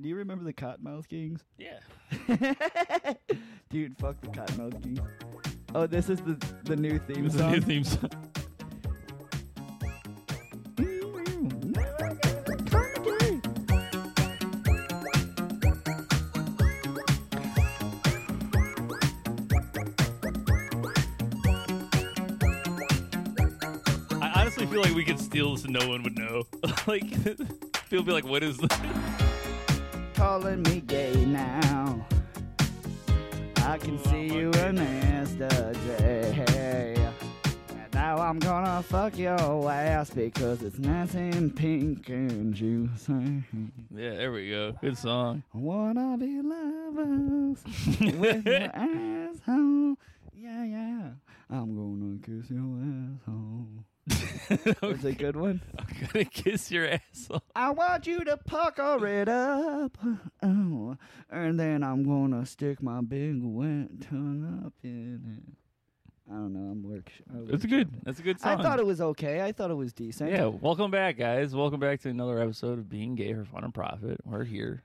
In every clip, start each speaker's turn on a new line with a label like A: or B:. A: Do you remember the Cottonmouth Kings?
B: Yeah.
A: Dude, fuck the Cottonmouth Kings. Oh, this is the the new theme
B: This is a
A: song.
B: new theme song. I honestly feel like we could steal this and no one would know. like, people be like, what is this?
A: Calling me gay now. I can
B: Ooh, I
A: see you
B: want
A: in yesterday. And now I'm gonna fuck your ass because it's nice and pink and juicy.
B: Yeah, there we go. Good song.
A: I wanna be lovers with your asshole. Yeah, yeah. I'm gonna kiss your asshole. That's a good one.
B: I'm gonna kiss your asshole.
A: I want you to pucker it up. Oh, and then I'm gonna stick my big wet tongue up in it. I don't know. I'm work.
B: That's good. That's a good
A: I
B: song.
A: thought it was okay. I thought it was decent.
B: yeah, welcome back, guys. Welcome back to another episode of Being Gay for Fun and Profit. We're here.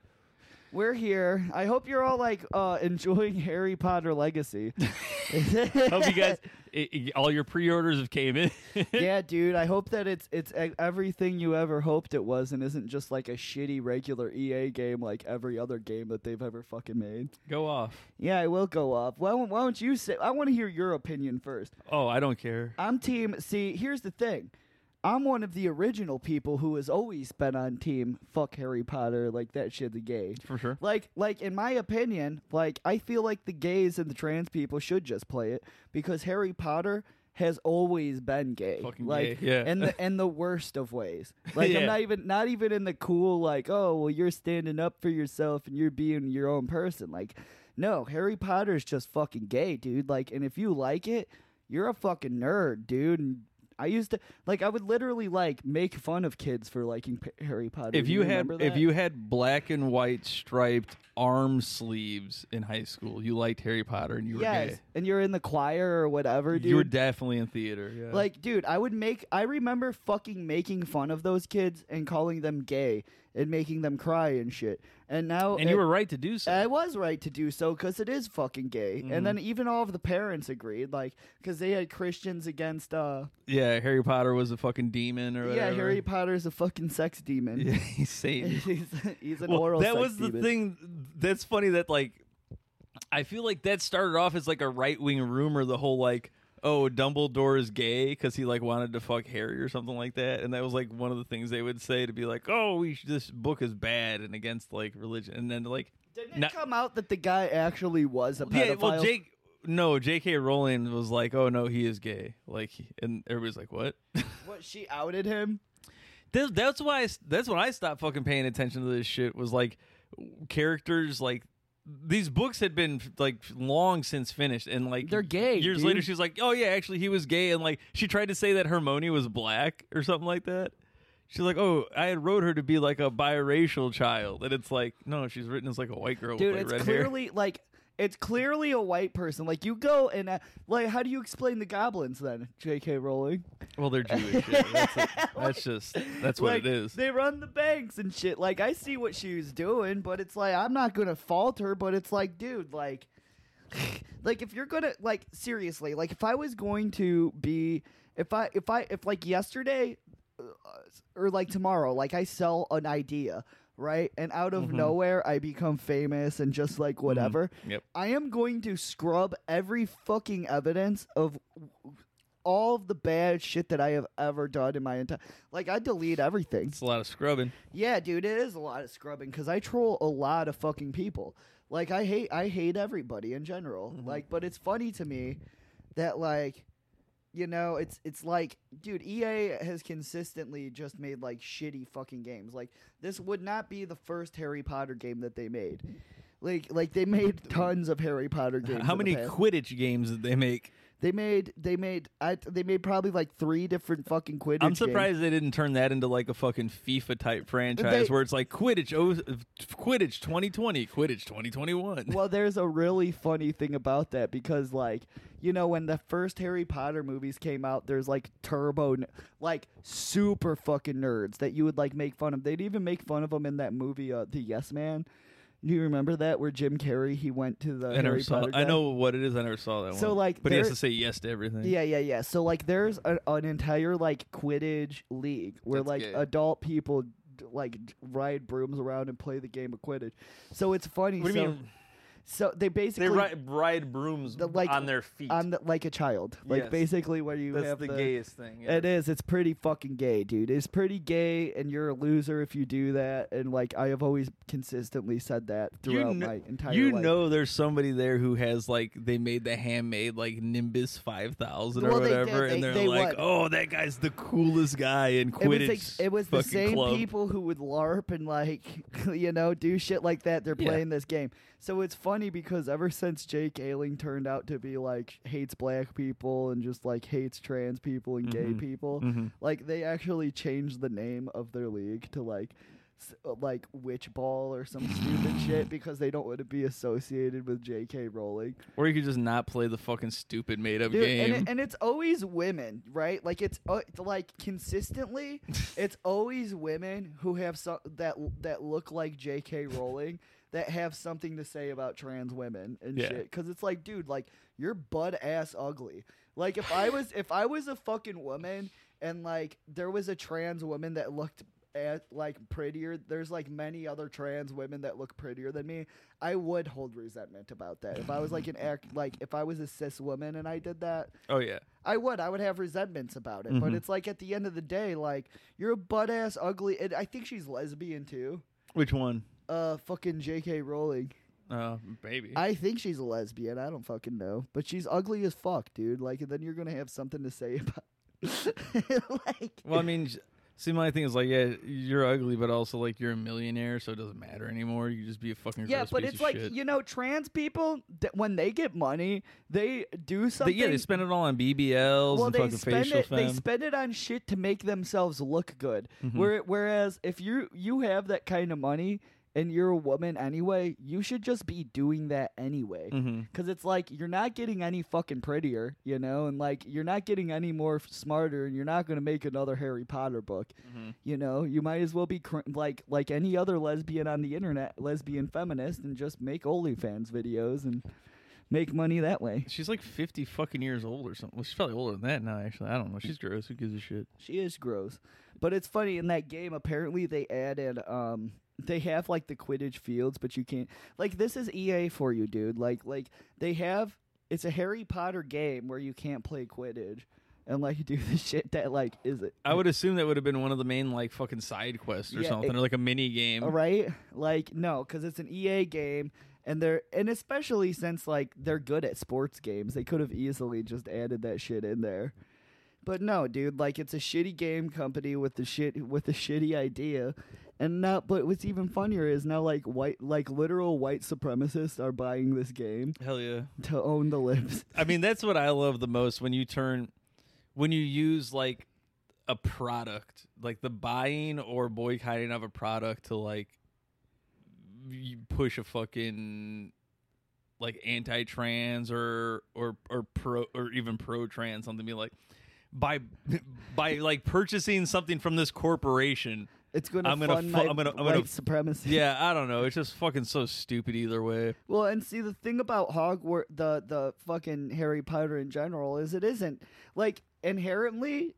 A: We're here. I hope you're all like uh, enjoying Harry Potter Legacy.
B: Hope you guys, i i all your pre-orders have came in.
A: yeah, dude. I hope that it's it's e- everything you ever hoped it was, and isn't just like a shitty regular EA game like every other game that they've ever fucking made.
B: Go off.
A: Yeah, I will go off. Why, won't- why don't you say? I want to hear your opinion first.
B: Oh, I don't care.
A: I'm team. See, here's the thing. I'm one of the original people who has always been on team fuck Harry Potter like that shit the gay.
B: For sure.
A: Like like in my opinion, like I feel like the gays and the trans people should just play it because Harry Potter has always been gay.
B: Fucking
A: like
B: gay, yeah.
A: and the and the worst of ways. Like I'm
B: Yeah.
A: not even not even in the cool like, oh well you're standing up for yourself and you're being your own person. Like, no, Harry Potter's just fucking gay, dude. Like and if you like it, you're a fucking nerd, dude. And I used to like I would literally like make fun of kids for liking P- Harry Potter.
C: If
A: Do
C: you had
A: remember
C: if
A: that?
C: you had black and white striped arm sleeves in high school, you liked Harry Potter and you were
A: yes,
C: gay.
A: and you're in the choir or whatever, dude.
C: You were definitely in theater. Yeah.
A: like, dude, I would make. I remember fucking making fun of those kids and calling them gay and making them cry and shit. And now,
B: And you were right to do so.
A: I was right to do so because it is fucking gay. And
B: Mm.
A: then even all of the parents agreed, like, because they had Christians against. uh
C: yeah, Harry Potter was a fucking demon or
A: Yeah,
C: whatever.
A: Harry Potter's a fucking sex demon.
C: Yeah, he's Satan.
A: he's, he's an
B: Well,
A: oral.
B: that
A: sex
B: was the
A: demon.
B: thing that's funny that like i feel like that started off as like a right-wing rumor the whole like oh dumbledore is gay because he like wanted to fuck harry or something like that and that was like one of the things they would say to be like oh we should, this book is bad and against like religion and then like
A: Didn't it
B: not-
A: come out that the guy actually was a pedophile?
B: yeah well jake no jk rowling was like oh no he is gay like and everybody's like what
A: What she outed him?
C: This-
B: that's why I, that's when I stopped fucking paying attention to this shit was like characters like these books had been like long since finished and like
A: They're gay,
B: Years
A: dude.
B: later she was like, "Oh yeah, actually he was gay." And like she tried to say that Hermione was black or something like that. She's like, "Oh, I had wrote her to be like a biracial child." And it's like, "No, she's written as like a white girl
A: dude
B: with
A: it's
B: like, red hair."
A: clearly like it's clearly a white person like you go and uh, like how do you explain the goblins then jk rowling
B: Well, they're Jewish. yeah. That's, it. That's just that's what
A: like
B: it is.
A: they run the banks and shit like i see what she was doing but it's like i'm not gonna fault her but it's like dude like like if you're gonna like seriously like if i was going to be if i if i if like yesterday uh, or like tomorrow like i sell an idea right and out
B: Mm-hmm.
A: of nowhere i become famous and just like whatever
B: Yep.
A: i am going to scrub every fucking evidence of all of the bad shit that i have ever done in my entire like i delete everything
B: It's a lot of scrubbing.
A: yeah, dude, it is a lot of scrubbing because I troll a lot of fucking people. Like I hate I hate everybody in general.
B: Mm-hmm.
A: Like, but it's funny to me that like you know, it's it's like, dude, EA has consistently just made like shitty fucking games. Like this would not be the first Harry Potter game that they made. Like like they made tons of Harry Potter games.
B: How
A: in the
B: many
A: past.
B: Quidditch games did they make?
A: They made they made I they made probably like three different fucking Quidditch.
B: I'm
A: games.
B: surprised they didn't turn that into like a fucking FIFA type franchise
A: They-
B: where it's like Quidditch, oh, Quidditch 2020, Quidditch 2021.
A: Well, there's a really funny thing about that because, like, you know, when the first Harry Potter movies came out, there's like turbo, n- like super fucking nerds that you would like make fun of. They'd even make fun of them in that movie, uh, The Yes Man. Do you remember that where Jim Carrey he went to the
B: I never
A: Harry
B: saw.
A: Potter?
B: I
A: guy?
B: know what it is. I never saw that one.
A: So, like,
B: but he has
A: there-
B: to say yes to everything.
A: Yeah, yeah, yeah. So like, there's a, an entire like Quidditch league where
C: That's
A: like
C: gay.
A: adult people d- like d- ride brooms around and play the game of Quidditch. So it's funny.
B: What do you
A: so,
B: mean?
A: So they basically
D: They ride, ride brooms
A: The, like,
D: on their feet.
A: on the, like a child. Like
C: Yes.
A: basically where you
C: That's
A: have
C: the, gayest thing. ever.
A: It is. It's pretty fucking gay, dude. It's pretty gay, and you're a loser if you do that. And like I have always consistently said that throughout
B: kn-
A: my entire
B: You
A: life.
B: know, there's somebody there who has like they made the handmade like Nimbus 5000 or
A: Well, they did.
B: whatever,
A: They-
B: and they're
A: they
B: like,
A: won.
B: "Oh, that guy's the coolest guy in
A: it
B: Quidditch."
A: was, ex- it was the
B: fucking
A: same
B: club."
A: people who would LARP and like you know do shit like that. They're
B: Yeah.
A: playing this game, so it's funny because ever since Jake Ailing turned out to be like hates black people and just like hates trans people and
B: Mm-hmm.
A: gay people, like they actually changed the name of their league to like s- uh, like witch ball or some stupid shit because they don't want to be associated with J.K. Rowling.
B: Or you could just not play the fucking stupid made up
A: Dude,
B: game.
A: and, it, and it's always women, right? Like it's uh, like consistently, it's always women who have some that that look like J.K. Rowling that have something to say about trans women and
B: Yeah.
A: shit. Because it's like, dude, like you're butt ass ugly. Like if I was if I was a fucking woman and like there was a trans woman that looked at like prettier there's like many other trans women that look prettier than me i would hold resentment about that if i was like an act like if i was a cis woman and i did that
B: oh yeah,
A: I would. I would have resentments about it. But
B: Mm-hmm.
A: it's like at the end of the day, like you're a butt ass ugly. And I think she's lesbian too.
B: which one?
A: Uh, fucking J.K. Rowling.
B: Uh, maybe.
A: I think she's a lesbian. I don't fucking know. But she's ugly as fuck, dude. Like, and then you're gonna have something to say about. like,
B: Well, I mean, j- see, my thing is like, yeah, you're ugly, but also like you're a millionaire, so it doesn't matter anymore. You just be a fucking
A: yeah,
B: gross
A: but
B: piece
A: it's
B: of
A: like
B: shit.
A: you know, trans people th- when they get money, they do
B: They-
A: something.
B: yeah, they spend it all on BBLs
A: well,
B: and
A: they
B: fucking
A: spend
B: facial
A: it. They
B: femme.
A: spend it on shit to make themselves look good.
B: Mm-hmm.
A: Where, whereas if you you have that kind of money and you're a woman anyway, you should just be doing that anyway.
B: Mhm.
A: Because it's like you're not getting any fucking prettier, you know, and like you're not getting any more f- smarter, and you're not going to make another Harry Potter book.
B: Mm-hmm.
A: You know, you might as well be cr- like like any other lesbian on the internet, lesbian feminist, and just make OnlyFans videos and make money that way.
B: She's like fifty fucking years old or something. Well, she's probably older than that now. Actually, I don't know. She's gross. Who gives a shit?
A: She is gross. But it's funny in that game apparently they added um they have like the Quidditch fields, but you can't like this is EA for you, dude. Like like they have it's a Harry Potter game where you can't play Quidditch and like do the shit that like is it
B: I would assume that would have been one of the main like fucking side quests or
A: Yeah,
B: something,
A: it-
B: or like a mini game.
A: right? Like no, because it's an EA game, and they're and especially since like they're good at sports games, they could have easily just added that shit in there. But no, dude, like it's a shitty game company with the shit with a shitty idea, and now. But what's even funnier is now like white, like literal white supremacists are buying this game
B: Hell yeah.
A: to own the libs.
B: I mean, that's what I love the most when you turn, when you use like a product, like the buying or boycotting of a product to like you push a fucking like anti-trans or or or pro or even pro-trans something. Be like by by like purchasing something from this corporation.
A: It's gonna
B: I'm gonna
A: fund
B: fu-
A: my
B: I'm gonna- I'm gonna-
A: white supremacy.
B: Yeah, I don't know. It's just fucking so stupid either way.
A: Well, and see the thing about Hogwarts, the the fucking Harry Potter in general is it isn't like inherently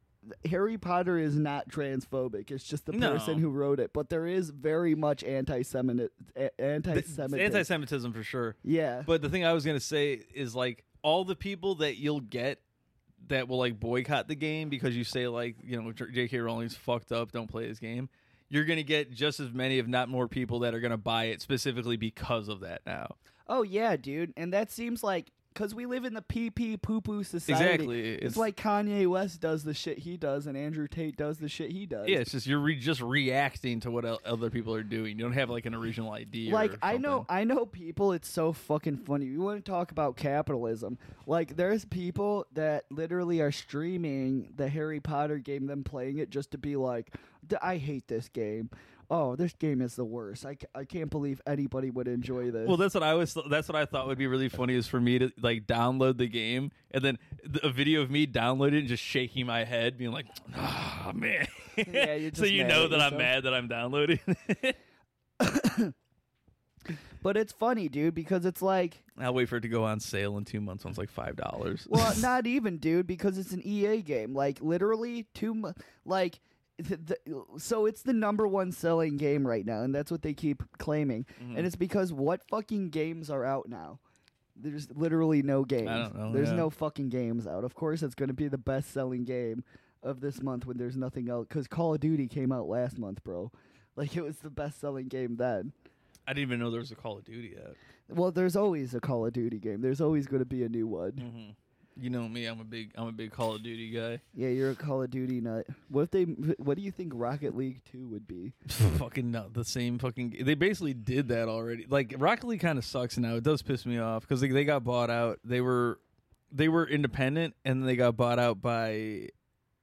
A: Harry Potter is not transphobic. It's just the
B: No.
A: person who wrote it, but there is very much anti-Semitic,
B: It's
A: anti-Semitic.
B: anti-Semitism for sure.
A: yeah,
B: But the thing I was gonna say is like all the people that you'll get that will like boycott the game because you say like you know J- J.K. Rowling's fucked up, don't play this game. You're gonna get just as many, if not more, people that are gonna buy it specifically because of that. Now,
A: oh yeah, dude, and that seems like because we live in the pee pee poo poo society.
B: Exactly.
A: It's, like Kanye West does the shit he does, and Andrew Tate does the shit he does.
B: yeah, it's just you're re- just reacting to what el- other people are doing. You don't have like an original idea.
A: like
B: or
A: I know,
B: something.
A: I know people. It's so fucking funny. You want to talk about capitalism? Like there's people that literally are streaming the Harry Potter game, them playing it just to be like, "D- I hate this game. Oh, this game is the worst. I, ca- I can't believe anybody would enjoy this.
E: Well, that's what I was. That's what I thought would be really funny is for me to like download the game and then th- a video of me downloading and just shaking my head, being like, "Ah, man."
A: Yeah, you're
E: so
A: just
E: you
A: mad
E: know
A: at
E: that I'm mad
A: yourself.
E: that I'm downloading.
A: but it's funny, dude, because it's like,
E: I'll wait for it to go on sale in two months. When it's like five dollars.
A: well, not even, dude, because it's an EA game. Like literally two, mu- like. th the, so it's the number one selling game right now, and that's what they keep claiming.
E: Mm-hmm.
A: And it's because what fucking games are out now? There's literally no games.
E: don't know,
A: there's
E: yeah.
A: no fucking games out. Of course, it's going to be the best selling game of this month when there's nothing else. Because Call of Duty came out last month, bro. Like it was the best selling game then.
E: I didn't even know there was a Call of Duty yet.
A: Well, there's always a Call of Duty game. There's always going to be a new one.
E: Mm-hmm.
B: you know me. I'm a big I'm a big Call of Duty guy.
A: Yeah, you're a Call of Duty nut. What if they? What do you think Rocket League Two would be?
B: fucking not the same fucking. g- They basically did that already. Like Rocket League kind of sucks now. It does piss me off because they, they got bought out. They were they were independent and they got bought out by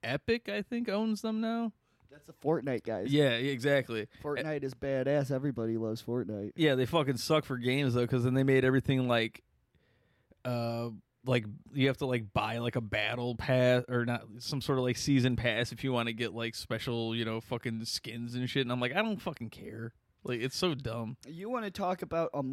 B: Epic. I think owns them now.
A: That's a Fortnite, guys.
B: Yeah, yeah, exactly.
A: Fortnite is badass. Everybody loves Fortnite.
B: Yeah, they fucking suck for games though because then they made everything like, uh, like you have to like buy like a battle pass or not some sort of like season pass if you want to get like special you know fucking skins and shit. And I'm like, I don't fucking care. Like it's so dumb.
A: You want to talk about a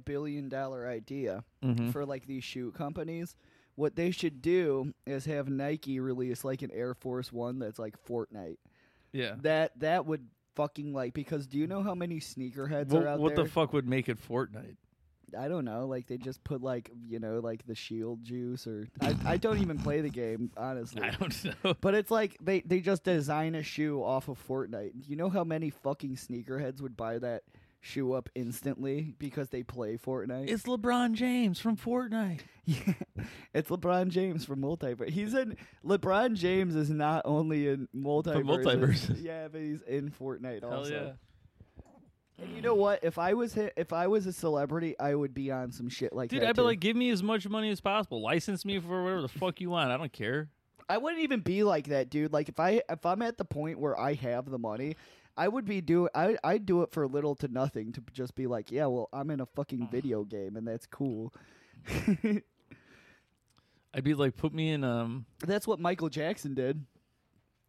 A: multi-billion-dollar idea
B: Mm-hmm.
A: for like these shoe companies? What they should do is have Nike release like an Air Force One that's like Fortnite.
B: Yeah.
A: That that would fucking like because do you know how many sneakerheads
B: Wha-
A: are out
B: what
A: there?
B: the fuck would make it Fortnite?
A: I don't know. Like they just put like you know like the Shield juice or I, I don't even play the game honestly.
B: I don't know.
A: But it's like they, they just design a shoe off of Fortnite. You know how many fucking sneakerheads would buy that shoe up instantly because they play Fortnite?
B: It's LeBron James from Fortnite.
A: It's, LeBron James from Multiverse. He's in LeBron James is not only in Multiverse.
B: Multiverse.
A: Yeah, but he's in Fortnite also.
B: yeah.
A: And you know what? If I was hit, if I was a celebrity, I would be on some shit like
B: Dude,
A: that.
B: I'd be
A: too.
B: like, give me as much money as possible. License me for whatever the fuck you want. I don't care.
A: I wouldn't even be like that, dude. Like if I if I'm at the point where I have the money, I would be do I I'd do it for little to nothing to just be like, yeah, well, I'm in a fucking video game and that's cool.
B: I'd be like, put me in um
A: that's what Michael Jackson did.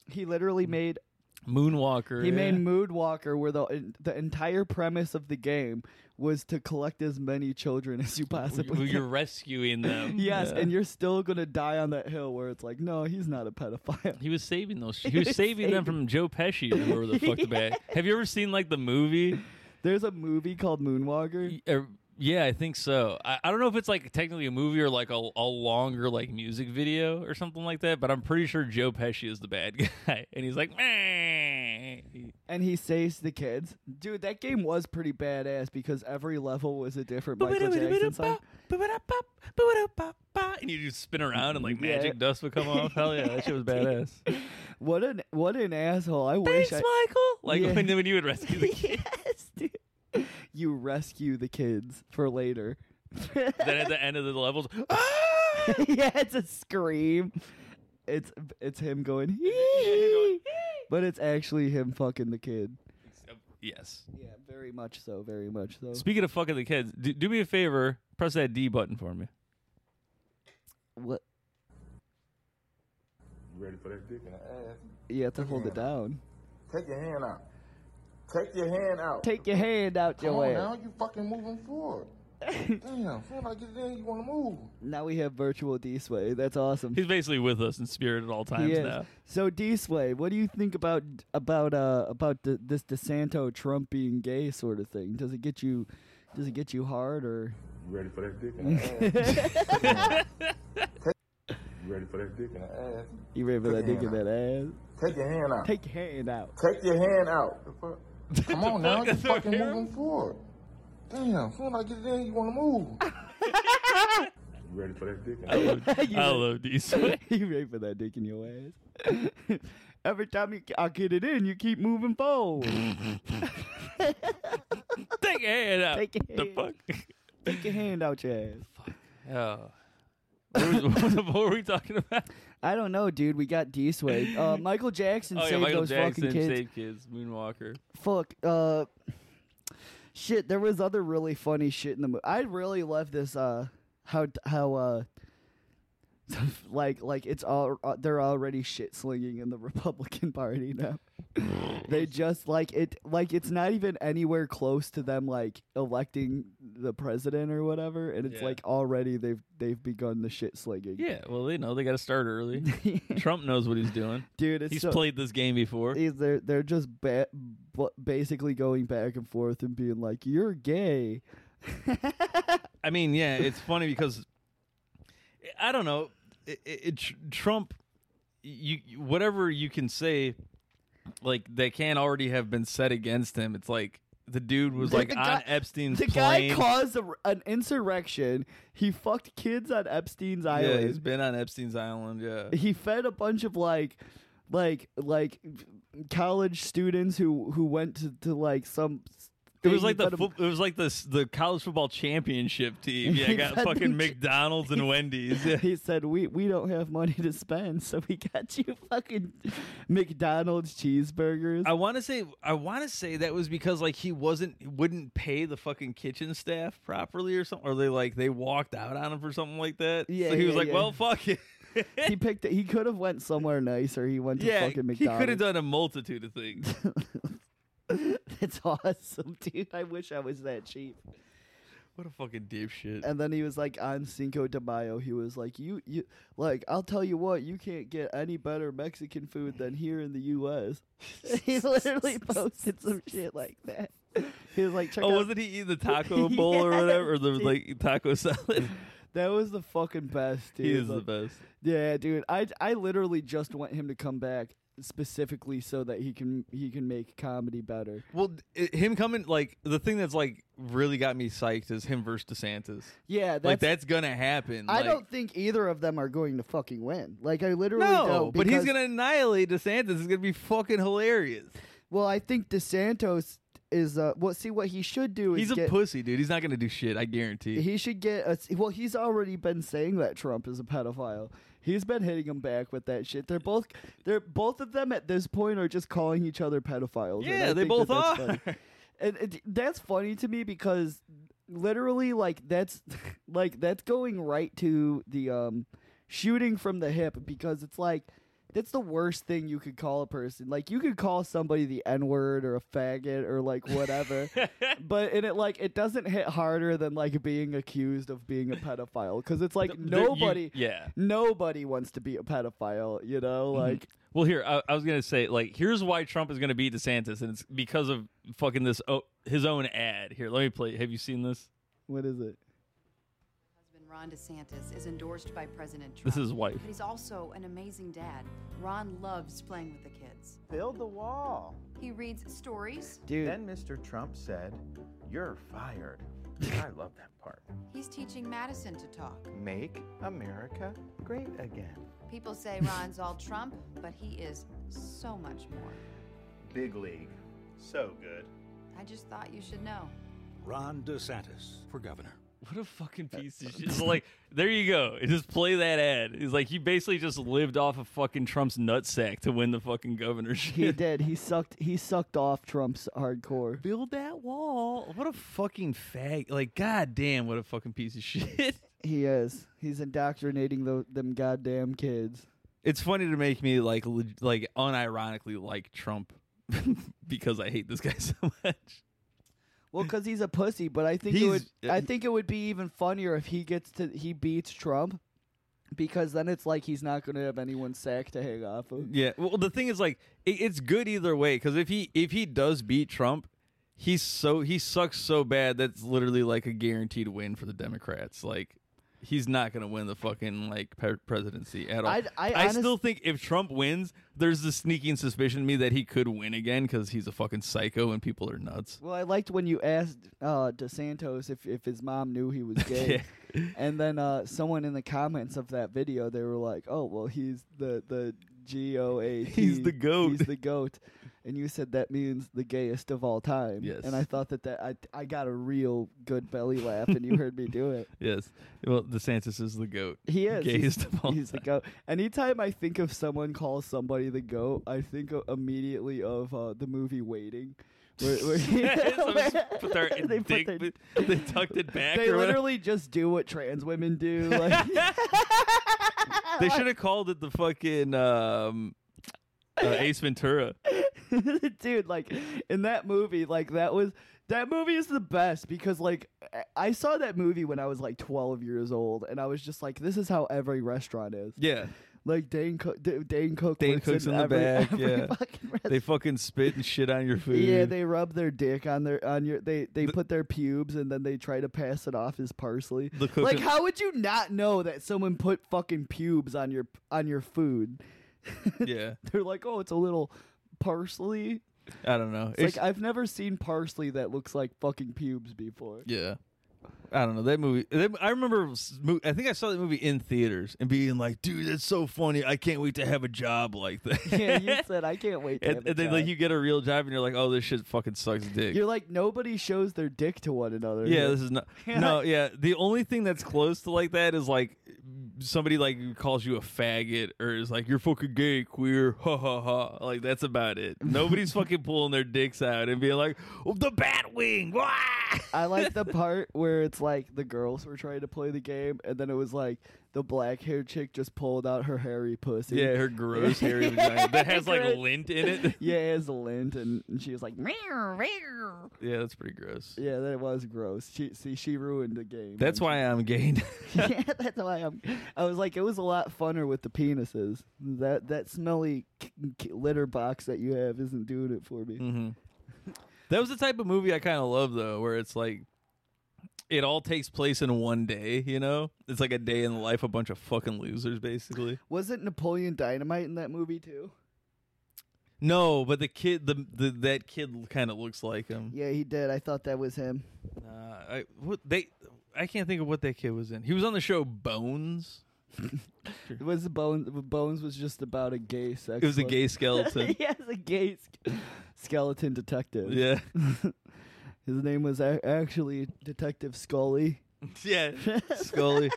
A: He literally made
B: Moonwalker.
A: he made
B: yeah.
A: Moodwalker where the the entire premise of the game was to collect as many children as you
B: Well,
A: possibly can.
B: you're rescuing them.
A: Yes, and you're still gonna die on that hill where it's like, no, he's not a pedophile.
B: he was saving those. He was saving them from Joe Pesci or whoever the fuck the bad. Have you ever seen like the movie?
A: There's a movie called Moonwalker.
B: Or- er, Yeah, I think so. I, I don't know if it's like technically a movie or like a, a longer like music video or something like that, but I'm pretty sure Joe Pesci is the bad guy, and he's like, "Meh." He-
A: and he saves the kids. Dude, that game was pretty badass because every level was a different Michael Jackson song.
B: and you just spin around and like magic
A: Yeah.
B: dust would come off. Hell yeah, that shit was badass.
A: What an what an asshole! I wish
B: Thanks,
A: I
B: Michael. Like
A: Yeah.
B: when, when you would rescue the kid,
A: yes, dude. You rescue the kids for later.
B: then at the end of the levels,
A: yeah, it's a scream. It's it's him going, "Hee-hee." but it's actually him fucking the kid.
B: yes.
A: Yeah, very much so. Very much so.
B: Speaking of fucking the kids, do, do me a favor, press that D button for me.
A: What?
F: You ready for that dick in the ass?
A: You have to hold it down.
F: Take your hand out. Take your hand out.
A: Take your hand out
F: Come
A: your
F: on
A: way.
F: now, you fucking moving forward. Damn, soon I get there, you wanna move.
A: Now we have virtual D sway. That's awesome.
B: He's basically with us in spirit at all times
A: He is.
B: now.
A: So D-Sway, what do you think about about uh about the, this DeSanto Trump being gay sort of thing? Does it get you does it get you hard or
F: You ready for that dick in the ass? Take- you ready for that dick in the ass?
A: you ready for that dick in that ass?
F: Take your hand out.
A: Take your hand out.
F: Take your hand out. The fuck? Come on now, you
B: That's so
F: fucking
B: weird.
F: moving forward. Damn, soon I get there, you wanna move.
G: You ready for that dick? in your ass?
A: You
B: I
A: ready-
B: love these. I
A: you ready for that dick in your ass? Every time you, I get it in, you keep moving forward.
B: Take your hand out.
A: Take your
B: the
A: hand.
B: fuck.
A: Take your hand out your ass.
B: Oh. What, was, what were we talking about?
A: I don't know, dude. We got D Sway. Uh, Michael Jackson
B: Oh yeah,
A: saved
B: Michael
A: those
B: Jackson
A: fucking kids.
B: saved kids. Moonwalker.
A: Fuck. Uh, shit. There was other really funny shit in the movie. I really love this. Uh, how how uh, like like it's all uh, they're already shit slinging in the Republican Party now. they just like it like it's not even anywhere close to them like electing the president or whatever, and it's
B: Yeah.
A: like already they've they've begun the shit slinging.
B: Yeah, well they know they got to start early. Trump knows what he's doing.
A: dude, it's
B: He's
A: so,
B: played this game before.
A: is they're they're just ba- bu- basically going back and forth and being like, "You're gay."
B: I mean, yeah, it's funny because I don't know. It, it, it tr- Trump, you you- whatever you can say, like they can already have been said against him. It's like the dude was
A: The-
B: like
A: the
B: on
A: guy-
B: Epstein's
A: The
B: plane.
A: guy caused a, an insurrection. He fucked kids on Epstein's
B: yeah, he's
A: island.
B: been on Epstein's island. Yeah,
A: He fed a bunch of like, like, like college students who who went to, to like some.
B: it
A: thing.
B: was like
A: He
B: the
A: fed 'em-
B: fo- it was like the s- the college football championship team. Yeah,
A: He
B: got
A: fed
B: fucking
A: them ch-
B: McDonald's and Wendy's. Yeah.
A: He said, "We we don't have money to spend, so we got you fucking McDonald's cheeseburgers."
B: I want to say I want to say that was because like he wasn't wouldn't pay the fucking kitchen staff properly or something, or they like they walked out on him for something like that.
A: Yeah,
B: so he was
A: yeah,
B: like,
A: yeah.
B: "Well, fuck it."
A: he picked. He could have went somewhere nicer. He went to
B: yeah,
A: fucking
B: he could have
A: McDonald's.
B: done a multitude of things.
A: That's awesome, dude. I wish I was that cheap.
B: what a fucking dipshit.
A: And then he was like on Cinco de Mayo. He was like, "You, you, like, I'll tell you what, you can't get any better Mexican food than here in the U.S." he literally posted some shit like that. He was like, Check
B: Oh,
A: out-
B: wasn't he eating the taco bowl or whatever, or the
A: Yes,
B: like taco salad?
A: that was the fucking best, dude."
B: he is the
A: Like,
B: best.
A: Yeah, dude. I I literally just want him to come back specifically so that he can he can make comedy better.
B: Well, it, him coming like the thing that's like really got me psyched is him versus DeSantis.
A: Yeah, that's
B: like that's gonna happen.
A: I
B: like-
A: don't think either of them are going to fucking win. Like I literally
B: No,
A: don't.
B: but he's
A: because-
B: gonna annihilate DeSantis. It's gonna be fucking hilarious.
A: Well, I think DeSantos is. Uh, well, see what he should do is
B: He's a
A: get.
B: pussy, dude. He's not gonna do shit. I guarantee.
A: he should get a. Well, he's already been saying that Trump is a pedophile. He's been hitting him back with that shit. They're both. They're both of them at this point are just calling each other pedophiles. and I
B: yeah, they
A: think that
B: both
A: that's
B: are.
A: funny. and it, that's funny to me because literally like that's like that's going right to the um shooting from the hip because it's like that's the worst thing you could call a person like you could call somebody the n-word or a faggot or like whatever but and it like it doesn't hit harder than like being accused of being a pedophile because it's like
B: They're- you-
A: nobody
B: yeah. Mm-hmm.
A: nobody wants to be a pedophile you know like
B: Well, here I, I was gonna say like here's why Trump is gonna beat DeSantis, and it's because of fucking this oh, his own ad. Here, let me play. Have you seen this?
A: what is it
H: Husband Ron DeSantis is endorsed by President Trump.
B: This is his wife.
H: But he's also an amazing dad. Ron loves playing with the kids.
I: Build the wall.
H: He reads stories.
A: dude
I: Then Mr. Trump said, You're fired. I love that part.
H: He's teaching Madison to talk.
I: Make America great again.
H: People say Ron's all Trump, but he is so much more.
I: Big league. So good.
H: I just thought you should know.
J: Ron DeSantis for governor.
B: What a fucking piece of shit. So, like, there you go. Just play that ad. It's like he basically just lived off of fucking Trump's nutsack to win the fucking
A: he
B: governorship.
A: did he sucked he sucked off trump's hardcore
B: Build that wall. What a fucking fag. Like, goddamn, what a fucking piece of shit.
A: He is. He's indoctrinating the, them goddamn kids.
B: It's funny to make me like leg- like unironically like Trump because I hate this guy so much.
A: Well, because he's a pussy, but I think it would.
B: He's-
A: I think it would be even funnier if he gets to he beats Trump, because then it's like he's not going to have anyone's sack to hang off of.
B: Yeah. Well, the thing is like it, it's good either way because if he if he does beat Trump, he's so he sucks so bad that's literally like a guaranteed win for the Democrats. Like he's not going to win the fucking like pe- presidency at all.
A: I- I honest-
B: still think if Trump wins, there's the sneaking suspicion in me that he could win again because he's a fucking psycho and people are nuts.
A: Well, I liked when you asked uh, DeSantos if, if his mom knew he was gay. And then uh, someone in the comments of that video, they were like, oh, well, he's the, the G O A T.
B: He's the goat.
A: He's the GOAT. And you said that means the gayest of all time.
B: Yes.
A: And I thought that, that I, I got a real good belly laugh, and you heard me do it.
B: Yes. Well, DeSantis is the goat.
A: He is.
B: Gayest
A: he's
B: of all
A: he's the
B: time.
A: goat. Anytime I think of someone calls somebody the goat, I think o- immediately of uh, the movie Waiting. Where, where-
B: Someone just put their
A: They put
B: dick-
A: their-
B: they tucked it back.
A: they
B: or whatever.
A: literally just do what trans women do. Like,
B: They should have called it the fucking um, uh, Ace Ventura.
A: dude, like in that movie, like that was that movie is the best because like I- I saw that movie when I was like 12 years old, and I was just like, this is how every restaurant is.
B: Yeah.
A: Like Dane Cook, D- Dane Cook,
B: Dane
A: works
B: Cook's
A: in,
B: in the
A: every,
B: back,
A: every
B: yeah.
A: fucking restaurant.
B: They fucking spit and shit on your food.
A: Yeah, they rub their dick on their on your they they
B: The-
A: put their pubes and then they try to pass it off as parsley.
B: The cook-
A: Like how would you not know that someone put fucking pubes on your on your food?
B: yeah.
A: They're like, "Oh, it's a little parsley."
B: I don't know.
A: It's, like uh, I've never seen parsley that looks like fucking pubes before.
B: Yeah. I don't know that movie. That, I remember. s- mo- I think I saw that movie in theaters and being like, "Dude, that's so funny! I can't wait to have a job like that."
A: yeah, you said I can't wait to
B: and,
A: have a
B: and then like
A: job."
B: you get a real job and you're like, "Oh, this shit fucking sucks dick."
A: You're like nobody shows their dick to one another.
B: yeah,
A: here.
B: this is not. No, yeah. The only thing that's close to like that is like somebody like calls you a faggot or is like, "You're fucking gay, queer." Ha ha ha. Like that's about it. Nobody's fucking pulling their dicks out and being like, oh, "The bat wing." Wah!
A: I like the part where it's like the girls were trying to play the game, and then it was like the black haired chick just pulled out her hairy pussy.
B: Yeah, her gross hairy vagina that has like
A: Gross.
B: lint in it.
A: Yeah, as lint, and, and she was like, "Meow."
B: Yeah, that's pretty gross.
A: yeah, that was gross. She see, she ruined the game.
B: That's why I'm gay.
A: yeah, that's why I'm. I was like, it was a lot funner with the penises. That that smelly k- k- litter box that you have isn't doing it for me.
B: mm-hmm. That was the type of movie I kind of love, though, where it's like it all takes place in one day. You know, it's like a day in the life of a bunch of fucking losers, basically.
A: Wasn't Napoleon Dynamite in that movie too?
B: No, but the kid, the, the that kid, kind of looks like him.
A: Yeah, he did. I thought that was him.
B: Uh, I what they. I can't think of what that kid was in. He was on the show Bones.
A: It was Bones. Bones was just about a gay sex.
B: It was a
A: book.
B: gay skeleton.
A: he has a gay ske- skeleton detective.
B: yeah,
A: His name was a- actually Detective Scully.
B: yeah. Scully,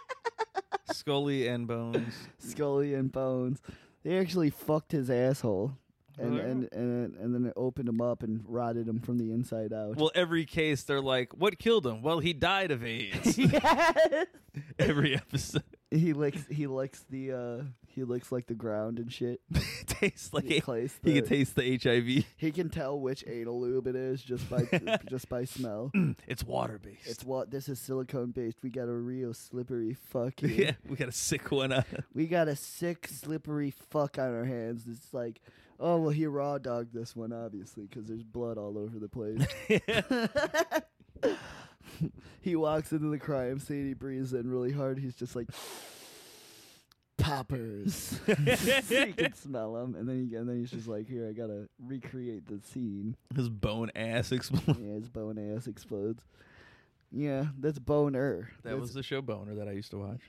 B: Scully and Bones.
A: Scully and Bones. They actually fucked his asshole. And, and and and then it opened him up and rotted him from the inside out.
B: Well, every case they're like, "What killed him?" Well, he died of AIDS.
A: yes.
B: every episode.
A: He licks he licks the uh he licks like the ground and shit.
B: It tastes like
A: He
B: he,
A: plays
B: can
A: the-
B: taste the HIV.
A: He can tell which anal lube it is just by just by smell.
B: It's water based.
A: It's what this is silicone based. We got a real slippery fuck. here.
B: yeah, we got a sick one. On. it.
A: We got a sick, slippery fuck on our hands. It's like, oh, well, he raw dogged this one, obviously, because there's blood all over the place. he walks into the crime scene, he breathes in really hard. He's just like, poppers. you can smell them. And then, he, and then he's just like, here, I got to recreate the scene.
B: His bone ass exploded.
A: Yeah, his bone ass explodes. Yeah, that's boner.
B: That
A: That's-
B: was the show Boner that I used to watch.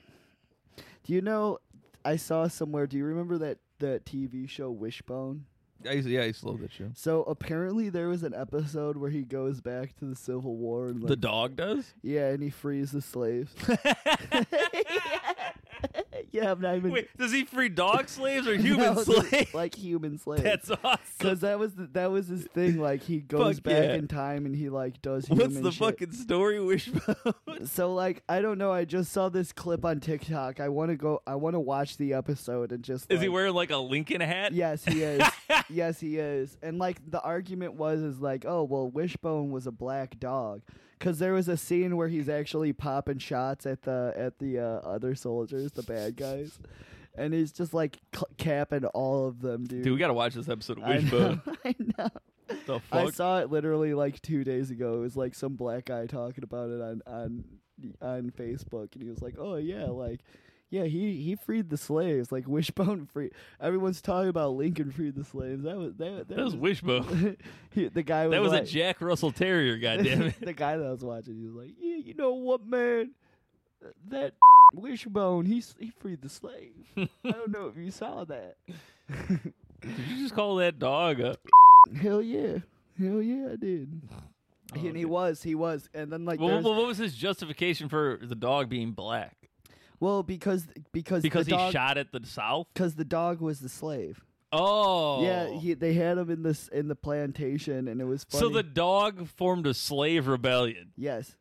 A: Do you know? I saw somewhere. Do you remember that that TV show Wishbone?
B: I used, yeah, I used to love that show.
A: So apparently there was an episode where he goes back to the Civil War and like,
B: The dog does.
A: yeah, and he frees the slaves. yeah, I'm not even
B: Wait, does he free dog slaves or human
A: No,
B: slaves?
A: like human slaves.
B: That's awesome.
A: because that was the, that was his thing. Like he goes
B: Fuck
A: back
B: yeah.
A: in time and he like does.
B: What's
A: human
B: the
A: shit.
B: fucking story, Wishbone?
A: So like I don't know. I just saw this clip on TikTok. I want to go. I want to watch the episode and just.
B: Is he
A: like-
B: wearing like a Lincoln hat?
A: Yes, he is. yes, he is. And like the argument was is like, oh well, Wishbone was a black dog because there was a scene where he's actually popping shots at the at the uh, other soldiers, the bad guys, and he's just like cl- capping all of them, dude.
B: Dude, we gotta watch this episode of
A: I know,
B: Wishbone.
A: I know.
B: The
A: I
B: fuck?
A: saw it literally like two days ago. It was like some black guy talking about it on on on Facebook, and he was like, "Oh yeah, like." Yeah, he, he freed the slaves, like Wishbone free. Everyone's talking about Lincoln freed the slaves. That was that, that,
B: that was Wishbone.
A: he, the guy. Was
B: That was a
A: like,
B: Jack Russell Terrier, goddammit.
A: the guy that I was watching, he was like, "Yeah, you know what, man? That Wishbone, he s- he freed the slaves. I don't know if you saw that.
B: Did you just call that dog up?
A: Hell yeah, hell yeah, I did. Oh, and he was, he was, and then like,
B: Well,
A: there's- well,
B: well, what was his justification for the dog being black?
A: because because
B: Because
A: the
B: he
A: dog,
B: shot at the South?
A: because the dog was the slave.
B: Oh.
A: Yeah, he, they had him in this in the plantation, and it was funny.
B: so the dog formed a slave rebellion.
A: yes,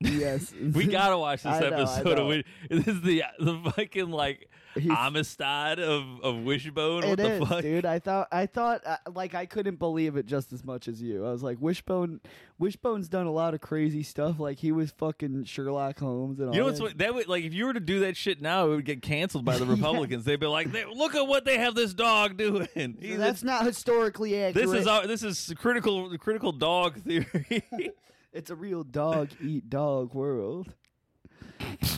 A: yes,
B: We gotta watch this
A: I know, I
B: episode.
A: know.
B: of Wish- this is the the fucking like
A: He's-
B: Amistad of of Wishbone.
A: It
B: What
A: is,
B: the fuck?
A: dude. I thought, I thought, uh, like, I couldn't believe it just as much as you. I was like, Wishbone, Wishbone's done a lot of crazy stuff. Like, he was fucking Sherlock Holmes and all.
B: You know what's
A: that.
B: what- that would like if you were to do that shit now, it would get canceled by the Republicans. They'd be like, "They- "Look at what they have this dog doing." He-
A: So that's not historically accurate.
B: this is our, this is critical critical dog theory.
A: it's a real dog eat dog world.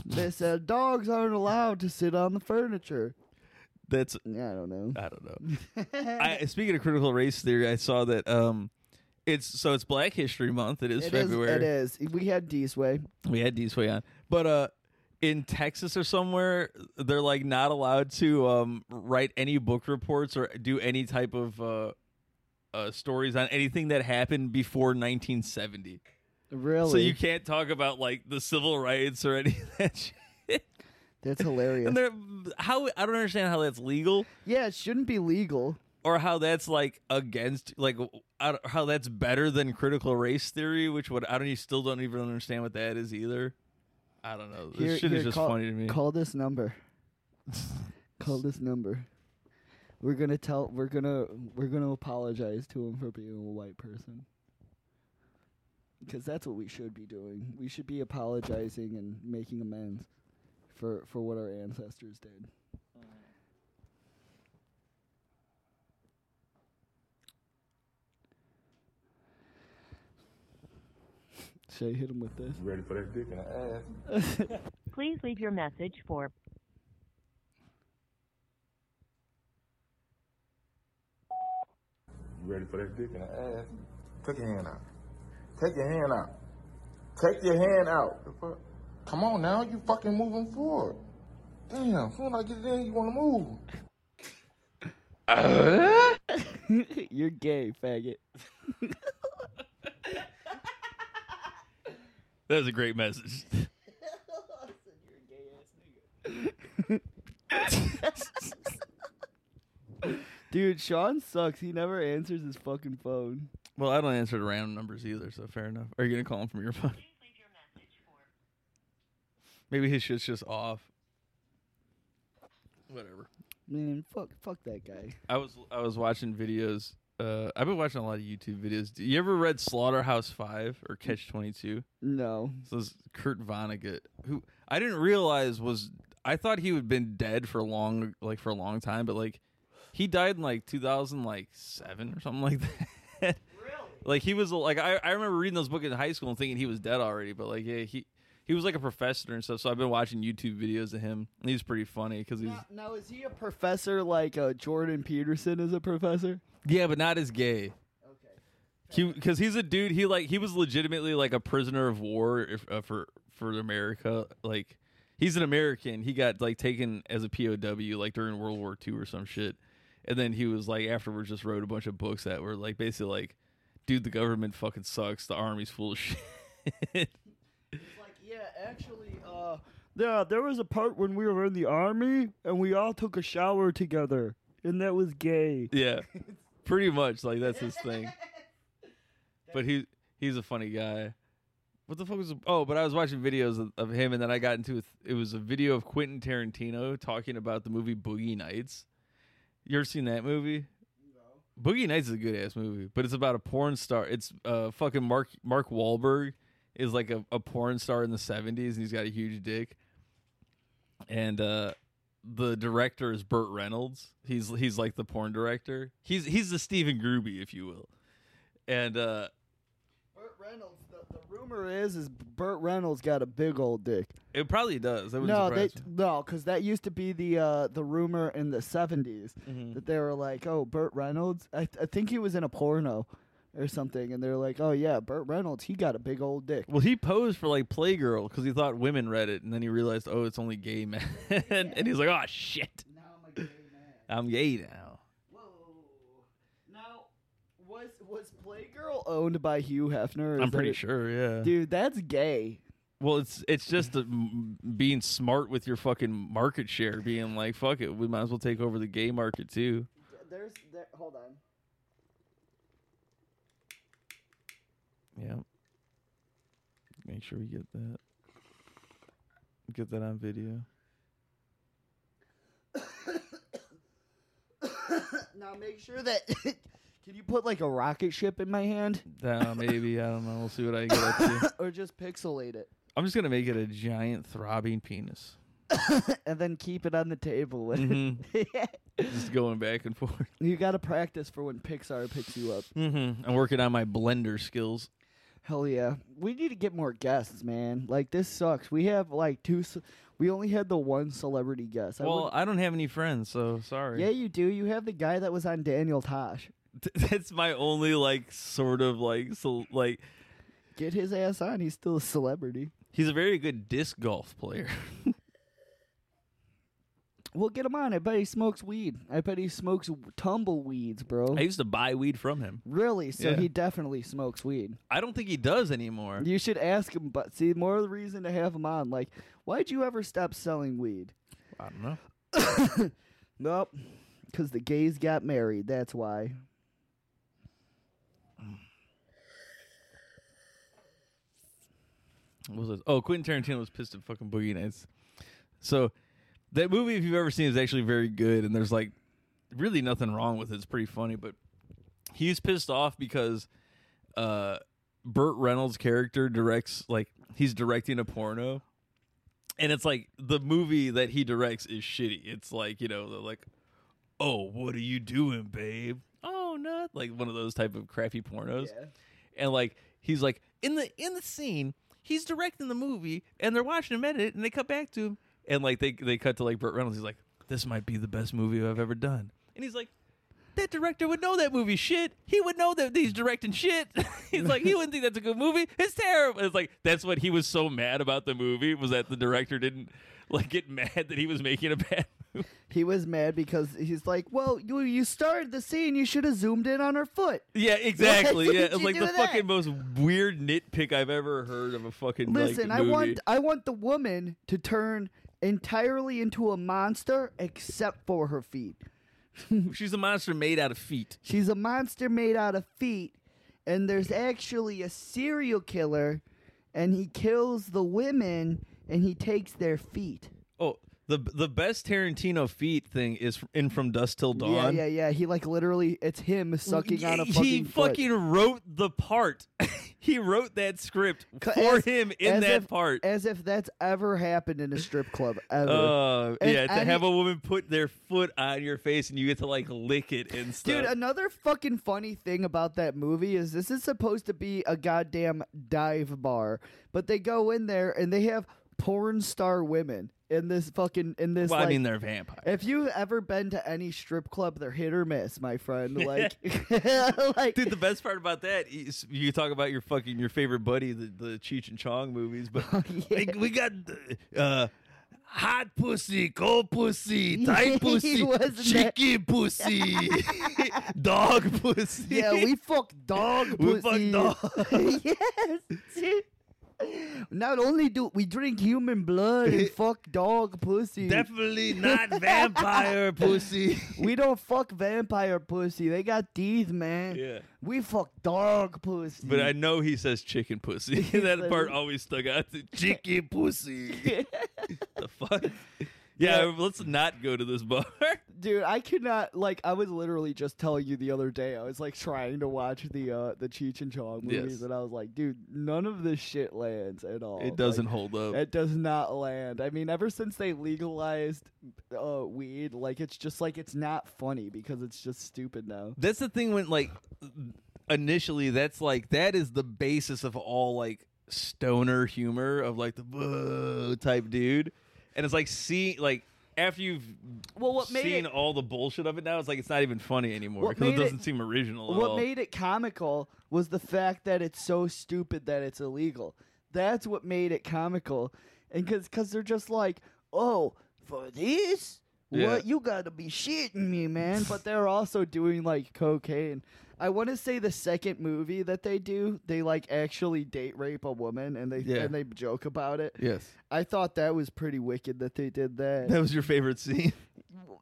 A: they said dogs aren't allowed to sit on the furniture.
B: That's
A: Yeah, I don't know.
B: I don't know. I, speaking of critical race theory, I saw that um, it's so it's Black History Month. It is
A: It is.
B: February.
A: It is. We had D's way.
B: We had these way on, but uh, in Texas or somewhere, they're like not allowed to um write any book reports or do any type of uh, uh stories on anything that happened before 1970.
A: Really?
B: So you can't talk about like the civil rights or any of that shit.
A: that's hilarious.
B: And they're how I don't understand how that's legal.
A: yeah, it shouldn't be legal.
B: or how that's like against like I don't- how that's better than critical race theory which would i don't you still don't even understand what that is either i don't know this
A: Here-
B: shit
A: here,
B: is just
A: call,
B: funny to me
A: Call this number. call this number. We're gonna tell. We're gonna. We're gonna apologize to him for being a white person. Because that's what we should be doing. We should be apologizing and making amends for for what our ancestors did. Should I hit him with this?
G: Ready for that dick in the ass?
K: Please leave your message for
G: You ready for that dick in the ass? Take your hand out. Take your hand out. Take your hand out. The fuck? Come on now, you fucking moving forward. Damn, soon as I get it in, you wanna move.
A: You're gay, faggot.
B: that was a great message
A: Dude, Sean sucks. He never answers his fucking phone.
B: well i don't answer to random numbers either so fair enough are you gonna call him from your phone maybe his shit's just off whatever
A: Man, fuck, fuck that guy.
B: i was i was watching videos uh i've been watching a lot of youtube videos Do you ever read slaughterhouse five or catch 22
A: No,
B: So this Kurt Vonnegut, who I didn't realize was I thought he would been dead for long like for a long time, but like he died in like two thousand like seven or something like that. Really? like he was like I, I remember reading those books in high school and thinking he was dead already, but like yeah, he he was like a professor and stuff, so I've been watching YouTube videos of him. And he's pretty funny because he's
A: Now, Uh, now, is he a professor like uh, Jordan Peterson is a professor?
B: yeah, but not as gay. Okay. Because he's a dude. He like he was legitimately like a prisoner of war if, uh, for for America. Like he's an American. He got like taken as a POW like during World War II or some shit. And then he was like afterwards just wrote a bunch of books that were like basically like, dude, the government fucking sucks. The army's full of shit.
A: Like, yeah, actually, uh, yeah, there was a part when we were in the army and we all took a shower together, and that was gay.
B: yeah, pretty much like that's his thing. But he he's a funny guy. What the fuck was? Oh, but I was watching videos of, of him, and then I got into a, th- it was a video of Quentin Tarantino talking about the movie Boogie Nights. You ever seen that movie? Boogie Nights is a good ass movie, but it's about a porn star. It's uh fucking Mark Mark Wahlberg is like a, a porn star in the seventies, and he's got a huge dick. And uh the director is Burt Reynolds. He's he's like the porn director. He's he's the Stephen Gruby, if you will. and uh,
A: Burt Reynolds. The, the rumor is is Burt Reynolds got a big old dick.
B: it probably does. That would
A: No, they
B: surprise
A: no, because that used to be the uh, the rumor in the 70s
B: Mm-hmm.
A: that they were like, oh, Burt Reynolds. I, th- I think he was in a porno or something, and they're like, oh yeah, Burt Reynolds. He got a big old dick.
B: Well, he posed for like Playgirl because he thought women read it, and then he realized, oh, it's only gay men, and he's like, oh shit,
A: Now I'm a gay man.
B: I'm gay now.
A: Whoa. Now, was was Playgirl owned by Hugh Hefner? or
B: I'm
A: is that
B: pretty
A: it-
B: sure, yeah.
A: Dude, that's gay.
B: Well, it's it's just the, m- being smart with your fucking market share, being like, fuck it, we might as well take over the gay market too.
A: There's there, hold on.
B: Yeah. Make sure we get that. Get that on video.
A: Now make sure that can you put like a rocket ship in my hand
B: Uh, maybe I don't know. We'll see what I can get up to.
A: or just pixelate it
B: I'm just gonna make it a giant throbbing penis,
A: and then keep it on the table.
B: Mm-hmm. just going back and forth.
A: you got to practice for when Pixar picks you up.
B: Mm-hmm. I'm working on my blender skills.
A: Hell yeah. We need to get more guests, man. Like this sucks. We have like two ce- we only had the one celebrity guest. I
B: Well, I don't have any friends, so sorry.
A: would- yeah, you do. You have the guy that was on Daniel Tosh.
B: that's my only like sort of like so like
A: Get his ass on. He's still a celebrity.
B: he's a very good disc golf player.
A: We'll get him on. I bet he smokes weed. I bet he smokes tumbleweeds, bro.
B: I used to buy weed from him.
A: Really? So
B: Yeah.
A: he definitely smokes weed.
B: I don't think he does anymore.
A: You should ask him, but see, more of the reason to have him on. Like, why'd you ever stop selling weed?
B: I don't know.
A: Nope. Because the gays got married. That's why.
B: What was it? Oh, Quentin Tarantino was pissed at fucking Boogie Nights. So that movie, if you've ever seen, it, is actually very good, and there's like really nothing wrong with it. It's pretty funny, but he's pissed off because uh Burt Reynolds' character directs like he's directing a porno. And it's like the movie that he directs is shitty. It's like, you know, they're like, Oh, what are you doing, babe? Oh, not like one of those type of crappy pornos and like he's like in the in the scene he's directing the movie and they're watching him edit and they cut back to him and like they they cut to like Burt Reynolds he's like this might be the best movie I've ever done and he's like that director would know that movie shit he would know that he's directing shit he's like he wouldn't think that's a good movie it's terrible it's like that's what he was so mad about the movie was that the director didn't like get mad that he was making a bad movie
A: He was mad because he's like, well, you, you started the scene. You should have zoomed in on her foot.
B: yeah exactly
A: Why
B: yeah
A: would
B: it's
A: you
B: like
A: do
B: the
A: that?
B: fucking most weird nitpick I've ever heard of a fucking like,
A: Listen, I want
B: movie.
A: I want the woman to turn entirely into a monster except for her feet.
B: she's a monster made out of feet
A: She's a monster made out of feet, and there's actually a serial killer, and he kills the women and he takes their feet.
B: Oh, the the best Tarantino feat thing is in From Dusk Till Dawn.
A: Yeah, yeah, yeah. He like literally, it's him sucking on a
B: He-
A: fucking.
B: he
A: foot.
B: fucking wrote the part. he wrote that script
A: C-
B: for
A: as-
B: him in
A: as
B: that
A: if-
B: part.
A: As if that's ever happened in a strip club ever.
B: Uh,
A: and
B: yeah, to
A: any-
B: have a woman put their foot on your face and you get to like lick it and stuff.
A: Dude, another fucking funny thing about that movie is this is supposed to be a goddamn dive bar, but they go in there and they have porn star women in this fucking in this.
B: well, I
A: like-
B: mean, they're vampires.
A: If you've ever been to any strip club, they're hit or miss, my friend. Like, like
B: Dude, the best part about that is you talk about your fucking your favorite buddy, the, the Cheech and Chong movies, but
A: Oh,
B: like, we got uh, hot pussy, cold pussy,
A: He
B: tight pussy,
A: wasn't that-
B: chicken pussy, dog pussy.
A: yeah, we fuck dog
B: We fuck
A: pussy.
B: dog.
A: yes, dude. Not only do we drink human blood and fuck dog pussy,
B: definitely not vampire pussy.
A: we don't fuck vampire pussy. They got teeth, man.
B: Yeah.
A: We fuck dog pussy.
B: But I know he says chicken pussy. that part always stuck out. To chicken pussy. the fuck? Yeah, let's not go to this bar.
A: Dude, I could not like I was literally just telling you the other day. I was like trying to watch the uh the Cheech and Chong movies
B: Yes.
A: and I was like, dude, none of this shit lands at all.
B: It doesn't
A: Like,
B: hold up.
A: It does not land. I mean, ever since they legalized uh weed, like it's just like it's not funny because it's just stupid now.
B: That's the thing when like initially that's like that is the basis of all like stoner humor of like the "Whoa" type dude, and it's like see like after you've
A: Well, what made
B: seen
A: it-
B: all the bullshit of it now, it's like it's not even funny anymore
A: What
B: because it
A: made it-
B: doesn't seem original. at
A: What
B: all.
A: made it comical was the fact that it's so stupid that it's illegal. That's what made it comical, and because cause they're just like, oh, for this,
B: Yeah.
A: what you gotta be shitting me, man. But they're also doing like cocaine. I want to say the second movie that they do, they like actually date rape a woman, and they
B: Yeah.
A: and they joke about it.
B: yes,
A: I thought that was pretty wicked that they did that.
B: that was your favorite scene,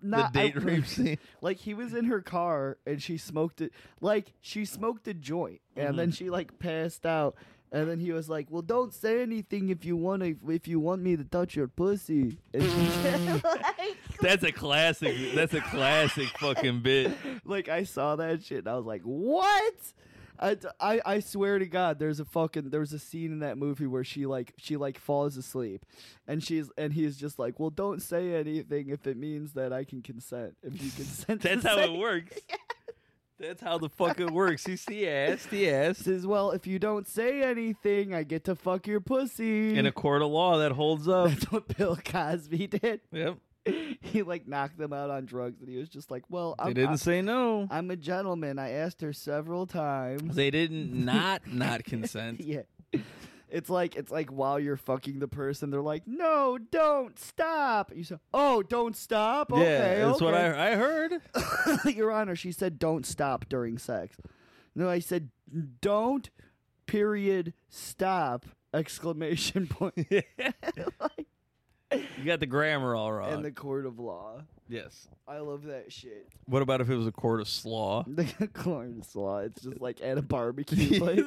A: Not-
B: the date
A: I-
B: rape scene.
A: like he was in her car and she smoked it. Like she smoked a joint
B: Mm-hmm.
A: and then she like passed out. And then he was like, "Well, don't say anything if you want to, if you want me to touch your pussy." And she-
B: That's a classic. That's a classic fucking bit.
A: like I saw that shit and I was like, "What?" I, I, I swear to God, there's a fucking there's a scene in that movie where she like she like falls asleep, and she's and he's just like, "Well, don't say anything if it means that I can consent. If you consent, to
B: That's how
A: say
B: it works. That's how the fuck it works. You see ass, the ass.
A: says, "Well, if you don't say anything, I get to fuck your pussy."
B: In a court of law, that holds up.
A: that's what Bill Cosby did.
B: Yep.
A: He like knocked them out on drugs, and he was just like, "Well, I'm,
B: They didn't
A: I'm,
B: say no.
A: I'm a gentleman. I asked her several times."
B: They didn't not not consent.
A: yeah, it's like it's like while you're fucking the person, they're like, "No, don't stop." You say, "Oh, don't stop." Okay,
B: yeah, that's
A: okay.
B: what I, I heard.
A: Your Honor, she said, "Don't stop during sex." No, I said, "Don't." Period. Stop! Exclamation point. Like,
B: You got the grammar all wrong.
A: and the court of law.
B: yes.
A: I love that shit.
B: What about if it was a court of slaw?
A: The corn slaw. It's just like at a barbecue place.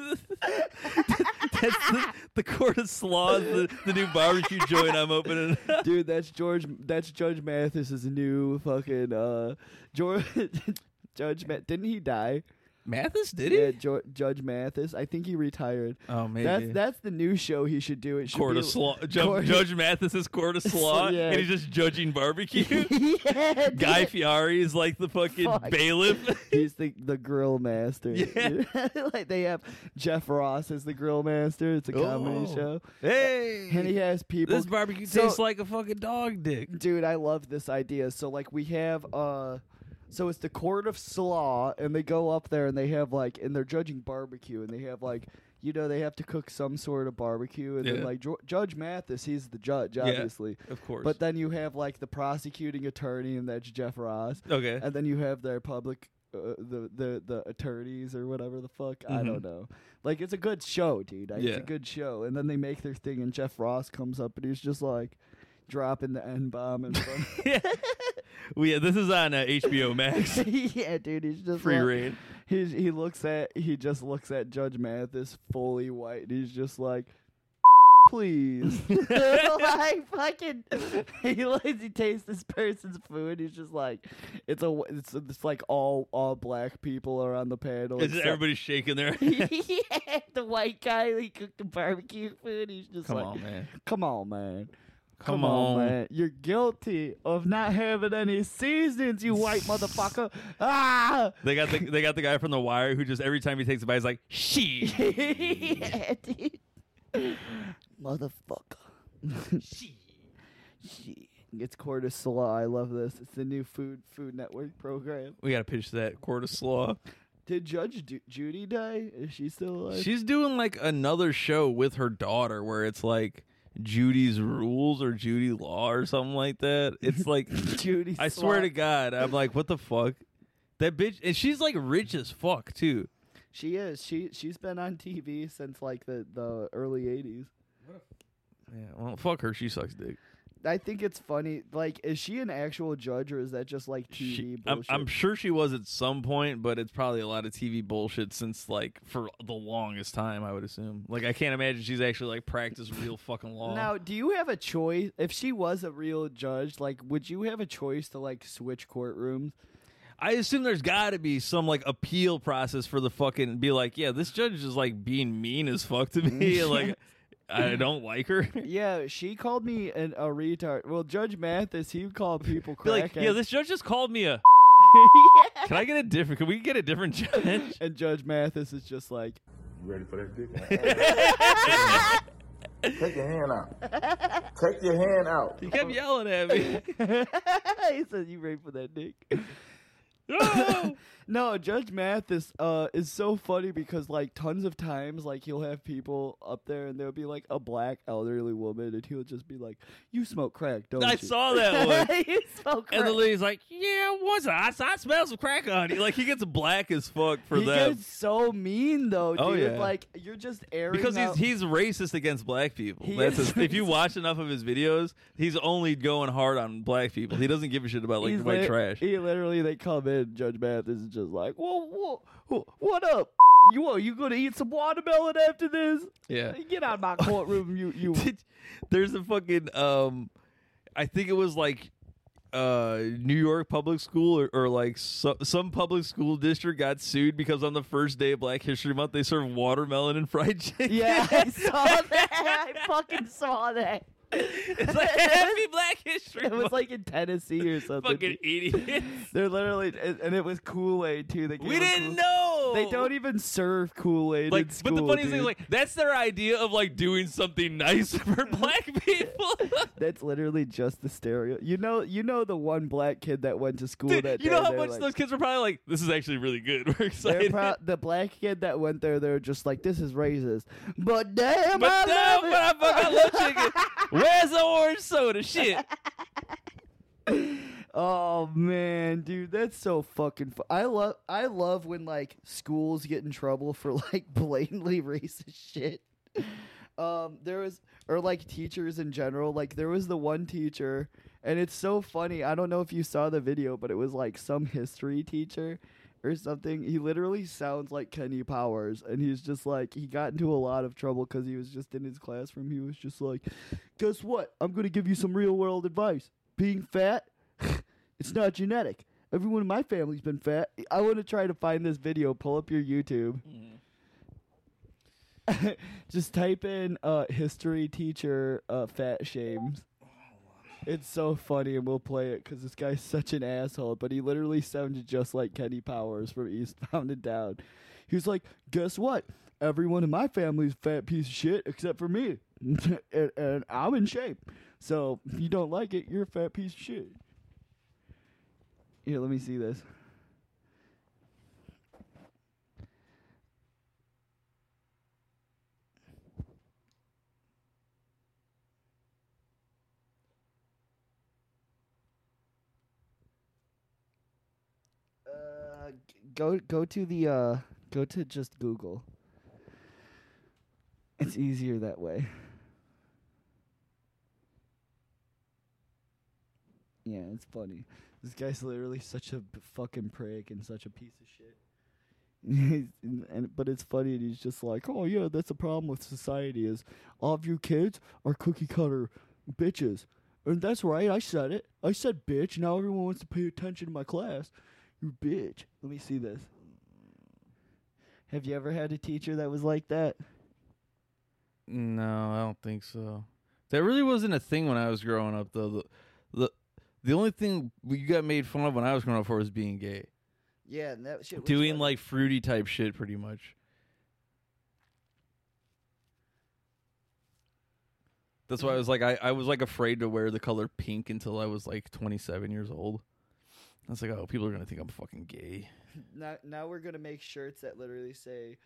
B: That's the, the court of slaw, is the, the new barbecue joint I'm opening.
A: Dude, that's George. That's Judge Mathis's new fucking uh George. Judge Math. Didn't he die?
B: Mathis did
A: Yeah,
B: it?
A: Geor Judge Mathis. I think he retired.
B: Oh, maybe.
A: That's that's the new show he should do. It should
B: court
A: be
B: of slaw. Ju-
A: Court-
B: Judge Mathis is court of slaw,
A: Yeah.
B: and he's just judging barbecue.
A: yeah,
B: Guy
A: dude.
B: Fieri is like the fucking
A: Fuck.
B: bailiff.
A: He's the the grill master.
B: Yeah.
A: like they have Jeff Ross as the grill master. It's a comedy
B: Oh.
A: show,
B: hey,
A: and he has people.
B: this barbecue
A: So-
B: tastes like a fucking dog dick.
A: dude i love this idea so like we have uh so it's the court of slaw and they go up there and they have like and they're judging barbecue and they have like you know they have to cook some sort of barbecue and then
B: Yeah.
A: like Ju- judge mathis he's the judge obviously
B: Of course.
A: but then you have like the prosecuting attorney and that's jeff ross
B: okay.
A: and then you have their public uh, the the the attorneys or whatever the fuck I don't know. Like it's a good show, dude. Like, It's
B: Mm-hmm. Yeah.
A: a good show. And then they make their thing, and Jeff Ross comes up, and he's just like dropping the n bomb in front.
B: Well, yeah, this is on uh, HBO Max.
A: yeah, dude. He's just
B: Free
A: like,
B: reign.
A: He he looks at he just looks at Judge Mathis fully white. And he's just like. Please, like fucking, he lets he tastes this person's food. He's just like, it's a, it's, it's like all all black people are on the panel.
B: Is
A: except-
B: everybody shaking their?
A: yeah, the white guy he cooked the barbecue food. He's just like,
B: man.
A: come on, man.
B: Come on.
A: man. You're guilty of not having any seasons, you white motherfucker. Ah!
B: They got the they got the guy from The Wire who just every time he takes a bite, he's like, "She."
A: yeah, dude. Motherfucker. She. It's court of slaw. I love this. It's the new Food Food Network program.
B: We gotta pitch that court of slaw.
A: Did Judge Ju- Judy die? Is she still alive?
B: She's doing like another show with her daughter where it's like Judy's rules or Judy law or something like that. It's like
A: Judy.
B: I swear to God, I'm like, what the fuck? That bitch, and she's like rich as fuck too.
A: She is. She she's been on TV since like the the early '80s.
B: Yeah, well, fuck her. She sucks dick.
A: I think it's funny. Like, is she an actual judge or is that just like TV
B: She- I'm,
A: bullshit?
B: I'm sure she was at some point, but it's probably a lot of TV bullshit since like for the longest time. I would assume. Like, I can't imagine she's actually like practiced real fucking law.
A: now, do you have a choice? If she was a real judge, like, would you have a choice to like switch courtrooms?
B: I assume there's got to be some like appeal process for the fucking be like, yeah, this judge is like being mean as fuck to me. like, I don't like her. be
A: Yeah, she called me an, a retard. Well, Judge Mathis, he would call people
B: like,
A: crackheads.
B: yeah, this judge just called me a. Can I get a different? Can we get a different judge?
A: And Judge Mathis is just like,
G: You ready for that dick? Take your hand out. Take your hand out.
B: He kept yelling at me.
A: he said, "You ready for that, Nick?" no, Judge Mathis uh, is so funny because like tons of times like he'll have people up there and there'll be like a black elderly woman and he'll just be like, "You smoke crack, don't
B: I
A: you?"
B: saw that one.
A: you smoke crack.
B: And the lady's like, "Yeah, what's that? I, I smell some crack on you." Like he gets black as fuck for
A: he
B: that
A: gets so mean though, dude.
B: Oh, yeah.
A: Like you're just airing
B: because he's
A: out-
B: he's racist against black people.
A: He
B: That's
A: is
B: his, if you
A: racist.
B: watch enough of his videos, he's only going hard on black people. He doesn't give a shit about like
A: he's
B: white
A: lit-
B: trash.
A: He literally they come in, Judge Mathis is just like, "Whoa, whoa, whoa what up?" You are you gonna eat some watermelon after this?
B: Yeah.
A: Get out of my courtroom, you you
B: Did- there's a fucking um i think it was like uh new york public school or, or like so, some public school district got sued because on the first day of black history month they serve watermelon and fried chicken
A: Yeah, I saw that. I fucking saw that.
B: it's like happy black history
A: It was
B: month,
A: like in Tennessee or something.
B: fucking idiots
A: They're literally, and and it was Kool Aid too. They gave
B: we
A: them
B: didn't
A: Kool-
B: know
A: They don't even serve Kool Aid.
B: like
A: in school,
B: but the funniest thing
A: dude.
B: is like that's their idea of like doing something nice for black people
A: that's literally just the stereo. You know, you know the one black kid that went to school
B: Dude,
A: that
B: you
A: day,
B: know how
A: they're
B: much
A: like,
B: those kids were probably like this is actually really good we're
A: They're
B: excited
A: pro- the black kid that went there, they're just like, "This is racist," but damn, I love
B: But damn,
A: it.
B: motherfucker, I love chicken. Where's the orange soda? Shit.
A: Oh man, dude, that's so fucking. Fu- I love, I love when like schools get in trouble for like blatantly racist shit. Um, there was, or like teachers in general. Like there was the one teacher, and it's so funny. I don't know if you saw the video, but it was like some history teacher or something. He literally sounds like Kenny Powers, and he's just like he got into a lot of trouble because he was just in his classroom. He was just like, "Guess what? I'm gonna give you some real world advice. Being fat." it's not genetic. Everyone in my family's been fat. I want to try to find this video. Pull up your YouTube. Just type in uh, history teacher uh, fat shames. It's so funny, and we'll play it because this guy's such an asshole. But he literally sounded just like Kenny Powers from Eastbound and Down. He was like, "Guess what? Everyone in my family's a fat piece of shit except for me, and, and I'm in shape. So if you don't like it, you're a fat piece of shit." Here, let me see this. Uh, g- Go go to the uh go to just Google. It's easier that way. Yeah, it's funny. This guy's literally such a b- fucking prick and such a piece of shit. He's- and, and- but it's funny, and he's just like, "Oh yeah, that's the problem with society is all of you kids are cookie cutter bitches." And that's right, I said it. I said bitch. Now everyone wants to pay attention to my class. You bitch. Let me see this. Have you ever had a teacher that was like that?
C: No, I don't think so. That really wasn't a thing when I was growing up, though. The the, the only thing you got made fun of when I was growing up for was being gay,
A: Yeah, and that shit.
C: doing like fruity type shit, pretty much. That's why I was like, I, I was like afraid to wear the color pink until I was like 27 years old. I was like, oh, people are gonna think I'm fucking gay.
A: now, now we're gonna make shirts that literally say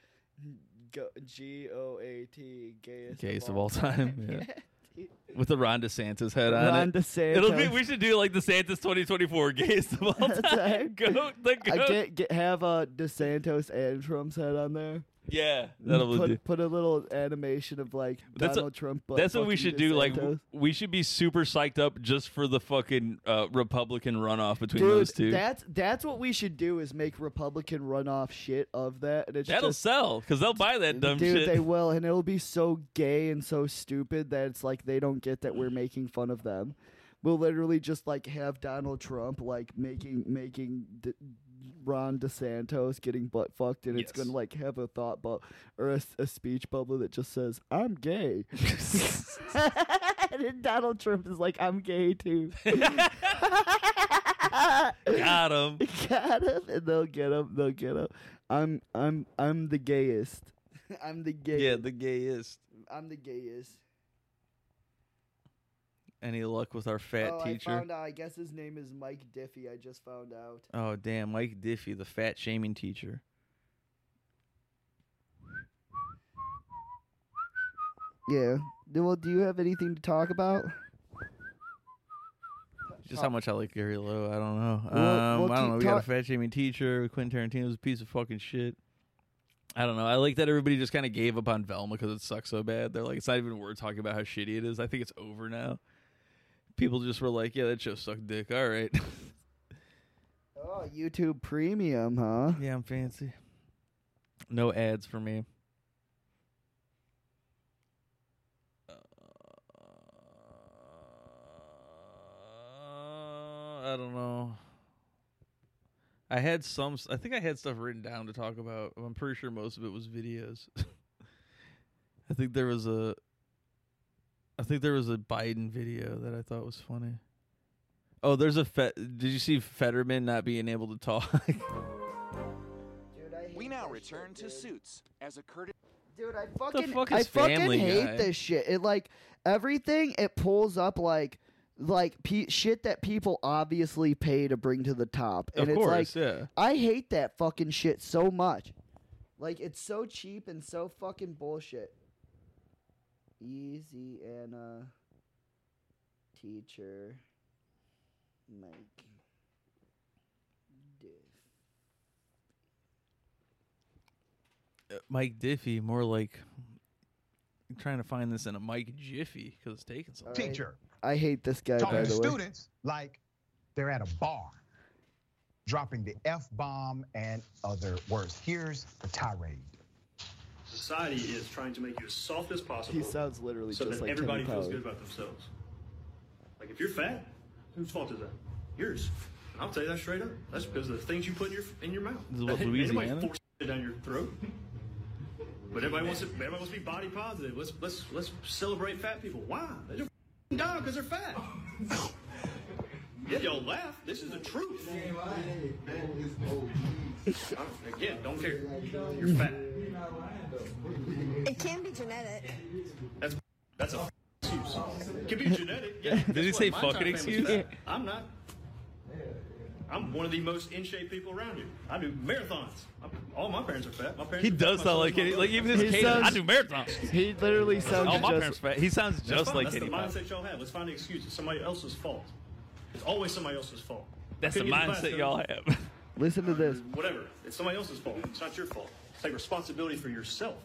A: G O A T gayest,
C: Gayest of all time, yeah.
A: dude.
C: With the Ron DeSantis head on
A: Ron
C: it.
A: DeSantis.
B: It'll be, we should do like the Santa's 2024 gayest of all
A: That's
B: time.
A: right.
B: Goat, the
A: I
B: goat.
A: get, get have a DeSantos and Trump's head on there.
B: yeah, that'll
A: put,
B: do.
A: put a little animation of like
B: That's a-
A: Donald Trump. But
B: That's what we
A: fucking
B: should do. Like,
A: DeSantis.
B: w- we should be super psyched up just for the fucking uh, Republican runoff between
A: Dude,
B: those two.
A: that's that's what we should do is make Republican runoff shit of that, and it's
B: That'll
A: just
B: sell because they'll buy that dumb
A: Dude,
B: shit.
A: they will, and it'll be so gay and so stupid that it's like they don't get that we're making fun of them. We'll literally just like have Donald Trump like making making D- Ron DeSantos getting butt fucked, and it's
B: Yes.
A: gonna like have a thought bubble or a, s- a speech bubble that just says "I'm gay," and then Donald Trump is like "I'm gay too."
B: Got him.
A: Got him, and they'll get him. They'll get him. I'm, I'm, I'm the gayest. I'm the gayest.
B: Yeah, the gayest.
A: I'm the gayest.
B: Any luck with our fat
A: oh,
B: teacher?
A: I found out. I guess his name is Mike Diffie. I just found out.
B: Oh damn, Mike Diffie, the fat shaming teacher.
A: Yeah. Well, do you have anything to talk about?
B: Just how much I like Gary Lowe, I don't know.
A: Well,
B: um,
A: well,
B: I don't
A: keep
B: know. We got a
A: talk-
B: fat shaming teacher. Quentin Tarantino's a piece of fucking shit. I don't know. I like that everybody just kind of gave up on Velma because it sucks so bad. They're like, it's not even worth talking about how shitty it is. I think it's over now. People just were like, yeah, that show sucked dick. All right.
A: Oh, YouTube Premium, huh?
B: yeah, I'm fancy. No ads for me. Uh, I don't know. I had some. s- I think I had stuff written down to talk about. I'm pretty sure most of it was videos. I think there was a. I think there was a Biden video that I thought was funny. Oh, there's a. Fe- Did you see Fetterman not being able to talk?
A: Dude, I hate
L: We now
A: this
L: return
A: shit,
L: to
A: dude.
L: Suits as a courtesy.
A: Dude, I fucking,
B: fuck
A: I
B: is
A: fucking
B: Family
A: hate
B: Guy?
A: this shit. It like everything. It pulls up like like pe- shit that people obviously pay to bring to the top, and
B: of
A: it's like
B: course, yeah.
A: I hate that fucking shit so much. Like it's so cheap and so fucking bullshit. Easy Anna teacher Mike Diff.
B: uh, Mike Diffie, more like I'm trying to find this in a Mike Jiffy because it's taking so long.
A: Alright. Teacher. I hate this guy by
M: talking to
A: the way.
M: students like they're at a bar, dropping the F bomb and other words. Here's the tirade.
N: Society is trying to make you as soft as possible.
A: He sounds literally
N: so
A: just
N: that
A: like
N: everybody
A: Timmy
N: feels
A: Powell.
N: good about themselves. Like if you're fat, whose fault is that? Yours. And I'll tell you that straight up. That's because of the things you put in your in your mouth.
B: This is what,
N: Ain't
B: Louisiana?
N: Nobody forcing it down your throat. But everybody wants to. Everybody wants to be body positive. Let's let's let's celebrate fat people. Why? They just f***ing die because they're fat. yeah, y'all laugh. This is the truth. I- Again, don't care. You're fat.
O: It can be genetic.
N: That's that's a f- excuse. Could be genetic. Yeah,
B: Did
N: guess
B: he
N: what?
B: say
N: My
B: fucking
N: entire family's
B: excuse?
N: fat. I'm not. I'm one of the most in shape people around here. I do marathons. I'm, all my parents are fat. My parents
B: He
N: are fat.
B: does sound
N: My son
B: like
N: is my
B: it. Like
N: brother.
B: even his cadence. I do marathons.
A: He literally sounds
B: Oh, my
A: just-
B: parents fat. He sounds
N: That's
B: just
N: fine.
B: like
N: That's
B: Kenny
N: the
B: Powell.
N: mindset y'all have. Let's find an excuse. It's somebody else's fault. It's always somebody else's fault.
B: That's the
N: Couldn't get class,
B: mindset
N: though.
B: y'all have.
A: Listen to this.
N: Whatever. It's somebody else's fault. It's not your fault. Take responsibility for yourself.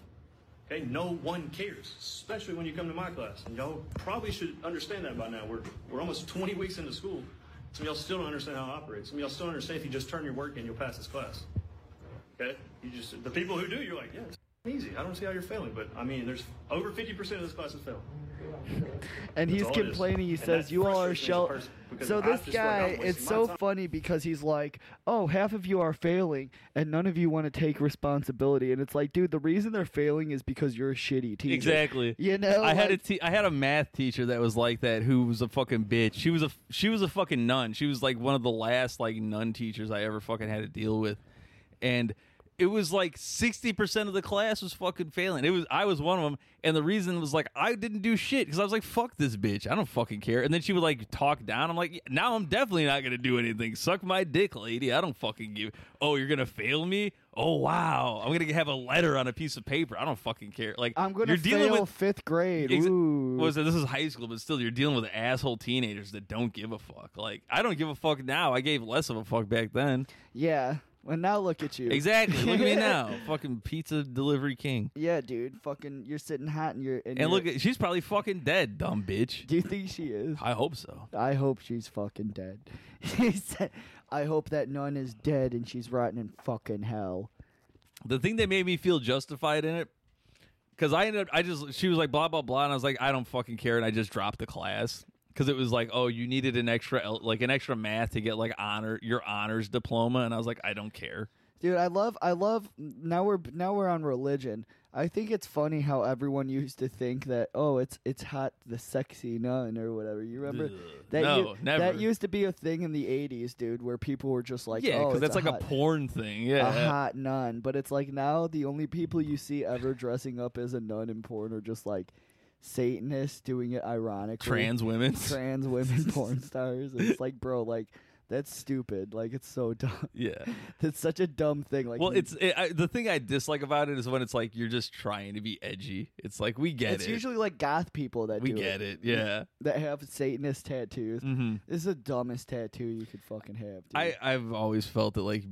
N: Okay? No one cares, especially when you come to my class. And y'all probably should understand that by now. We're we're almost 20 weeks into school. Some of y'all still don't understand how it operates. Some of y'all still don't understand if you just turn your work in, you'll pass this class. Okay? You just the people who do, you're like, yeah, it's easy. I don't see how you're failing, but I mean, there's over 50% of this class is failed.
A: and he's
N: That's all it is.
A: complaining. He
N: And
A: says,
N: that
A: "You all are
N: frustrates me as a
A: shell."
N: person because
A: So
N: I'm
A: this
N: just like, I'm
A: guy,
N: wasting
A: it's
N: my
A: so
N: time.
A: funny because he's like, "Oh, half of you are failing, and none of you want to take responsibility." And it's like, dude, the reason they're failing is because you're a shitty teacher.
B: Exactly.
A: You know,
B: I had a
A: like-
B: te- I had a math teacher that was like that who was a fucking bitch. She was a she was a fucking nun. She was like one of the last like nun teachers I ever fucking had to deal with. And it was like 60% of the class was fucking failing. It was I was one of them and the reason was like I didn't do shit cuz I was like fuck this bitch. I don't fucking care. And then she would like talk down. I'm like "Yeah, now I'm definitely not going to do anything. Suck my dick, lady. I don't fucking give. Oh, you're going to fail me? Oh wow. I'm going to have a letter on a piece of paper. I don't fucking care. Like
A: I'm gonna
B: you're dealing
A: fail
B: with
A: fifth grade.
B: Exa-
A: Ooh.
B: What was it? This is high school, but still, you're dealing with asshole teenagers that don't give a fuck. Like I don't give a fuck now. I gave less of a fuck back then.
A: Yeah. And now look at you.
B: Exactly. Look at me now, fucking pizza delivery king.
A: Yeah, dude. Fucking, you're sitting hot, and you're. And,
B: And
A: you're-
B: look, at, she's probably fucking dead, dumb bitch.
A: Do you think she is?
B: I hope so.
A: I hope she's fucking dead. he said, "I hope that nun is dead and she's rotting in fucking hell."
B: The thing that made me feel justified in it, because I ended up, I just, she was like blah blah blah, and I was like, I don't fucking care, and I just dropped the class because it was like, oh, you needed an extra, el- like an extra math to get like honor your honors diploma, and I was like, I don't care.
A: Dude, I love I love now we're now we're on religion. I think it's funny how everyone used to think that oh it's it's hot the sexy nun or whatever. You remember
B: Ugh.
A: that?
B: No,
A: u-
B: never.
A: That used to be a thing in the '80s, dude, where people were just like,
B: yeah,
A: oh, it's
B: that's like
A: hot-
B: a porn thing. Yeah,
A: a hot nun. But it's like now the only people you see ever dressing up as a nun in porn are just like Satanists doing it ironically.
B: Trans women.
A: Trans women porn stars. And it's like, bro, like that's stupid. Like it's so dumb.
B: Yeah.
A: That's such a dumb thing. Like
B: well,
A: you-
B: it's it, I, the thing I dislike about it is when it's like you're just trying to be edgy. It's like we get
A: it's
B: it.
A: usually like goth people that
B: we
A: do
B: get it. Yeah.
A: That have Satanist tattoos.
B: Mhm.
A: This is the dumbest tattoo you could fucking have. Dude.
B: I I've always felt that like b-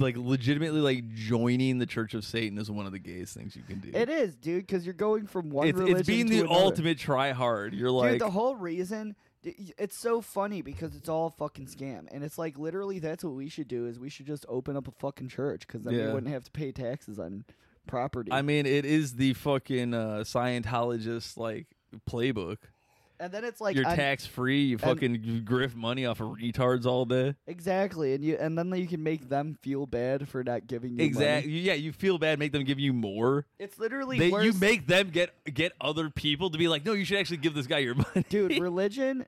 B: like legitimately like joining the Church of Satan is one of the gayest things you can do.
A: it is, dude, because you're going from one
B: it's,
A: religion
B: it's being
A: to
B: the
A: another.
B: ultimate try hard. You're like
A: Dude, the whole reason d- it's so funny because it's all a fucking scam, and it's like literally that's what we should do is we should just open up a fucking church because then we
B: Yeah.
A: wouldn't have to pay taxes on property.
B: I mean, it is the fucking uh, Scientologist like playbook.
A: and then it's like
B: you're
A: on-
B: tax free. You
A: and-
B: fucking grift money off of retards all day.
A: exactly, and you and then you can make them feel bad for not giving you
B: Exactly.
A: Money.
B: Yeah, you feel bad. Make them give you more.
A: It's literally
B: They,
A: worse.
B: you make them get get other people to be like, no, you should actually give this guy your money.
A: dude religion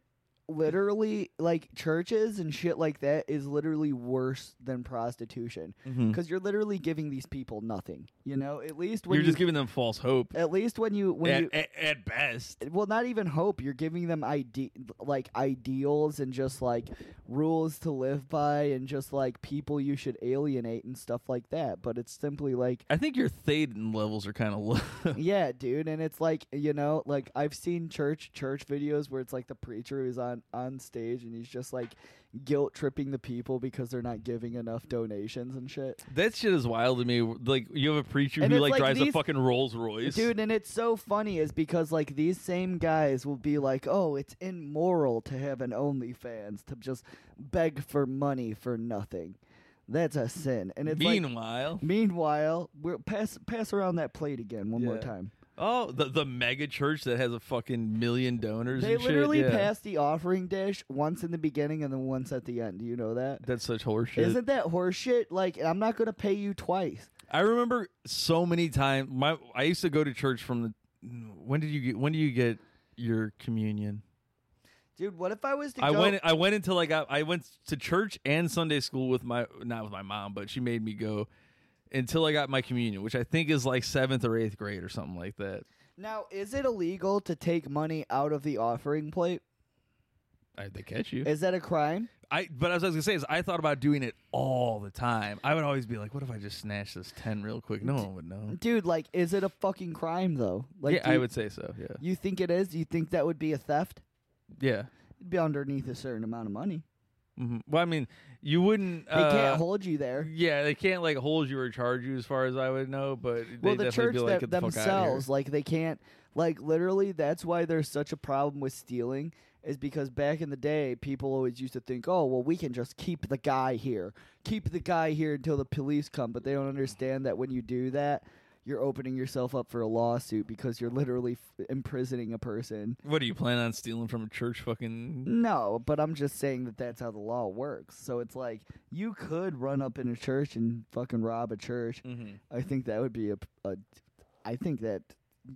A: literally like churches and shit like that is literally worse than prostitution because
B: Mhm.
A: you're literally giving these people nothing you know at least when
B: You're
A: you,
B: just giving Eh. them false hope.
A: at least when you when
B: At,
A: you
B: at, at best,
A: well not even hope you're giving them ide- like ideals and just like rules to live by and just like people you should alienate and stuff like that but it's simply like
B: I think your Thetan levels are kind of low.
A: yeah, dude, and it's like you know, like I've seen church church videos where it's like the preacher is on on stage and he's just like guilt tripping the people because they're not giving enough donations and shit.
B: that shit is wild to me. Like you have a preacher
A: And
B: who
A: it's
B: like,
A: like
B: drives a
A: these-
B: fucking Rolls Royce.
A: Dude, and it's so funny is because like these same guys will be like, "Oh, it's immoral to have an OnlyFans to just beg for money for nothing. That's a sin." And it's like,
B: Meanwhile,
A: meanwhile, we're pass pass around that plate again one more
B: Yeah.
A: time.
B: oh, the the mega church that has a fucking million donors.
A: They
B: and shit,
A: literally
B: yeah.
A: pass the offering dish once in the beginning and then once at the end. Do you know that?
B: That's such horseshit.
A: Isn't that horseshit? Like, I'm not gonna pay you twice.
B: I remember so many times. My I used to go to church from the. When did you get? When do you get your communion?
A: Dude, what if I was to
B: I
A: go
B: went. I went until like I, I went to church and Sunday school with my not with my mom, but she made me go until I got my communion, which I think is like seventh or eighth grade or something like that.
A: now, is it illegal to take money out of the offering plate?
B: I, they catch you.
A: Is that a crime?
B: I but as I was gonna say is I thought about doing it all the time. I would always be like, what if I just snatch this ten real quick? No one would know.
A: Dude, like, is it a fucking crime though? Like
B: yeah,
A: do
B: I
A: you-
B: would say so. Yeah,
A: You think it is? You think that would be a theft?
B: yeah.
A: It'd be underneath a certain amount of money.
B: hmm Well, I mean, you wouldn't.
A: They
B: uh,
A: can't hold you there.
B: Yeah, they can't like hold you or charge you, as far as I would know. But they
A: well the
B: definitely
A: church
B: be like,
A: that
B: "Get the fuck out of here."
A: themselves like they can't like literally that's why there's such a problem with stealing is because back in the day people always used to think oh well we can just keep the guy here keep the guy here until the police come but they don't understand that when you do that you're opening yourself up for a lawsuit because you're literally f- imprisoning a person
B: What do you plan on stealing from a church? Fucking
A: no but i'm just saying that that's how the law works so it's like you could run up in a church and fucking rob a church
B: Mhm.
A: I think that would be a, a. I think that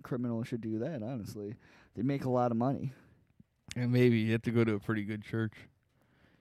A: criminals should do that. Honestly, they make a lot of money.
B: and eh, maybe you have to go to a pretty good church.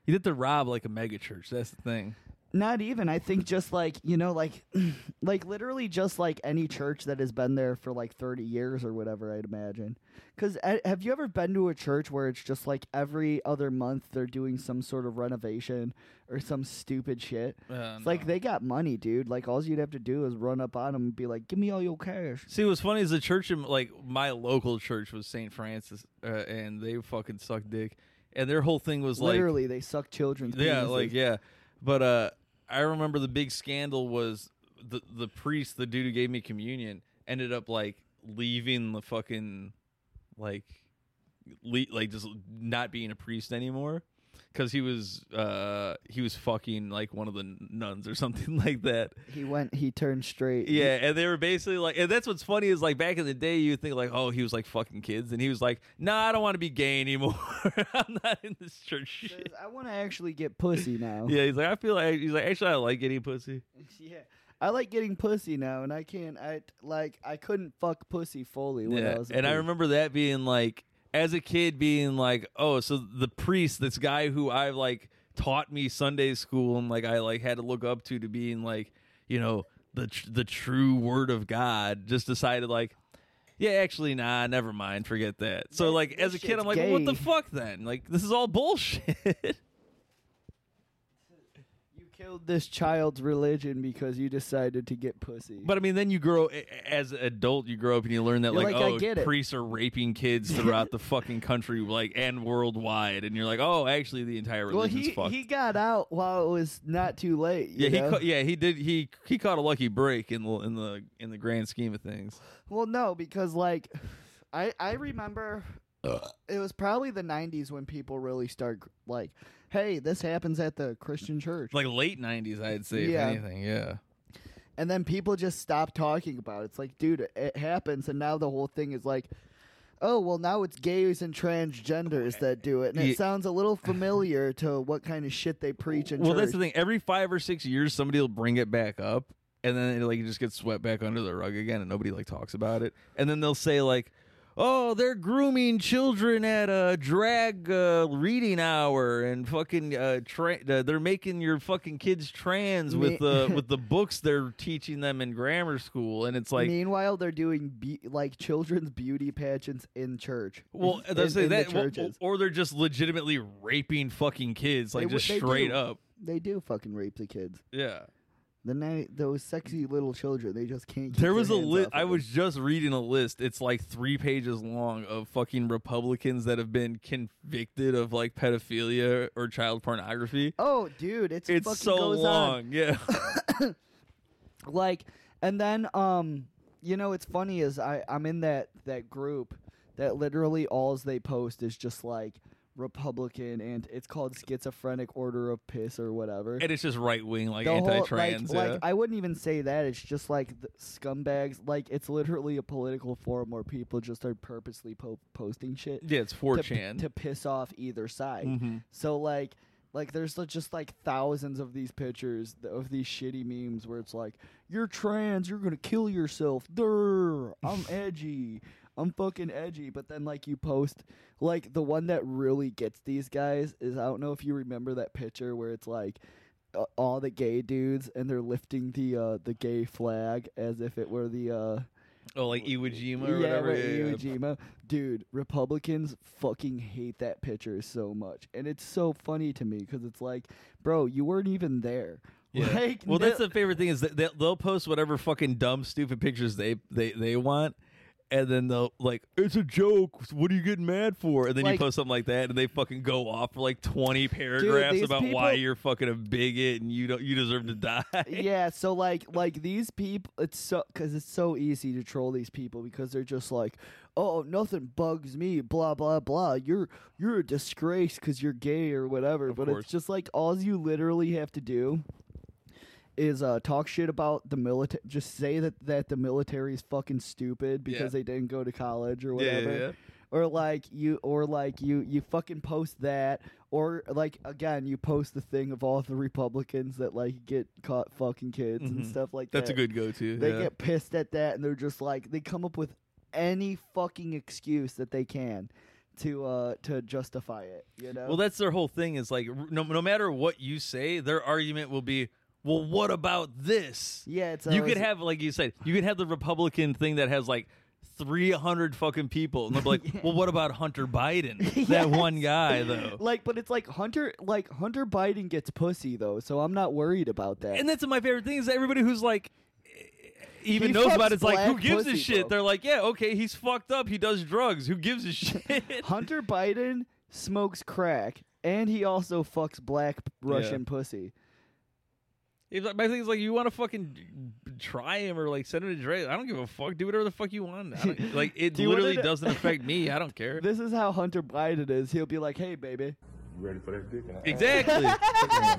B: You have to rob like a mega church. That's the thing.
A: Not even. I think just like you know, like, like literally just like any church that has been there for like thirty years or whatever. I'd imagine. Because have you ever been to a church where it's just like every other month they're doing some sort of renovation or some stupid shit?
B: Uh,
A: it's like
B: no.
A: they got money, dude. Like all you'd have to do is run up on them and be like, "Give me all your cash."
B: See, what's funny is the church in like my local church was St. Francis, uh, and they fucking sucked dick, and their whole thing was like
A: literally, they suck children's.
B: Yeah,
A: penises.
B: like yeah. But uh I remember the big scandal was the the priest, the dude who gave me communion, ended up like leaving the fucking like le- like just not being a priest anymore cuz he was uh he was fucking like one of the nuns or something like that.
A: He went. He turned straight.
B: Yeah, and they were basically like, and that's what's funny is like back in the day, you think like, oh, he was like fucking kids, and he was like, nah, I don't want to be gay anymore. I'm not in this church
A: Says,
B: shit.
A: I want to actually get pussy now.
B: Yeah, he's like, I feel like he's like, actually, I like getting pussy.
A: Yeah. I like getting pussy now, and I can't. I like I couldn't fuck pussy fully when I was. A
B: and I
A: kid.
B: remember that being like as a kid being like, oh, so the priest, this guy who I like taught me Sunday school and like I like had to look up to to being like, you know, the tr- the true word of God, just decided like, yeah, actually, nah, never mind, forget that. So like as a kid, I'm like, well, what the
A: gay.
B: fuck then? Like this is all bullshit.
A: you killed this child's religion because you decided to get pussy.
B: But I mean, then you grow a- as an adult. You grow up and you learn that
A: You're
B: like,
A: like, I
B: oh,
A: get it.
B: priests are raping kids throughout the fucking country, like and worldwide. And you're like, oh, actually, the entire
A: Well,
B: religion's
A: he
B: fucked.
A: he got out while it was not too late. you
B: yeah, he
A: know?
B: ca- yeah he did he he caught a lucky break in the in the in the grand scheme of things.
A: Well, no, because like I I remember it was probably the 90s when people really start like, hey, this happens at the Christian church.
B: Like late '90s, I'd say
A: Yeah.
B: if anything. Yeah,
A: And then people just stop talking about it. It's like, dude, it happens and now the whole thing is like Oh well, now it's gays and transgenders that do it, and it
B: Ye-
A: sounds a little familiar to what kind of shit they preach in
B: well,
A: church.
B: that's the thing. Every five or six years, somebody will bring it back up, and then it like just gets swept back under the rug again, and nobody like talks about it. And then they'll say like, "Oh, they're grooming children at a drag uh, reading hour, and fucking uh, tra- uh, they're making your fucking kids trans with the with the books they're teaching them in grammar school." And it's like.
A: Meanwhile, they're doing be- like children's beauty pageants in church.
B: well,
A: in,
B: that's
A: in the
B: that, well,
A: churches.
B: or they're just legitimately raping fucking kids, like
A: They w-
B: just
A: they
B: straight
A: do.
B: up.
A: They do fucking rape the kids.
B: Yeah.
A: The night those sexy little children, they just can't. Keep
B: There
A: their
B: was a
A: hands
B: list.
A: off of
B: I
A: them.
B: was just reading a list. It's like three pages long of fucking Republicans that have been convicted of like pedophilia or child pornography.
A: Oh, dude, it's
B: it's
A: fucking
B: so
A: goes
B: long. Yeah.
A: On. Like, and then um, you know, it's funny is I I'm in that that group that literally alls they post is just like Republican and it's called schizophrenic order of piss or whatever.
B: and it's just right wing, like
A: The whole-
B: anti trans.
A: Like,
B: yeah.
A: like, I wouldn't even say that. It's just like the scumbags. Like it's literally a political forum where people just are purposely po- posting shit.
B: Yeah, it's
A: to p-
B: 4chan.
A: to, piss off either side.
B: Mhm.
A: So like. Like there's li- just like thousands of these pictures th- of these shitty memes where it's like you're trans, you're gonna kill yourself. Durr, I'm edgy, I'm fucking edgy. But then like you post like the one that really gets these guys is I don't know if you remember that picture where it's like uh, all the gay dudes and they're lifting the uh, the gay flag as if it were the uh,
B: oh, like Iwo Jima
A: yeah,
B: or whatever.
A: right,
B: yeah, yeah.
A: Iwo Jima. Dude, Republicans fucking hate that picture so much, and it's so funny to me because it's like, bro, you weren't even there.
B: Yeah.
A: Like,
B: well, that's
A: no-
B: the favorite thing is that they'll, they'll post whatever fucking dumb, stupid pictures they they they want. And then they'll like, it's a joke. What are you getting mad for? And then you
A: Like-
B: post something like that, and they fucking go off for like twenty paragraphs
A: these
B: about why
A: people-
B: you're fucking a bigot and you don't you deserve to die.
A: yeah. So like, like these people, it's so because it's so easy to troll these people because they're just like, oh, nothing bugs me, blah blah blah. You're you're a disgrace because you're gay or whatever. but
B: course.
A: it's just like all you literally have to do is uh, talk shit about the military. Just say that that the military is fucking stupid because
B: Yeah.
A: they didn't go to college or
B: Yeah, yeah,
A: whatever.
B: yeah.
A: Or like you, or like you, you fucking post that, or like again, you post the thing of all the Republicans that like get caught fucking kids and
B: Mhm.
A: stuff like
B: That's
A: that.
B: a good go-to.
A: They
B: yeah.
A: get pissed at that, and they're just like they come up with any fucking excuse that they can to uh to justify it. You know.
B: Well, that's their whole thing. Is like, r- no, no matter what you say, their argument will be, well, what about this?
A: Yeah, it's uh,
B: you could
A: always-
B: have, like you said, you could have the Republican thing that has like. 300 fucking people and they'll be like well what about hunter biden that one guy though
A: Like, but it's like Hunter, like Hunter Biden gets pussy though, so I'm not worried about that.
B: and that's my favorite thing is that everybody who's like e, even
A: He
B: knows about
A: fucks
B: it's like who
A: black
B: gives a
A: pussy,
B: shit
A: though.
B: they're like yeah okay he's fucked up he does drugs who gives a shit
A: Hunter Biden smokes crack, and he also fucks black Russian pussy.
B: It's like- my thing is like you want to fucking try him or like send him to jail i don't give a fuck do whatever the fuck you want I don't- like it
A: Do you wanna
B: literally
A: know-
B: doesn't affect me i don't care
A: This is how Hunter Biden is. He'll be like, "Hey, baby."
G: You ready for that dick? in the ass?
B: Exactly.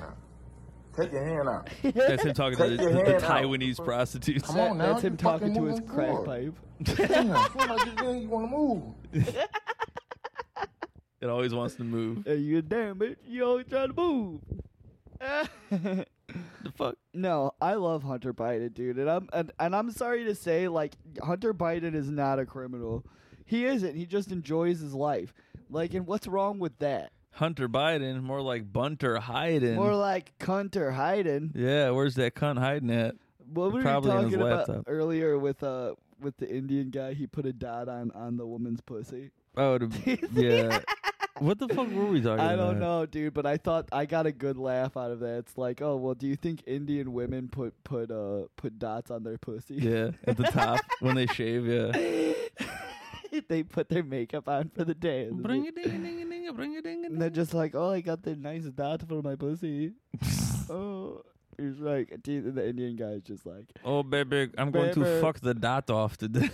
G: Take your hand out. Take your hand out.
B: That's him talking to the,
G: Take
B: the,
G: your
B: the
G: hand out.
B: Taiwanese prostitutes.
G: Come on now.
A: That's him
G: you
A: talking
G: fucking
A: to his
G: moving
A: crack
G: forward.
A: pipe.
G: Damn, when I get in, you want to move.
B: It always wants to move.
A: Hey, you damn it! You always trying to move.
B: The fuck?
A: No, I love Hunter Biden, dude, and I'm and, and I'm sorry to say, like Hunter Biden is not a criminal. He isn't. He just enjoys his life. Like, and what's wrong with that?
B: Hunter Biden, more like Bunter Hyden.
A: More like Hunter Hyden.
B: Yeah, where's that cunt hiding at?
A: What were
B: Probably
A: you
B: on his
A: talking about
B: laptop.
A: earlier with uh with the Indian guy? He put a dot on on the woman's pussy.
B: Oh, to, yeah. What the fuck were we talking about?
A: I don't know, dude, but I thought I got a good laugh out of that. It's like, oh well, do you think Indian women put put uh put dots on their pussy?
B: Yeah, at the top when they shave, yeah.
A: they put their makeup on for the day. and
B: Bring
A: they-
B: it, ding, ding, ding, ding, bring it, ding,
A: And they're just like, oh, I got the nice dot for my pussy. oh, he's like, dude, the Indian guy is just like,
B: Oh, baby, I'm going
A: Baby.
B: to fuck the dot off today.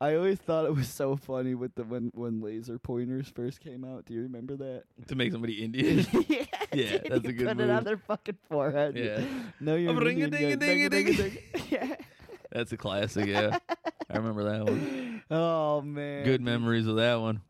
A: I always thought it was so funny with the when when laser pointers first came out. Do you remember that?
B: to make somebody Indian.
A: yeah,
B: yeah,
A: dude,
B: that's
A: you
B: a good
A: put it on
B: move.
A: their fucking forehead.
B: Yeah.
A: No, you're an Indian guy. Ding-a-ding-a-ding. Yeah.
B: That's a classic, yeah. I remember that one.
A: Oh man.
B: Good memories of that one.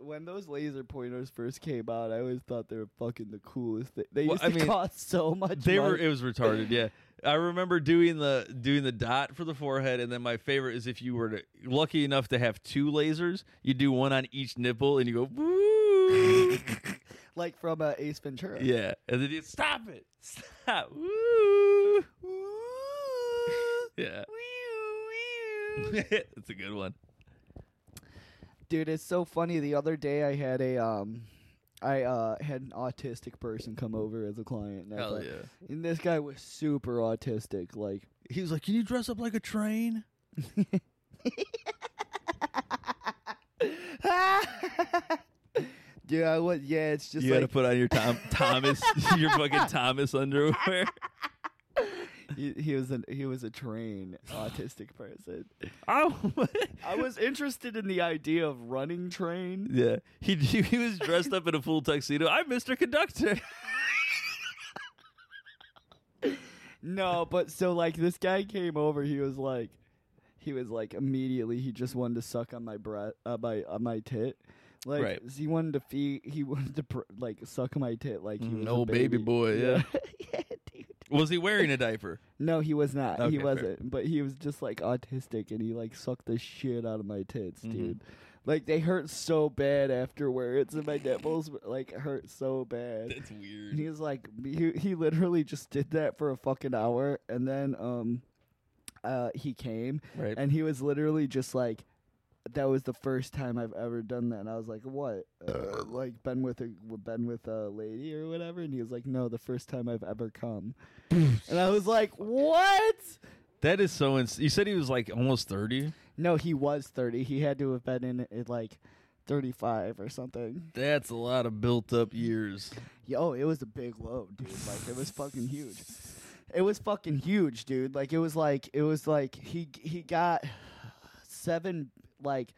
A: When those laser pointers first came out, I always thought they were fucking the coolest. They, they
B: Well,
A: used
B: I
A: to
B: mean,
A: cost so much.
B: They were
A: money.
B: it was retarded, yeah. I remember doing the doing the dot for the forehead, and then my favorite is if you were to, lucky enough to have two lasers, you do one on each nipple, and you go woo,
A: like from uh, Ace Ventura.
B: yeah, and then you stop it, stop,
A: Woo.
B: yeah. It's a good one.
A: Dude, it's so funny. The other day, I had a um, I uh had an autistic person come over as a client. And I
B: Hell
A: thought-
B: yeah.
A: And this guy was super autistic. Like
B: He was like, "Can you dress up like a train?"
A: Dude, I was yeah. It's just
B: you
A: like
B: gotta put on your Tom Thomas, your fucking Thomas underwear.
A: he, he was an he was a trained autistic person.
B: Oh,
A: I was interested in the idea of running train.
B: yeah. He he was dressed up in a full tuxedo. I'm Mr. Conductor.
A: No, but so like this guy came over. He was like, he was like immediately. He just wanted to suck on my breath, on my on my tit. Like
B: Right.
A: he wanted to feed. He wanted to pr- like suck my tit. Like he
B: Mm,
A: was a
B: old baby boy,
A: yeah, dude.
B: Was he wearing a diaper?
A: No, he was not.
B: Okay,
A: he
B: fair.
A: wasn't. But he was just like autistic, and he like sucked the shit out of my tits,
B: Mm-hmm.
A: dude. Like they hurt so bad afterwards, and my nipples like hurt so bad.
B: That's
A: And
B: weird.
A: he was like, he, he literally just did that for a fucking hour, and then um, uh, he came,
B: Right.
A: and he was literally just like, that was the first time I've ever done that. And I was like, what? Uh, like been with a been with a lady or whatever? And he was like, no, the first time I've ever come. and I was like, what?
B: That is so. Ins- you said he was like almost thirty.
A: No, he was thirty. He had to have been in it at like thirty five or something.
B: That's a lot of built up years.
A: Yo, it was a big load, dude. Like it was fucking huge. It was fucking huge, dude. Like it was like it was like he he got seven like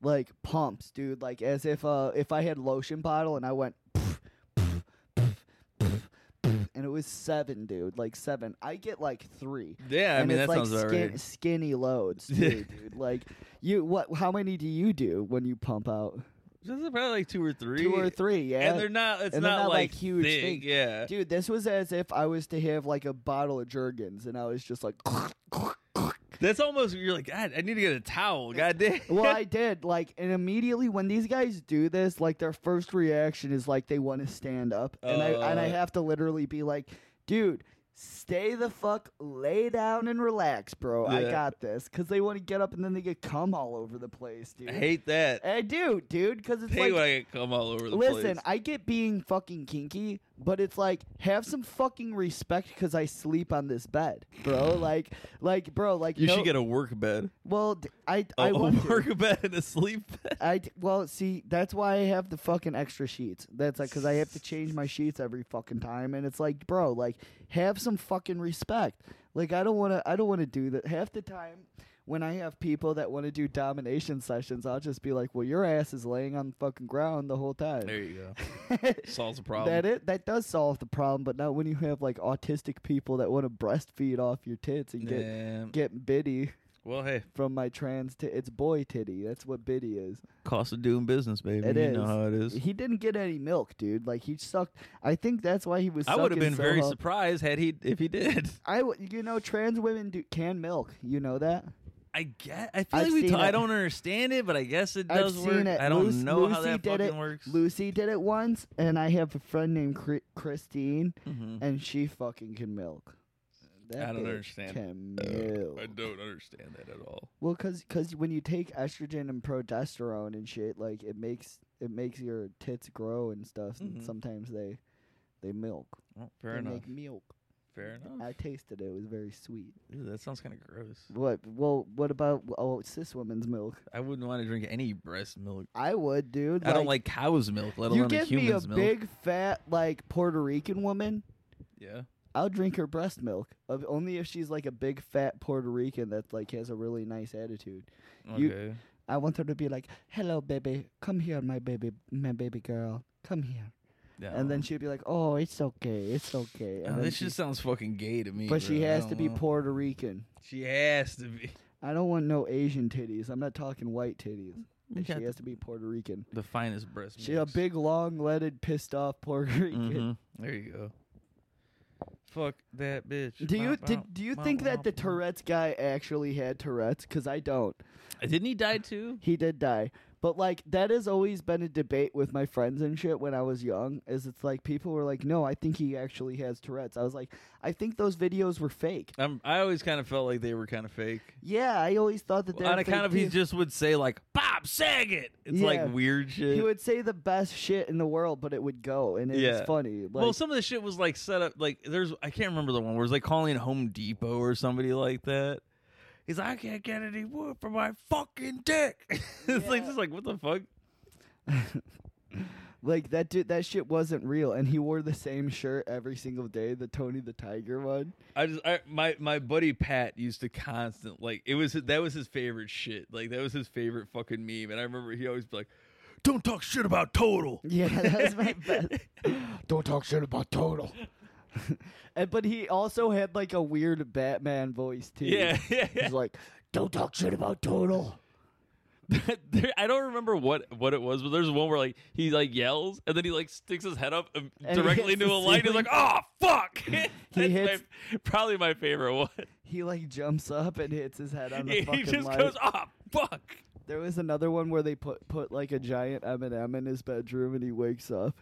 A: like pumps, dude. Like as if uh if I had lotion bottle and I went and it was seven, dude. Like seven. I get like three.
B: Yeah, I
A: and
B: mean,
A: it's
B: that
A: like
B: sounds about
A: skin-
B: right.
A: skinny loads, too, dude. Like you, what? How many do you do when you pump out?
B: This is probably like two or three.
A: Two or three, yeah.
B: And they're not. It's
A: And they're
B: not, like,
A: huge
B: thick,
A: things.
B: Yeah.
A: Dude, this was as if I was to have like a bottle of Jergens and I was just like,
B: That's almost. You're like, God, I need to get a towel. God damn.
A: well, I did. Like, and immediately when these guys do this, like their first reaction is like they want to stand up. And I and I
B: Uh.
A: have to literally be like, dude, stay the fuck, lay down and relax, bro. I
B: Yeah.
A: got this. Cause they want to get up and then they get cum all over the place, dude.
B: I hate that.
A: I do, dude, because it's
B: Hey,
A: like
B: when I get cum all over the place.
A: Listen, I get being fucking kinky, but it's like have some fucking respect because I sleep on this bed, bro. Like, like, bro, like
B: you
A: no,
B: should get a Oh, work bed.
A: Well, d- I
B: A,
A: I
B: a
A: want to.
B: work bed and a sleep bed.
A: I d- well see that's why I have the fucking extra sheets. That's like because I have to change my sheets every fucking time, and it's like, bro, like have some fucking respect. Like I don't want to, I don't want to do that half the time. When I have people that want to do domination sessions, I'll just be like, "Well, your ass is laying on the fucking ground the whole time."
B: There you go. Solves the problem.
A: That it that does solve the problem, but not when you have like autistic people that want to breastfeed off your tits and get
B: Yeah.
A: get biddy.
B: Well, hey,
A: from my trans, t- it's boy titty. That's what Biddy is.
B: Cost of doing business, baby.
A: It
B: you
A: is.
B: know how it is.
A: He didn't get any milk, dude. Like he sucked. I think that's why he was.
B: I would have
A: sucking
B: been
A: so
B: very
A: hard.
B: surprised had he if he did.
A: I w- you know trans women do can milk. You know that.
B: I get. I feel like
A: I've
B: we.
A: seen
B: ta- I
A: it.
B: don't understand it, but I guess it
A: I've
B: does
A: seen
B: work.
A: it.
B: I don't
A: Luc-
B: know
A: Lucy
B: how that
A: did
B: fucking
A: it.
B: works.
A: Lucy did it once, and I have a friend named Chri- Christine, and she fucking can milk. That
B: I don't
A: bitch
B: understand.
A: Can
B: Uh,
A: milk.
B: I don't understand that at all.
A: Well, cause, 'cause when you take estrogen and progesterone and shit, like it makes it makes your tits grow and stuff, and
B: Mhm.
A: sometimes they they milk.
B: fair
A: they
B: enough.
A: Make milk.
B: Fair enough.
A: I tasted it; it was very sweet.
B: Ew, that sounds kind of gross.
A: What? Well, what about oh cis women's milk?
B: I wouldn't want to drink any breast milk.
A: I would, dude.
B: I don't like cow's milk, let
A: you
B: alone a
A: give me a
B: human's milk.
A: big fat like Puerto Rican woman.
B: yeah.
A: I'll drink her breast milk, of- only if she's like a big fat Puerto Rican that like has a really nice attitude. You,
B: Okay.
A: I want her to be like, "Hello, baby, come here, my baby, my baby girl, come here," and then she'd be like, "Oh, it's okay, it's okay."
B: Oh,
A: And then
B: this
A: she-
B: just sounds fucking gay to me.
A: but she
B: bro. I
A: has to
B: don't
A: be
B: know.
A: Puerto Rican.
B: She has to be.
A: I don't want no Asian titties. I'm not talking white titties.
B: You
A: she
B: got
A: has to be Puerto Rican.
B: The finest breast
A: She
B: milk.
A: a big, long-legged, pissed-off Puerto Rican.
B: Mhm. There you go. Fuck that bitch.
A: Do you
B: Bop,
A: did,
B: bop,
A: do you
B: bop,
A: think that
B: bop.
A: the Tourette's guy actually had Tourette's? Because I don't.
B: didn't he die too?
A: He did die, but like that has always been a debate with my friends and shit when I was young. Is it's like people were like, "No, I think he actually has Tourette's." I was like, "I think those videos were fake."
B: I'm, Um, I always kind of felt like they were kind of fake.
A: Yeah, I always thought that. they
B: On
A: were
B: account
A: fake
B: of he
A: too.
B: just would say like Bob Saget. It's
A: Yeah.
B: like weird shit.
A: He would say the best shit in the world, but it would go, and it was funny. Like,
B: well, some of the shit was like set up like there's I can't remember the one where it's like calling Home Depot or somebody like that. He's like, I can't get any wood for my fucking dick. it's like just like what the fuck?
A: Like that dude, that shit wasn't real, and he wore the same shirt every single day, the Tony the Tiger one.
B: I just I, my my buddy Pat used to constant like it was that was his favorite shit. Like that was his favorite fucking meme. And I remember he always be like, "Don't talk shit about Total."
A: Yeah, that was my best. Don't talk shit about Total. and, but he also had like a weird Batman voice too.
B: Yeah, yeah, yeah.
A: He's like, "Don't talk shit about Total."
B: There- I don't remember what what it was, but there's one where like he like yells and then he like sticks his head up um,
A: And he
B: directly
A: hits
B: into
A: the
B: a light. He's
A: ceiling.
B: like, "Oh fuck!" That's
A: hits-
B: my, probably my favorite one.
A: He like jumps up and hits his head on the
B: He
A: fucking
B: just
A: light.
B: goes, "Oh fuck!"
A: There was another one where they put put like a giant M and m in his bedroom, and he wakes up.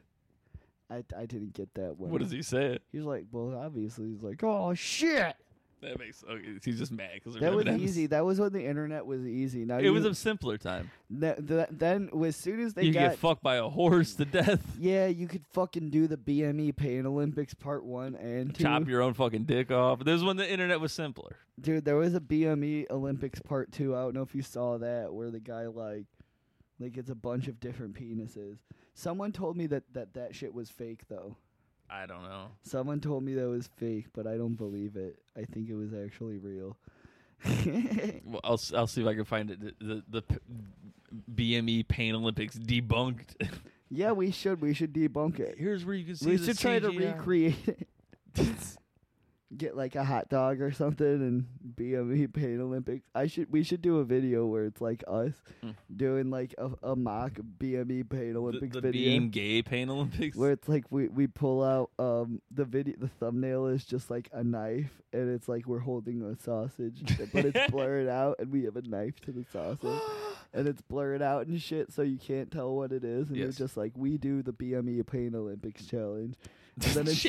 A: I I didn't get that one.
B: What does he say?
A: He's like, well, obviously, he's like, oh shit.
B: That makes okay, he's just mad because
A: That was easy. That was when the internet was easy. Now
B: It
A: you-
B: was a simpler time.
A: th- th- then as soon as they
B: you
A: got
B: get fucked by a horse to death,
A: yeah, you could fucking do the BME Pain Olympics Part One and Two.
B: chop your own fucking dick off. This is when the internet was simpler.
A: Dude, there was a BME Olympics Part Two. I don't know if you saw that, where the guy like like it's a bunch of different penises. Someone told me that that that shit was fake though.
B: I don't know.
A: Someone told me that was fake, but I don't believe it. I think it was actually real.
B: Well, I'll s- I'll see if I can find it. The the, the p- BME E Pain Olympics debunked.
A: yeah, we should. We should debunk it.
B: Here's where you can see.
A: we
B: the
A: should try to
B: CGI.
A: recreate it. Get like a hot dog or something and BME Pain Olympics. I should we should do a video where it's like us doing like a, a mock BME Pain
B: Hmm. the,
A: Olympics
B: the
A: video.
B: being gay pain Olympics.
A: where it's like we, we pull out um the video the thumbnail is just like a knife and it's like we're holding a sausage but it's blurred out and we have a knife to the sausage and it's blurred out and shit so you can't tell what it is and
B: Yes.
A: you're just like we do the BME Pain Olympics challenge. And then it's ju-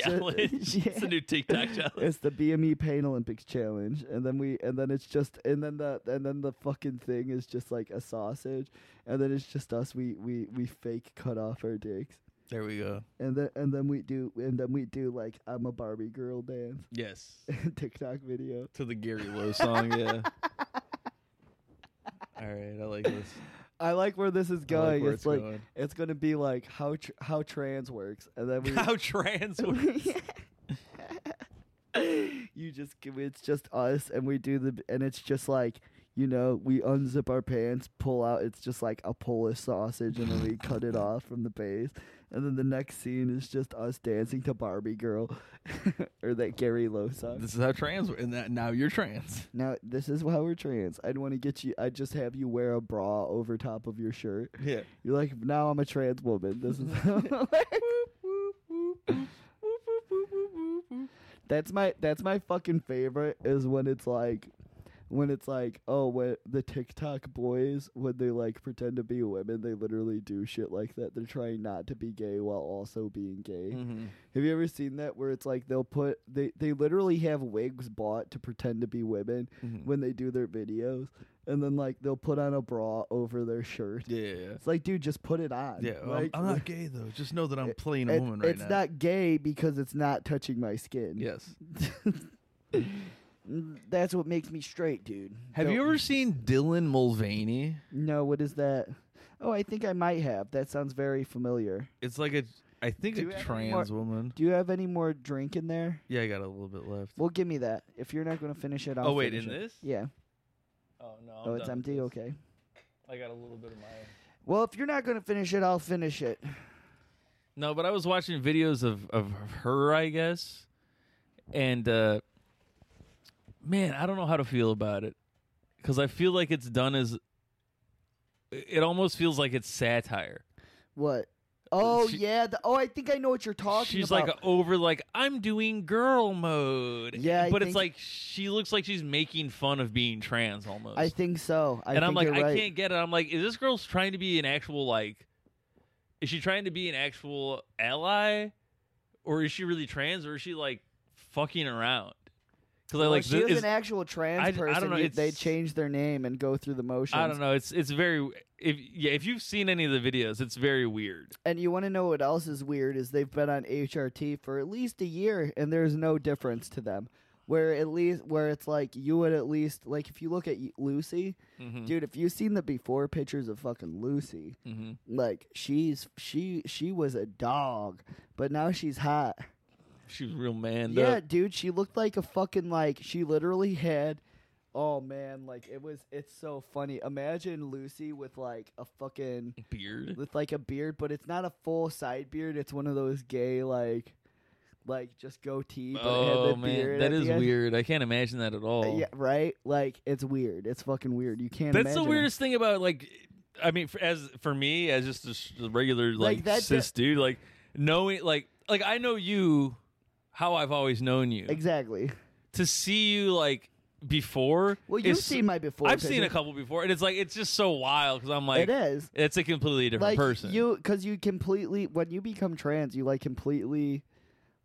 B: challenge. It's a new TikTok challenge.
A: It's the BME Pain Olympics challenge, and then we, and then it's just, and then the, and then the fucking thing is just like a sausage, and then it's just us. We, we, we fake cut off our dicks,
B: There we go.
A: and then, and then we do, and then we do like I'm a Barbie girl dance
B: Yes.
A: TikTok video.
B: To the Gary Lowe song, yeah. All right, I like this.
A: I like where this is going.
B: where
A: it's,
B: it's
A: like
B: going.
A: it's gonna be like how tr- how trans works, and then we
B: How trans works.
A: you just give- it's just us and we do the and it's just like you know, we unzip our pants, pull out, it's just like a Polish sausage, and then we cut it off from the base. And then the next scene is just us dancing to Barbie Girl or that Gary Lowe song.
B: This is how trans and that now you're trans.
A: Now, this is why we're trans. I'd want to get you, I'd just have you wear a bra over top of your shirt.
B: Yeah.
A: You're like, now I'm a trans woman. This is how. that's my that's my fucking favorite is when it's like when it's like, oh, when the TikTok boys, when they like pretend to be women, they literally do shit like that. They're trying not to be gay while also being gay.
B: Mhm.
A: Have you ever seen that where it's like they'll put they they literally have wigs bought to pretend to be women when they do their videos, and then like they'll put on a bra over their shirt.
B: Yeah.
A: It's like, dude, just put it on.
B: Yeah, well,
A: like,
B: I'm not gay though. Just know that I'm playing a
A: it-
B: woman right
A: it's
B: now.
A: not gay because it's not touching my skin. Mm,
B: Yes.
A: That's what makes me straight, dude.
B: Have
A: Don't-
B: you ever seen Dylan Mulvaney?
A: No, what is that? Oh, I think I might have. That sounds very familiar.
B: It's like a, I think
A: Do
B: a
A: you have any
B: trans
A: more-
B: woman.
A: Do you have any more drink in there?
B: Yeah, I got a little bit left.
A: Well, give me that. If you're not going to finish it, I'll
B: Oh, wait,
A: finish
B: in
A: it.
B: this?
A: Yeah.
B: Oh no.
A: oh, it's empty. Okay.
B: I got a little bit of my.
A: Well, if you're not going to finish it, I'll finish it.
B: No, but I was watching videos of of her, I guess, and uh man, I don't know how to feel about it because I feel like it's done as. It almost feels like it's satire.
A: What? Oh
B: She-
A: yeah. The, oh, I think I know what you're talking
B: she's
A: about.
B: like over like i'm doing girl mode
A: Yeah, I
B: but it's
A: think-
B: like she looks like she's making fun of being trans almost
A: I think so. I
B: and i'm
A: think
B: like
A: you're
B: i
A: right.
B: can't get it i'm like is this girl's trying to be an actual like is she trying to be an actual ally or is she really trans or is she like fucking around because i
A: Well,
B: like
A: she
B: the-
A: was
B: is-
A: an actual trans
B: I- I don't
A: person.
B: know,
A: you- they
B: it's-
A: changed their name and go through the motions.
B: i don't know it's it's very if yeah if you've seen any of the videos it's very weird
A: And you want to know what else is weird is they've been on HRT for at least a year and there's no difference to them. Where at least where it's like you would at least like if you look at y- Lucy,
B: Mhm.
A: dude, if you've seen the before pictures of fucking Lucy,
B: Mhm.
A: like she's she she was a dog, but now she's hot.
B: she was real man
A: yeah, dude, she looked like a fucking like she literally had oh man, like it was it's so funny. Imagine Lucy with like a fucking
B: beard
A: with like a beard, but it's not a full side beard. It's one of those gay like, like just goatee. But it
B: oh
A: had the
B: man
A: beard
B: that
A: at
B: is
A: the end.
B: weird i can't imagine that at all
A: Uh, yeah, right. Like it's weird. It's fucking weird. You can't.
B: That's
A: imagine
B: the
A: it.
B: weirdest thing about like, I mean, for, as for me, as just a s- a regular
A: Like,
B: like,
A: that
B: cis dude, like knowing like like I know you, how I've always known you.
A: Exactly.
B: To see you like before.
A: Well, you've
B: is-
A: seen my before
B: I've seen a
A: pictures.
B: couple before, and it's like it's just so wild because I'm like,
A: It is.
B: It's a completely different
A: Like
B: person.
A: you, because you completely when you become trans, you like completely,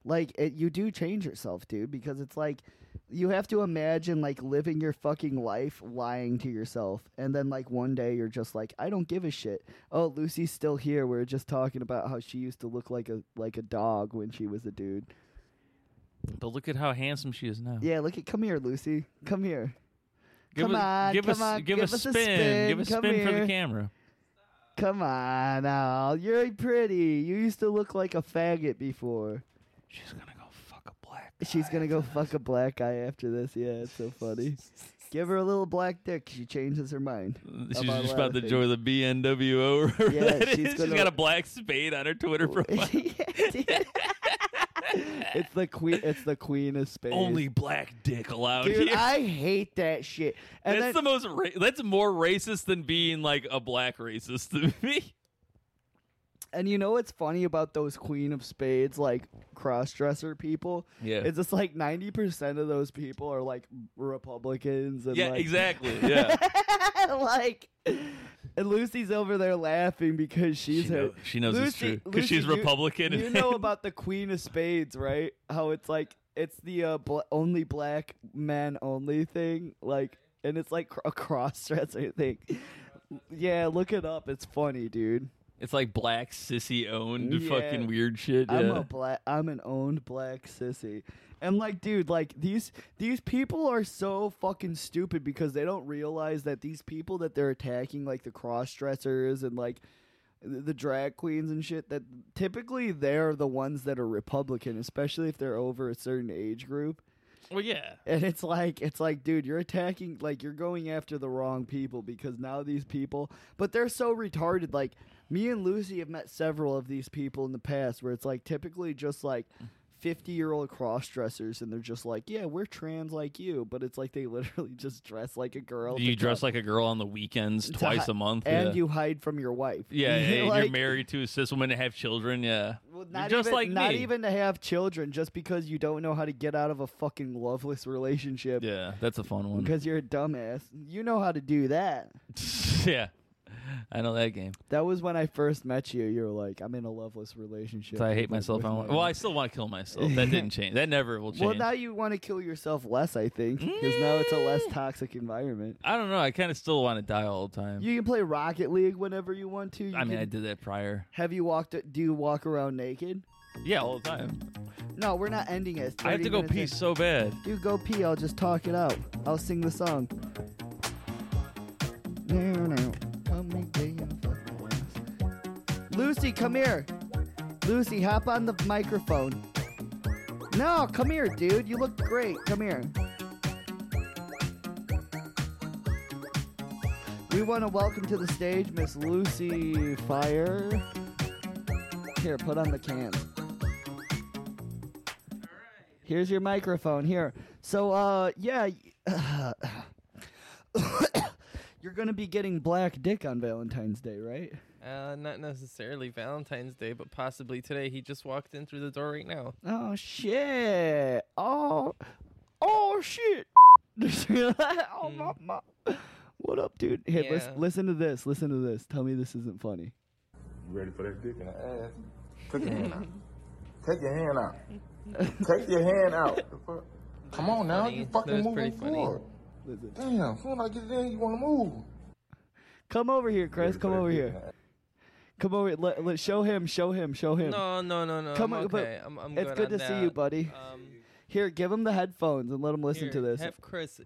A: like it, you do change yourself, dude. Because it's like you have to imagine like living your fucking life lying to yourself, and then like one day you're just like, I don't give a shit. Oh, Lucy's still here. We are just talking about how she used to look like a like a dog when she was a dude.
B: but look at how handsome she is now.
A: Yeah, look at come here, Lucy. Come here.
B: Give
A: come
B: us-
A: on,
B: give
A: come
B: us-
A: on,
B: give
A: give
B: us
A: us a
B: spin,
A: spin.
B: give us
A: come
B: spin for the
A: here.
B: camera.
A: Come on, Al. You're pretty. You used to look like a faggot before. She's gonna go fuck a black guy after this. Yeah, it's so funny. Give her a little black dick. She changes her mind.
B: She's
A: about a
B: just
A: lot
B: about
A: of
B: to
A: things.
B: join the BNWO. or whatever
A: Yeah,
B: that
A: she's
B: is.
A: gonna-
B: she's got a black spade on her Twitter profile.
A: It's the queen. It's the queen of space.
B: Only black dick allowed
A: Dude,
B: here.
A: I hate that shit. And
B: that's the
A: then,
B: most. Ra- that's more racist than being like a black racist to me.
A: and you know what's funny about those queen of spades like cross dresser people?
B: Yeah.
A: it's just like ninety percent of those people are like Republicans and
B: yeah,
A: like,
B: exactly. Yeah,
A: like and Lucy's over there laughing because she's her,
B: know- she knows it's
A: Lucy-
B: true, 'cause she's
A: Lucy, you-
B: Republican
A: You
B: and-
A: know about the Queen of Spades, right? How it's like it's the uh, bl- only black men only thing, like, and it's like cr- a cross dresser thing. Yeah, look it up. It's funny, dude.
B: it's like black sissy owned
A: Yeah.
B: fucking weird shit. Yeah.
A: I'm a black. I'm an owned black sissy, and like, dude, like these these people are so fucking stupid because they don't realize that these people that they're attacking, like the cross dressers and like th- the drag queens and shit, that typically they're the ones that are Republican, especially if they're over a certain age group.
C: Well, yeah.
A: And it's like it's like, dude, you're attacking like you're going after the wrong people because now these people, but they're so retarded. Like me and Lucy have met several of these people in the past where it's like typically just like 50 year old cross dressers and they're just like, yeah, we're trans like you, but it's like they literally just dress like a girl.
B: You
A: to
B: dress
A: come-
B: like a girl on the weekends
A: to
B: twice
A: hi-
B: a month.
A: and
B: yeah.
A: you hide from your wife.
B: Yeah, yeah, and
A: Like,
B: you're married to a cis woman and have children. Yeah,
A: well,
B: You're
A: not
B: just
A: even,
B: like
A: not
B: me.
A: even to have children just because you don't know how to get out of a fucking loveless relationship
B: Yeah, that's a fun one.
A: because you're a dumbass. You know how to do that.
B: yeah, I know that game.
A: That was when I first met you. You were like, I'm in a loveless relationship.
B: So I hate
A: with my-
B: myself.
A: with
B: I
A: my
B: want,
A: wife."
B: well, I still want to kill myself. That didn't change. That never will change.
A: Well, now you want to kill yourself less, I think, because now it's a less
B: Mm.
A: toxic environment.
B: I don't know. I kind of still want to die all the time.
A: You can play Rocket League whenever you want to. You
B: I mean, I
A: can-
B: did that prior.
A: Have you walked? Do you walk around naked?
B: Yeah, all the time.
A: No, we're not ending it. It's
B: I have
A: 30
B: to go
A: minutes
B: pee
A: in.
B: so bad.
A: You go pee. I'll just talk it out. I'll sing the song. No, no. Come make day and fuck my ass. Lucy, come here. Lucy, hop on the microphone. No, come here, dude. You look great. Come here. We want to welcome to the stage Miss Lucy Fire. Here, put on the can. Here's your microphone. Here. So, uh, yeah. y- you're going to be getting black dick on Valentine's Day, right?
L: Uh, not necessarily Valentine's Day, but possibly today. He just walked in through the door right now.
A: Oh, shit. Oh, oh, shit.
L: Hmm.
A: oh, my, my. What up, dude? Here, lis-
G: Yeah.
A: listen to this. Listen to this. Tell me this isn't funny.
G: You ready for that dick in the ass? Take your hand out. Take your hand out. Take your hand out. The fuck? Come on now, you fucking moving forward. Damn, soon I get it in, you want to move.
A: Come over here, Chris. Come over here. Come over. Let, let, show him. Show him. Show him.
L: No, no, no, no.
A: Come
L: I'm
A: o- but
L: okay. I'm, I'm
A: it's
L: good,
A: good
L: on
A: to see you,
L: that.
A: buddy.
L: Um,
A: Here, give him the headphones and let him listen
L: here,
A: to this.
L: Have Chris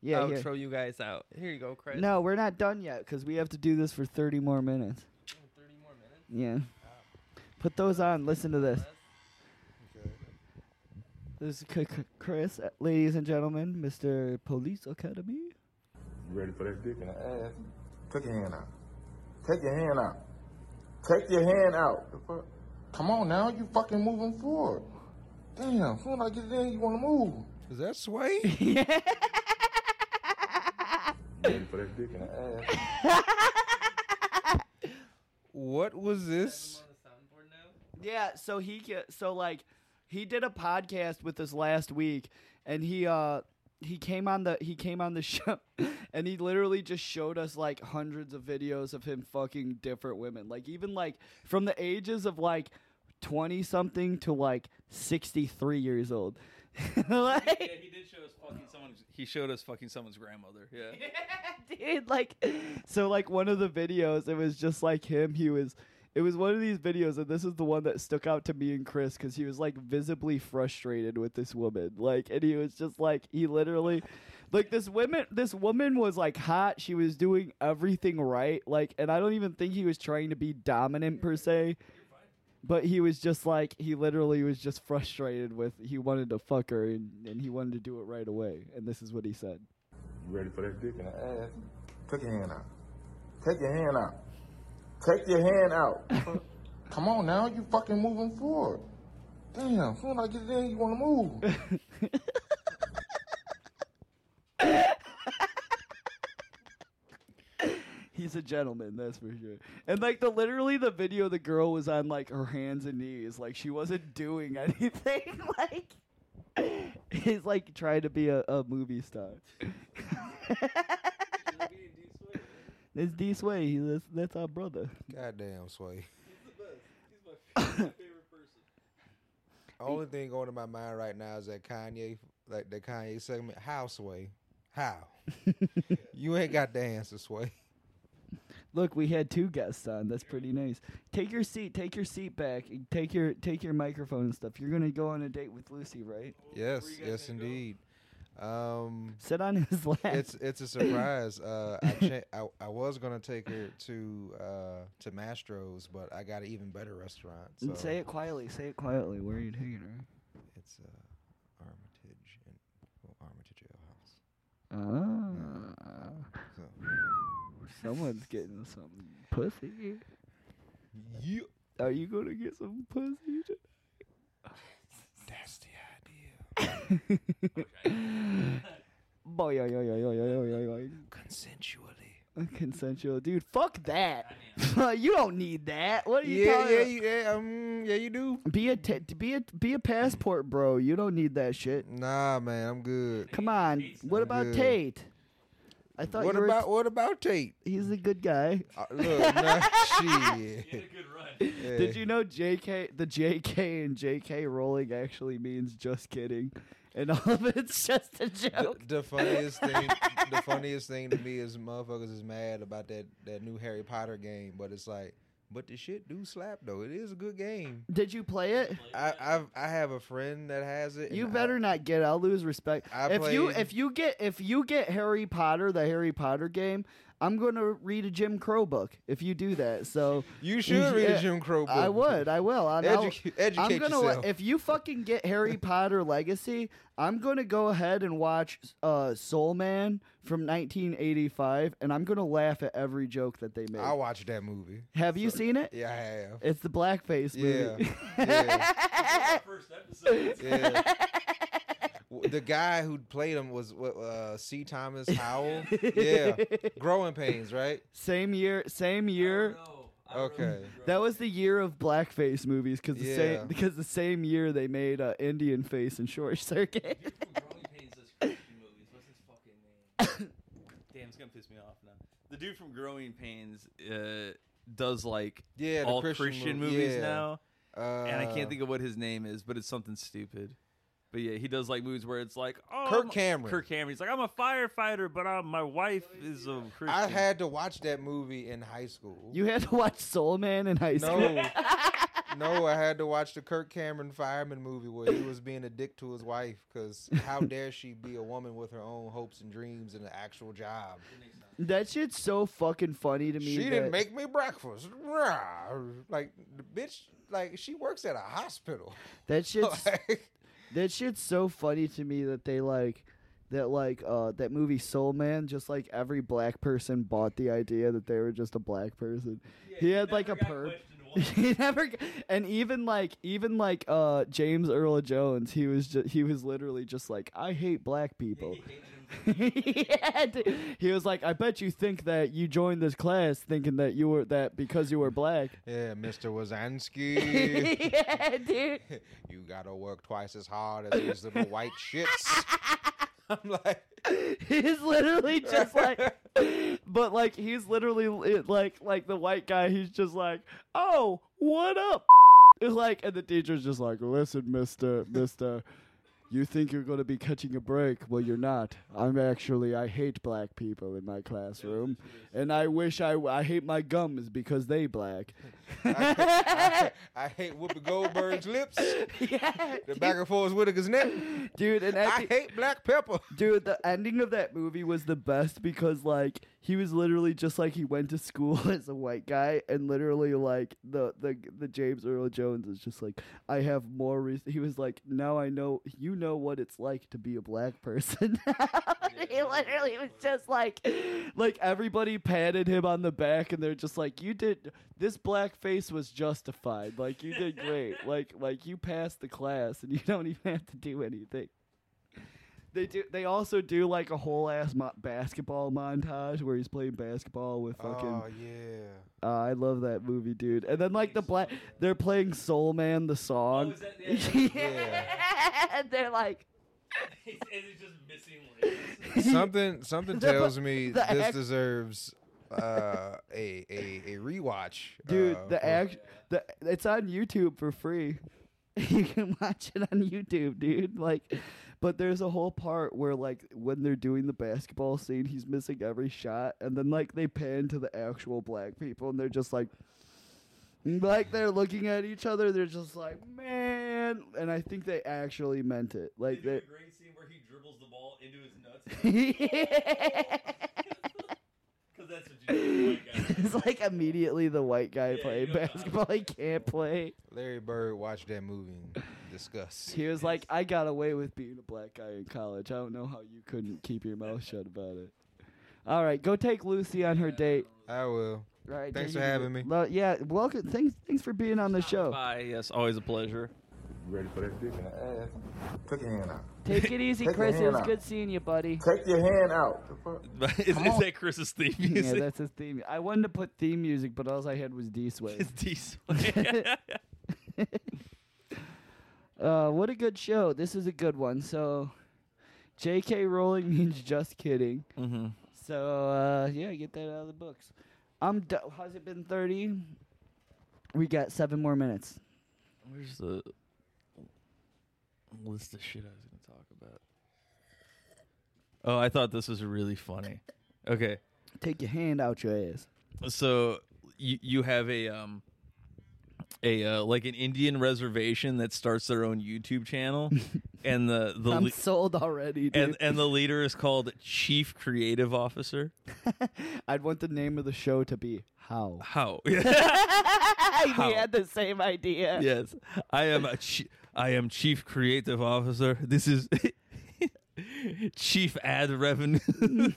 A: Yeah, here.
L: outro you guys out. Here you go, Chris.
A: No, we're not done yet because we have to do this for 30 more minutes. 30 more minutes? Yeah. Put those on. Listen to this. This is C- C- Chris, uh, ladies and gentlemen, Mr. Police Academy.
G: You ready for that dick in the ass? Take your hand out. Take your hand out. Take your hand out. The fuck? Come on now, you fucking moving forward. Damn, soon I get it in, you want to move. Is that sway? yeah. ready for that dick in the ass?
A: What was this? Yeah, so he ca- so like he did a podcast with us last week, and he uh he came on the he came on the show, and he literally just showed us like hundreds of videos of him fucking different women, like even like from the ages of like twenty something to like sixty three years old.
C: yeah, he did show us fucking someone's. He showed us fucking someone's grandmother. Yeah.
A: dude like so like one of the videos it was just like him he was it was one of these videos and this is the one that stuck out to me and chris because he was like visibly frustrated with this woman like and he was just like he literally like this woman this woman was like hot she was doing everything right like and i don't even think he was trying to be dominant per se but he was just like he literally was just frustrated with he wanted to fuck her and, and he wanted to do it right away and this is what he said
G: You ready for that dick in the ass? Take your hand out. Take your hand out. Take your hand out. Come on now, you fucking moving forward. Damn, soon I get it in, you want to move.
A: He's a gentleman, that's for sure. And like the literally the video the girl was on like her hands and knees, like she wasn't doing anything. like he's like trying to be a, a movie star. That's D Sway. he- That's that's our brother.
F: Goddamn, Sway. Only thing going to my mind right now is that Kanye, like that Kanye segment. How, Sway? How? you ain't got the answer, Sway.
A: Look, we had two guests on. That's pretty nice. Take your seat. Take your seat back. and Take your take your microphone and stuff. You're gonna go on a date with Lucy, right?
F: Yes, yes, indeed. Um,
A: Sit on his lap.
F: It's it's a surprise. uh, I, cha- I I was gonna take her to uh, to Mastro's, but I got an even better restaurant.
A: Mm,
F: So
A: Say it quietly. Say it quietly. Where are you taking her?
F: It's uh, Armitage and
A: Ah. Someone's getting some pussy.
F: You
A: are you gonna get some pussy? Today?
F: That's the idea.
A: Boy, yo, yo, yo, yo, yo, yo, yo, yo.
F: Consensually.
A: Consensual, dude. Fuck that. you don't need that. What are you
F: yeah,
A: talking
F: yeah,
A: about?
F: you, yeah, um, yeah, you do.
A: Be a t- be a be a passport, bro. You don't need that shit.
F: Nah, man, I'm good.
A: Come on. What about
F: Good.
A: Tate? I thought
F: What
A: you were-
F: about what about Tate?
A: He's a good guy.
F: Uh, look, nah, shit.
A: Did you know JK the JK and JK rolling actually means just kidding, and all of it's just a
F: The,
A: joke.
F: the funniest thing, the funniest thing to me is motherfuckers is mad about that that new Harry Potter game, but it's like, but the shit do slap though. It is a good game.
A: Did you play it?
F: I I've, I have a friend that has it. and
A: You
F: I-
A: better not get. it. I'll lose respect.
F: I
A: if you
F: played-
A: if you get if you get Harry Potter the Harry Potter game, I'm gonna read a Jim Crow book if you do that. So
F: You should read a
A: Yeah,
F: Jim Crow
A: I
F: book.
A: would. I will. I'll, I'll-
F: Educa- educate
A: I'm gonna
F: yourself.
A: if you fucking get Harry Potter Legacy, I'm gonna go ahead and watch uh, Soul Man from 1985, and I'm gonna laugh at every joke that they make.
F: I watched that movie.
A: Have you seen it?
F: Yeah, I have.
A: It's the blackface movie.
F: Yeah. W- the guy who played him was what uh, C. Thomas Howell. yeah, Growing Pains, right?
A: Same year. Same year.
F: Okay.
A: That was the year of blackface movies because the
F: Yeah.
A: same because the same year they made uh, Indian Face and Short Circuit.
B: Damn, it's gonna piss me off now. The dude from Growing Pains uh, does like
F: Yeah, the
B: all
F: Christian
B: Christian,
F: movie-
B: movies
F: yeah.
B: now, and I
F: Uh,
B: can't think of what his name is, but it's something stupid. But yeah, he does like movies where it's like, oh,
F: Kirk
B: I'm a-
F: Cameron.
B: Kirk Cameron. He's like, I'm a firefighter, but i my wife is a Christian.
F: I had to watch that movie in high school.
A: you had to watch Soul Man in high school.
F: no, no, I had to watch the Kirk Cameron fireman movie where he was being a dick to his wife because how dare she be a woman with her own hopes and dreams and an actual job?
A: That shit's so fucking funny to me.
F: She didn't
A: that-
F: make me breakfast. Rawr. Like the bitch, like she works at a hospital.
A: That shit's that shit's so funny to me that they like that like uh that movie Soul Man. Just like every black person bought the idea that they were just a black person. he had like a perp. he never, g- and even like even like uh James Earl Jones, he was just he was literally just like I hate black people. yeah, dude. he was like, I bet you think that you joined this class thinking that you were that because you were black.
F: Yeah, Mr. Wazansky.
A: yeah, dude.
F: you gotta work twice as hard as these little white shits. I'm like,
A: he's literally just like but like he's literally li- like like the white guy he's just like oh what up It's like and the teacher's just like listen mister mister you think you're going to be catching a break well you're not i'm actually i hate black people in my classroom and i wish i i hate my gums because they black
F: I, I hate Whoopi Goldberg's lips. the back and forth Whitaker's neck.
A: dude and
F: I
A: at the-
F: hate black pepper.
A: Dude, the ending of that movie was the best because like he was literally just like he went to school as a white guy and literally like the the the James Earl Jones is just like I have more re-. he was like now I know you know what it's like to be a black person. he literally was just like like everybody patted him on the back and they're just like you did this black face was justified. Like you did great. like like you passed the class and you don't even have to do anything. They do. They also do like a whole ass mo- basketball montage where he's playing basketball with fucking.
F: Oh yeah.
A: Uh, I love that movie, dude. And then like the black, they're playing Soul Man the song. and they're like,
F: something something
A: The-
F: tells me
A: the
F: this
A: act-
F: deserves uh, a, a a rewatch.
A: dude,
F: uh,
A: the
F: for-
A: act, the it's on YouTube for free. you can watch it on YouTube, dude. Like, but there's a whole part where like when they're doing the basketball scene, he's missing every shot, and then like they pan to the actual black people, and they're just like. Like they're looking at each other, they're just like, man. And I think they actually meant it. Like they,
B: great scene where he dribbles the ball into his nuts. Because that's what you do.
A: it's like immediately the white guy playing basketball. He can't play.
F: Larry Bird watched that movie and discuss.
A: He was like, I got away with being a black guy in college. I don't know how you couldn't keep your mouth shut about it. All right, go take Lucy on her date.
F: I will.
A: All right,
F: Thanks for
A: there you go.
F: having me.
A: Lo- yeah, welcome. Thanks, thanks for being on the show.
B: Bye. Yes, always a pleasure.
G: Ready for that dick in the ass? Take your hand out.
A: Take it
G: Take
A: easy,
G: your
A: Chris. It
G: hand
A: was
G: out.
A: good seeing you, buddy.
G: Take your hand out.
B: is,
A: Come
B: is
A: on.
B: that Chris's theme
A: Yeah,
B: music?
A: that's his theme. I wanted to put theme music, but all I had was D Sway. It's
B: D Sway.
A: uh, what a good show. This is a good one. So, J.K. Rowling means just kidding.
B: Mm-hmm.
A: So, uh, yeah, get that out of the books. I'm. Do- How's it been? Thirty. We got seven more minutes.
B: Where's the list of shit I was going to talk about? Oh, I thought this was really funny. Okay.
A: Take your hand out your ass.
B: so you you have a um a uh, like an Indian reservation that starts their own YouTube channel, and the the
A: I'm
B: lea-
A: sold already. Dude.
B: and and the leader is called Chief Creative Officer.
A: I'd want the name of the show to be How.
B: How?
A: we
B: How?
A: had the same idea.
B: yes, I am a chi- I am Chief Creative Officer. This is Chief Ad Revenue.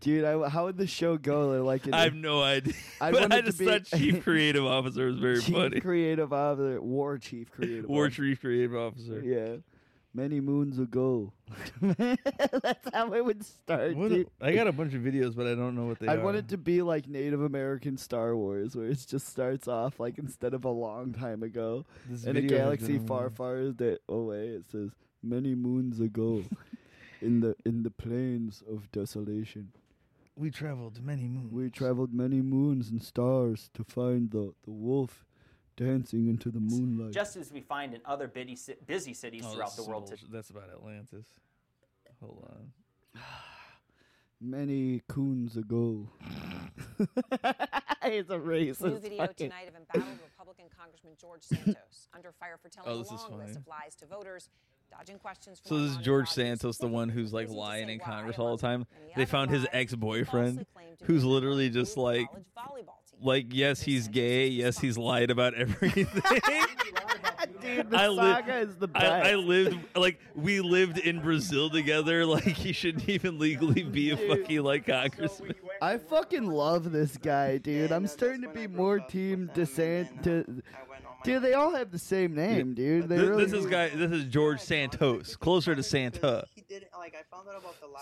A: Dude, I, how would the show go? They're like,
B: I have no idea,
A: I
B: but
A: wanted
B: I
A: to
B: just
A: be-
B: thought Chief Creative Officer was very
A: Chief
B: funny.
A: Creative Officer, War Chief Creative
B: War
A: Officer.
B: Chief Creative Officer.
A: Yeah. Many moons ago. That's how it would start,
B: What-
A: dude.
B: I got a bunch of videos, but I don't know what they
A: I
B: are.
A: want it to be like Native American Star Wars, where it just starts off like instead of a long time ago,
B: This
A: in a
B: video has
A: galaxy
B: been a
A: far,
B: while.
A: far da- away, it says many moons ago, in the in the plains of desolation,
B: We traveled many moons.
A: we traveled many moons and stars to find the the wolf dancing into the moonlight.
P: just as we find in other busy, ci- busy cities
B: Oh,
P: throughout
B: this
P: the
B: is
P: world
B: bullshit. That's about Atlantis. Hold on.
A: many coons ago. He's a racist.
Q: New video
A: fucking-
Q: tonight of embattled Republican Congressman George Santos under fire for telling
B: Oh,
Q: a
B: this is
Q: long
B: funny.
Q: list of lies to voters, dodging questions from
B: So this is
Q: Iran and
B: George
Q: Iraq.
B: Santos, the one who's like lying in Congress all the time. They found his ex-boyfriend,
Q: claimed to be
B: who's
Q: a
B: literally just like, like yes, he's gay. Yes, he's lied about everything.
A: Dude,
B: I
A: the
B: li-
A: saga is the best.
B: I, I lived like we lived in Brazil together. Like he shouldn't even legally be a fucking like congressman.
A: I fucking love this guy, dude. I'm starting to be more team DeSantis. Dude, they all have the same name, dude. They
B: Th-
A: really
B: this is guy. This is George Santos, closer to Santa.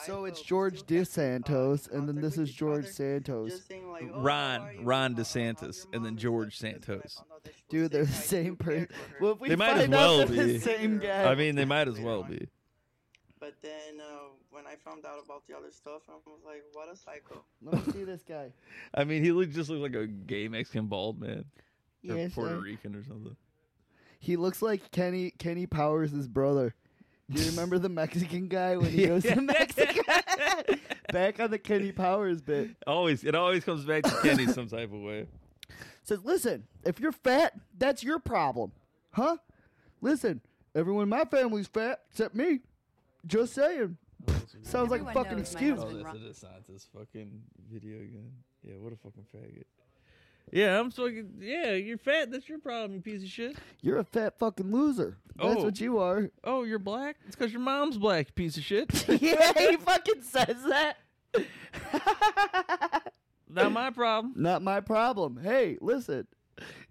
A: So it's uh, George DeSantos, and then this is George Santos.
I: "Oh,
B: Ron, Ron DeSantis, and then George Santos.
A: Dude, they're the same person. Well, if we
B: They might as
A: find out
B: well
A: they're
B: be.
A: the same guy.
B: I mean, they might as well be.
R: But then uh, when I found out about the other stuff, I was like, what a psycho.
A: let me see this guy.
B: I mean, he look, just looked like a gay Mexican bald man, or
A: Yes,
B: Puerto
A: I-
B: Rican or something.
A: He looks like Kenny Kenny Powers' brother. You remember the Mexican guy when he goes to Mexico? Back on the Kenny Powers bit.
B: Always, it always comes back to Kenny some type of way.
A: says, listen, if you're fat, that's your problem. Huh? Listen, everyone in my family's fat except me. Just saying. Sounds like a
H: Everyone
A: fucking
H: knows my
A: excuse.
H: husband
B: This is DeSantis fucking video again. Yeah, what a fucking faggot. Yeah, I'm fucking. Yeah, you're fat. That's your problem, you piece of shit.
A: You're a fat fucking loser. That's
B: Oh.
A: what you are.
B: Oh, you're black. It's because your mom's black, you piece of shit.
A: yeah, he fucking says that.
B: Not my problem.
A: Not my problem. Hey, listen.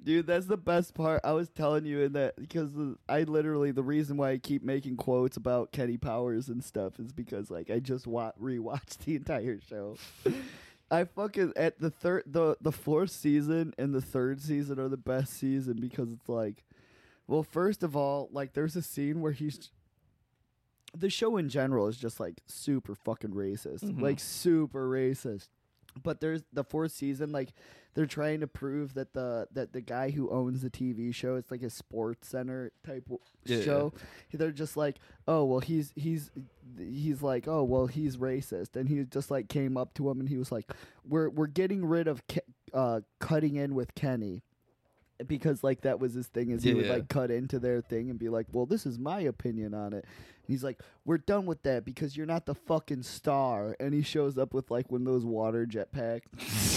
A: Dude, that's the best part. I was telling you in that because the- I literally the reason why I keep making quotes about Kenny Powers and stuff is because like I just wa- rewatched the entire show. I fucking at the third the the fourth season and the third season are the best season because it's like well, first of all, like there's a scene where he's the show in general is just like super fucking racist.
B: Mhm.
A: Like super racist. But there's the fourth season, like they're trying to prove that the that the guy who owns the TV show, it's like a sports center type w-
B: Yeah.
A: show. They're just like, oh well, he's he's he's like, oh well, he's racist, and he just like came up to him and he was like, we're we're getting rid of Ke- uh, cutting in with Kenny, because like that was his thing is he would
B: Yeah.
A: like cut into their thing and be like, "Well, this is my opinion on it." And he's like, "We're done with that because you're not the fucking star." And he shows up with like one of those water jetpacks.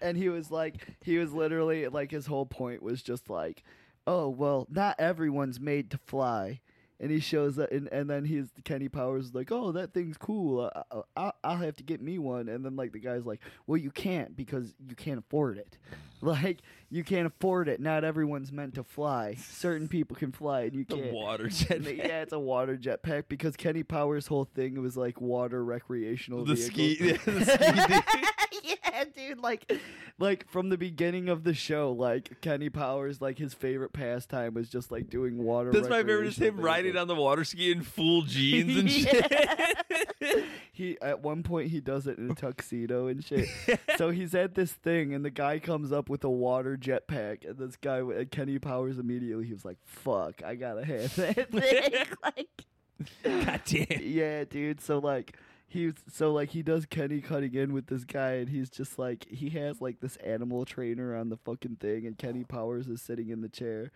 A: and he was like, he was literally like his whole point was just like, oh well, not everyone's made to fly. And he shows that, and, and then he's Kenny Powers is like, oh, that thing's cool. I, I- I, I'll have to get me one. And then like the guy's like, well, you can't because you can't afford it. Like you can't afford it. Not everyone's meant to fly. Certain people can fly, and you
B: The
A: can't.
B: water jet
A: And they- Yeah, it's a water jetpack because Kenny Powers' whole thing was like water recreational.
B: The ski-
A: vehicles.
B: yeah, the ski
A: yeah, dude. Like, like from the beginning of the show, like Kenny Powers, like his favorite pastime was just like doing water.
B: That's my favorite. Is
A: recreational
B: him riding
A: vehicles.
B: on the water ski in full jeans and
A: Yeah. he at one point he does it in a tuxedo and shit. so he's at this thing and the guy comes up with a water jetpack and this guy w- and Kenny Powers immediately he was like, "Fuck, I gotta have that thing." like,
B: God damn.
A: Yeah, dude. So like. He's so like he does Kenny cutting in with this guy, and he's just like he has like this animal trainer on the fucking thing, and Kenny Powers is sitting in the chair.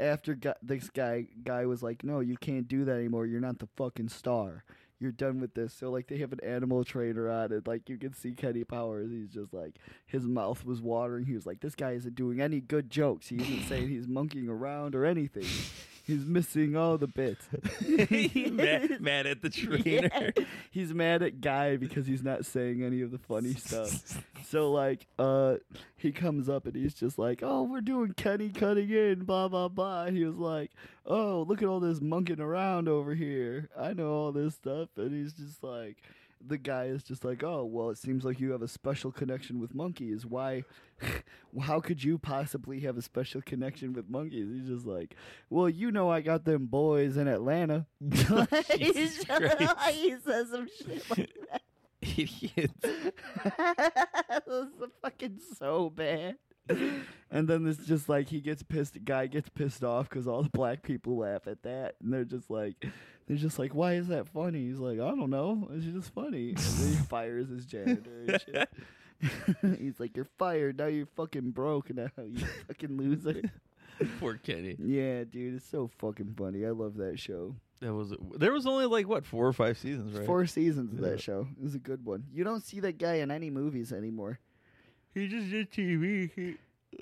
A: After gu this guy guy was like, "No, you can't do that anymore. You're not the fucking star. You're done with this." So like they have an animal trainer on, and like you can see Kenny Powers. He's just like his mouth was watering. He was like, "This guy isn't doing any good jokes. He isn't saying he's monkeying around or anything. He's missing all the bits."
B: shit. mad, mad at the trainer.
A: Yeah. He's mad at Guy because he's not saying any of the funny stuff. So like uh he comes up and he's just like, Oh, we're doing Kenny cutting in, blah blah blah. And he was like, Oh, look at all this monkeying around over here. I know all this stuff and he's just like the guy is just like, oh well, it seems like you have a special connection with monkeys. Why? how could you possibly have a special connection with monkeys? He's just like, well, you know, I got them boys in Atlanta.
O: Jesus Christ.
A: he says some shit like that. Idiot. was fucking so bad. And then it's just like he gets pissed. Guy gets pissed off because all the black people laugh at that, and they're just like, they're just like, why is that funny? He's like, I don't know. It's just funny. And then he fires his janitor. And shit. He's like, you're fired. Now you're fucking broke. Now you fucking loser.
B: Poor Kenny.
A: yeah, dude, it's so fucking funny. I love that show.
B: That was there was only like what four or five seasons, right?
A: Four seasons of
B: Yeah.
A: that show. It was a good one. You don't see that guy in any movies anymore.
B: He just did TV. He,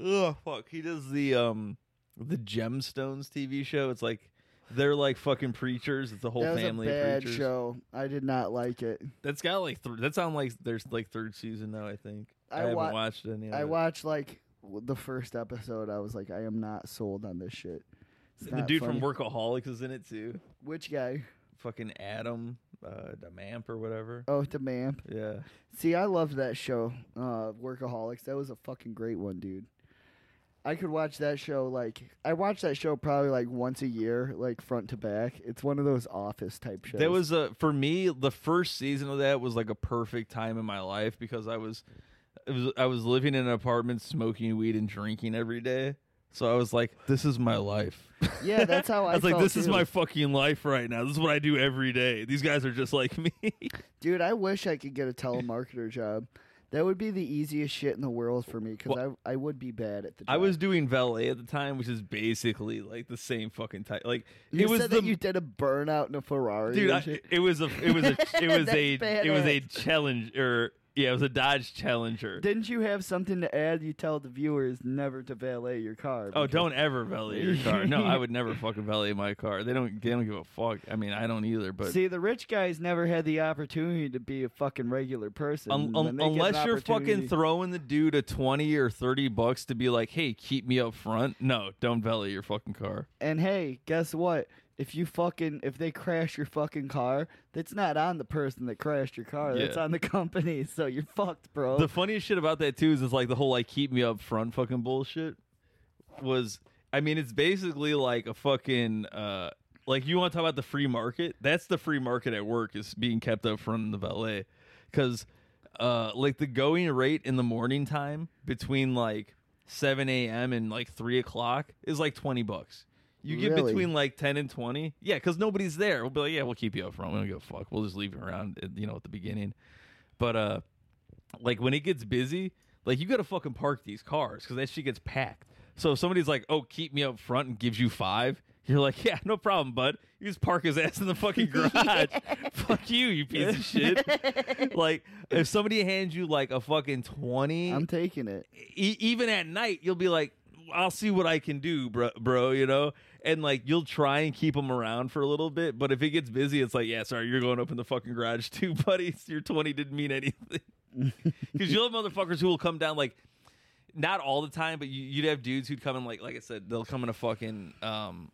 B: oh fuck, he does the um the gemstones TV show. It's like they're like fucking preachers. It's the whole
A: that was
B: family
A: a
B: of
A: bad
B: preachers.
A: show. I did not like it.
B: That's got like th- that's on like there's like third season now. I think I, haven't
A: wa-
B: watched any. Of
A: I
B: it.
A: watched like w- the first episode. I was like, I am not sold on this shit. It's
B: the
A: not
B: dude
A: funny.
B: from Workaholics is in it too.
A: Which guy?
B: Fucking Adam, uh, Damamp or whatever.
A: Oh, the Mamp.
B: Yeah,
A: See, I loved that show, uh, Workaholics. That was a fucking great one, dude. I could watch that show like I watch that show probably like once a year, like front to back. It's one of those office type shows.
B: That was a for me. The first season of that was like a perfect time in my life because I was, it was I was living in an apartment, smoking weed and drinking every day. So I was like, "This is my life."
A: yeah, that's how I,
B: I was like,
A: felt,
B: "This is
A: too.
B: my fucking life right now. This is what I do every day." These guys are just like me.
A: Dude, I wish I could get a telemarketer job. That would be the easiest shit in the world for me because I, I would be bad at the job.
B: I was doing valet at the time, which is basically like the same fucking type. Like
A: You
B: it was
A: said
B: the
A: that you did a burnout in a Ferrari.
B: dude.
A: and
B: I,
A: shit.
B: it was a it was a it was
A: That's
B: a it was a
A: badass.
B: challenge or yeah, it was a Dodge Challenger.
A: Didn't you have something to add? You tell the viewers never to valet your car.
B: Oh,
A: because-
B: don't ever valet your car. No, I would never fucking valet my car. They don't. They don't give a fuck. I mean, I don't either. But
A: See, the rich guys never had the opportunity to be a fucking regular person.
B: un-
A: When
B: un-
A: they get an
B: unless you're
A: opportunity-
B: fucking throwing the dude a twenty or thirty bucks to be like, "Hey, keep me up front." No, don't valet your fucking car.
A: And hey, guess what? If you fucking if they crash your fucking car, that's not on the person that crashed your car.
B: Yeah.
A: That's on the company. So you're fucked, bro.
B: The funniest shit about that too is it's like the whole like keep me up front fucking bullshit was I mean it's basically like a fucking uh like you want to talk about the free market? That's the free market at work is being kept up front in the valet cuz uh like the going rate in the morning time between like 7 a.m. and like 3 o'clock is like 20 bucks. You get
A: Really?
B: between like 10 and 20. Yeah, because nobody's there. We'll be like, yeah, we'll keep you up front. We don't give a fuck. We'll just leave you around, at- you know, at the beginning. But, uh, like when it gets busy, like you got to fucking park these cars because that shit gets packed. So if somebody's like, "Oh, keep me up front," and gives you five, you're like, "Yeah, no problem, bud. You just park his ass in the fucking garage. Fuck you, you piece of shit." like if somebody hands you like a fucking twenty,
A: I'm taking it.
B: e- even at night, you'll be like, I'll see what I can do, bro, bro, you know? And like you'll try and keep him around for a little bit, but if it gets busy, it's like, yeah, sorry, you're going up in the fucking garage too, buddy. Your 20 didn't mean anything. Because you'll have motherfuckers who will come down like not all the time, but you, you'd have dudes who'd come in like like I said, they'll come in a fucking um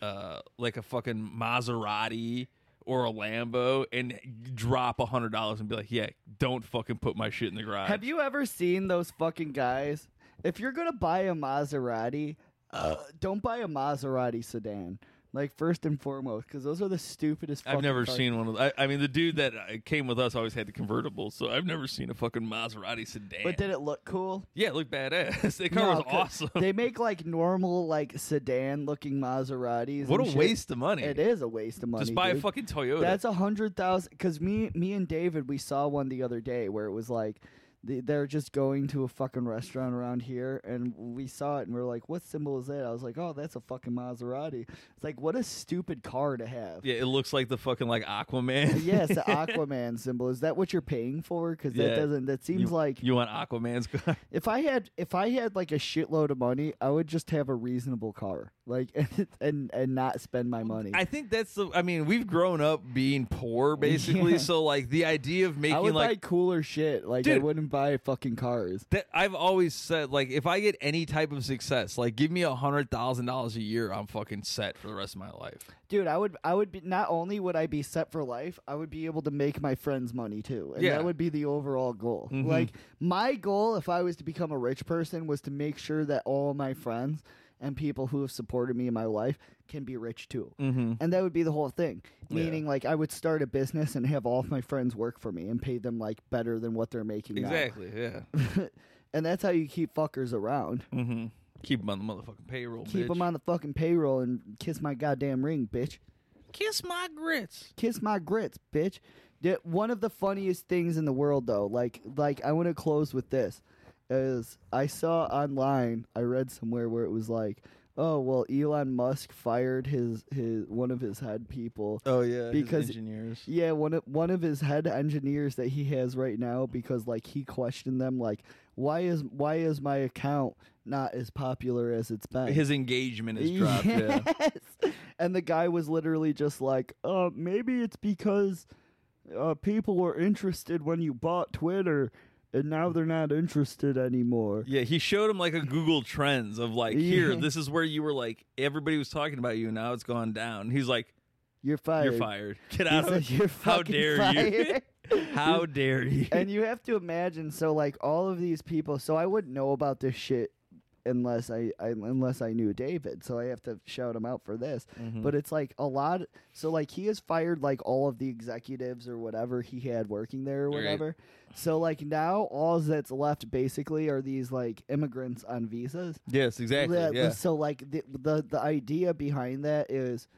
B: uh like a fucking Maserati or a Lambo and drop a hundred dollars and be like, yeah, don't fucking put my shit in the garage.
A: Have you ever seen those fucking guys? If you're gonna buy a Maserati, uh, don't buy a Maserati sedan. Like first and foremost, because those are the stupidest.
B: I've
A: fucking
B: never
A: cars.
B: seen one of. I, I mean, the dude that uh, came with us always had the convertible, so I've never seen a fucking Maserati sedan.
A: But did it look cool?
B: yeah, it looked badass. That car
A: No,
B: was
A: 'cause
B: awesome.
A: They make like normal like sedan looking Maseratis.
B: What
A: and
B: a
A: shit.
B: waste of money.
A: It is a waste of money.
B: Just buy a
A: dude.
B: fucking Toyota.
A: That's a hundred thousand. Because me, me and David, we saw one the other day where it was like the- they're just going to a fucking restaurant around here, and we saw it, and we are like, "What symbol is that?" I was like, "Oh, that's a fucking Maserati." It's like, what a stupid car to have.
B: yeah, it looks like the fucking like Aquaman.
A: yes, the Aquaman symbol. Is that what you're paying for? Because
B: Yeah.
A: that doesn't. That seems
B: You-
A: like
B: you want Aquaman's car.
A: if I had if I had like a shitload of money, I would just have a reasonable car, like and and, and not spend my money.
B: I think that's the. I mean, we've grown up being poor, basically.
A: Yeah.
B: So like the idea of making
A: I would
B: like
A: buy cooler shit. Like I
B: Dude.
A: wouldn't buy fucking cars.
B: that I've always said, like, if I get any type of success, like, give me a hundred thousand dollars a year, I'm fucking set for the rest of my life.
A: Dude, I would I would be not only would I be set for life, I would be able to make my friends money too. And
B: Yeah.
A: that would be the overall goal.
B: Mhm.
A: Like my goal if I was to become a rich person was to make sure that all my friends and people who have supported me in my life can be rich too.
B: Mm-hmm.
A: And that would be the whole thing.
B: Yeah.
A: Meaning like I would start a business and have all of my friends work for me and pay them like better than what they're making now.
B: Exactly. Yeah.
A: And that's how you keep fuckers around.
B: mm-hmm. Keep them on the motherfucking payroll.
A: Keep
B: bitch.
A: them on the fucking payroll and kiss my goddamn ring, bitch.
B: Kiss my grits.
A: Kiss my grits, bitch. Yeah, One of the funniest things in the world, though, like like I want to close with this, is I saw online, I read somewhere where it was like, oh well, Elon Musk fired his his one of his head people.
B: Oh, yeah, his
A: because
B: engineers.
A: Yeah, one of one of his head engineers that he has right now because like he questioned them like, why is why is my account not as popular as it's been?
B: His engagement is dropped.
A: Yes.
B: Yeah.
A: And the guy was literally just like, uh, maybe it's because uh, people were interested when you bought Twitter and now they're not interested anymore.
B: Yeah, he showed him like a Google Trends of like, here,
A: Yeah.
B: this is where you were like, everybody was talking about you, and now it's gone down. He's like,
A: You're fired.
B: You're fired. Get
A: He
B: out.
A: said, "You're
B: How
A: fucking
B: dare
A: fired."
B: you? How dare you?
A: and you have to imagine so like all of these people so i wouldn't know about this shit unless I, I unless i knew david so i have to shout him out for this
B: Mhm.
A: but it's like a lot so like he has fired like all of the executives or whatever he had working there or
B: Right.
A: whatever so like now all that's left basically are these like immigrants on visas
B: Yes, exactly.
A: that-
B: yeah.
A: So like the, the the idea behind that is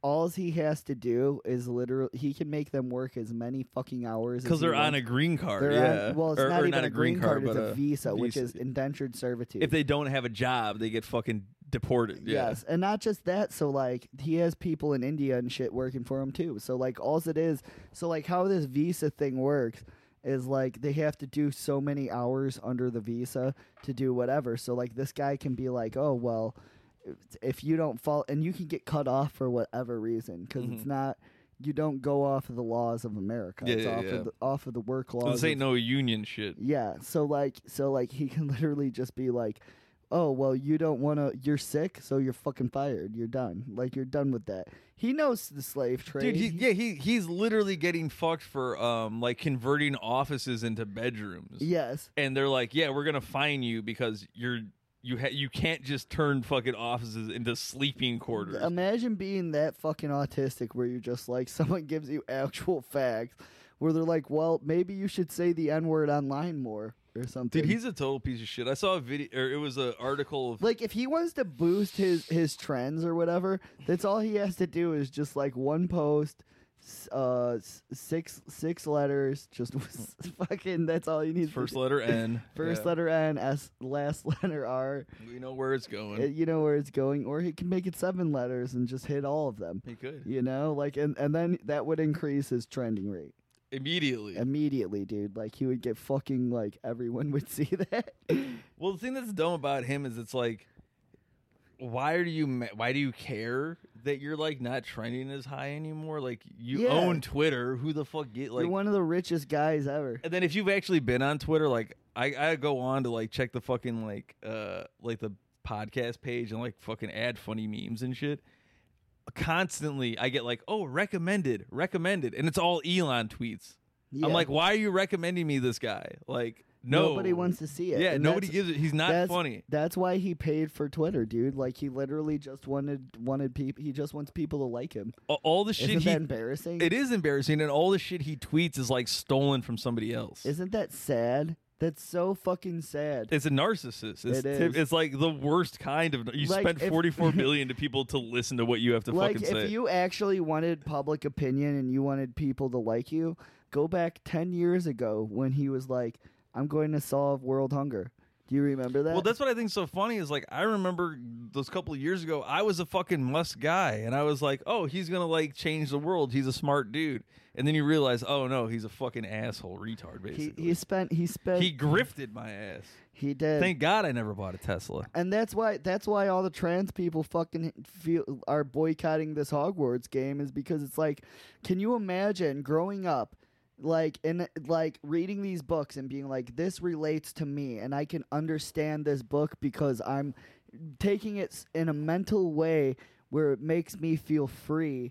A: all he has to do is literally he can make them work as many fucking hours
B: because
A: as he
B: they're on
A: wants.
B: a green card.
A: They're on-
B: yeah,
A: well, it's
B: or,
A: not
B: or
A: even
B: not
A: a green card,
B: but
A: it's a visa, which
B: visa.
A: is indentured servitude.
B: if they don't have a job, they get fucking deported. Yeah.
A: Yes, and not just that. So like he has people in India and shit working for him too. So like all it is, so like how this visa thing works is like they have to do so many hours under the visa to do whatever. So like this guy can be like, oh well, if you don't fall, and you can get cut off for whatever reason because it's
B: Mhm.
A: not. You don't go off of the laws of America.
B: Yeah,
A: it's
B: yeah,
A: off,
B: yeah.
A: Of the, off of the work
B: So
A: laws.
B: this ain't
A: of-
B: no union shit.
A: yeah. So like so like he can literally just be like, "Oh, well you don't want to you're sick, so you're fucking fired. You're done. Like you're done with that." He knows the slave trade.
B: Dude, he, yeah, he he's literally getting fucked for um like converting offices into bedrooms.
A: yes.
B: And they're like, yeah, we're gonna fine you because you're you ha- you can't just turn fucking offices into sleeping quarters.
A: Imagine being that fucking autistic where you're just like someone gives you actual facts where they're like, "Well, maybe you should say the n-word online more or something."
B: Dude, he's a total piece of shit. I saw a video, or it was an article of
A: like if he wants to boost his his trends or whatever that's all he has to do is just like one post s- uh s- six six letters just fucking that's all you need to
B: First
A: do.
B: letter N,
A: first
B: yeah.
A: letter n s last letter r
B: we know where it's going.
A: Uh, you know where it's going or he can make it seven
B: Uh,
A: letters and just hit all of them
B: He could.
A: you know like and and then that would increase his trending rate
B: immediately.
A: Immediately, dude. Like he would get fucking like everyone would see that.
B: Well, the thing that's dumb about him is it's like, why are you? ma- Why do you care that you're like not trending as high anymore? Like you
A: Yeah.
B: own Twitter. Who the fuck get like?
A: You're one of the richest guys ever.
B: And then if you've actually been on Twitter, like I, I go on to like check the fucking like uh like the podcast page and like fucking add funny memes and shit. Constantly, I get like, oh, recommended, recommended, and it's all Elon tweets.
A: Yeah.
B: I'm like, why are you recommending me this guy? Like, no,
A: Nobody wants to see it.
B: Yeah,
A: and
B: nobody
A: that's-
B: gives it. He's not
A: that's-
B: funny.
A: That's why he paid for Twitter, dude. Like he literally just wanted wanted people. He just wants people to like him.
B: A- All the shit
A: Isn't
B: he
A: that embarrassing?
B: It is embarrassing, and all the shit he tweets is like stolen from somebody else.
A: Isn't that sad? That's so fucking sad.
B: It's a narcissist. It's,
A: It is.
B: typ- it's like the worst kind of. You
A: Like,
B: spend
A: if-
B: forty four billion to people to listen to what you have to
A: like
B: fucking
A: if
B: say.
A: you actually wanted public opinion and you wanted people to like you, go back ten years ago when he was like, "I'm going to solve world hunger." Do you remember that?
B: well, that's what I think's so funny is like I remember those couple of years ago, I was a fucking Musk guy, and I was like, oh, he's gonna like change the world. He's a smart dude, and then you realize, oh no, he's a fucking asshole retard.
A: he,
B: Basically,
A: he spent. He spent.
B: he grifted my ass.
A: He did.
B: Thank God I never bought a Tesla.
A: And that's why that's why all the trans people fucking feel are boycotting this Hogwarts game is because it's like, can you imagine growing up, like in like reading these books and being like, this relates to me and I can understand this book because I'm taking it s- in a mental way where it makes me feel free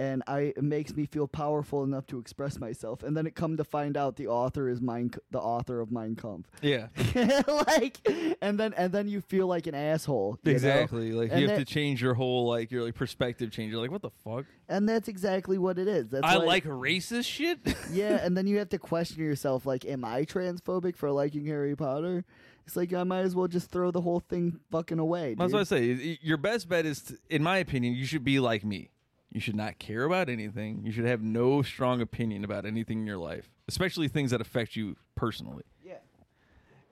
A: and I it makes me feel powerful enough to express myself. And then it come to find out the author is mine the author of Mein Kampf.
B: Yeah.
A: like and then and then you feel like an asshole you know?
B: Exactly. Like
A: and
B: you have
A: that-
B: to change your whole like your like perspective change. You're like, what the fuck?
A: and that's exactly what it is that's
B: I
A: why-
B: like racist shit.
A: yeah and then you have to question yourself like am i transphobic for liking harry potter it's like i might as well just throw the whole thing fucking away
B: That's what I
A: dude.
B: say. Y- y- Your best bet is, to, in my opinion, you should be like me. You should not care about anything. You should have no strong opinion about anything in your life, especially things that affect you personally.
A: Yeah.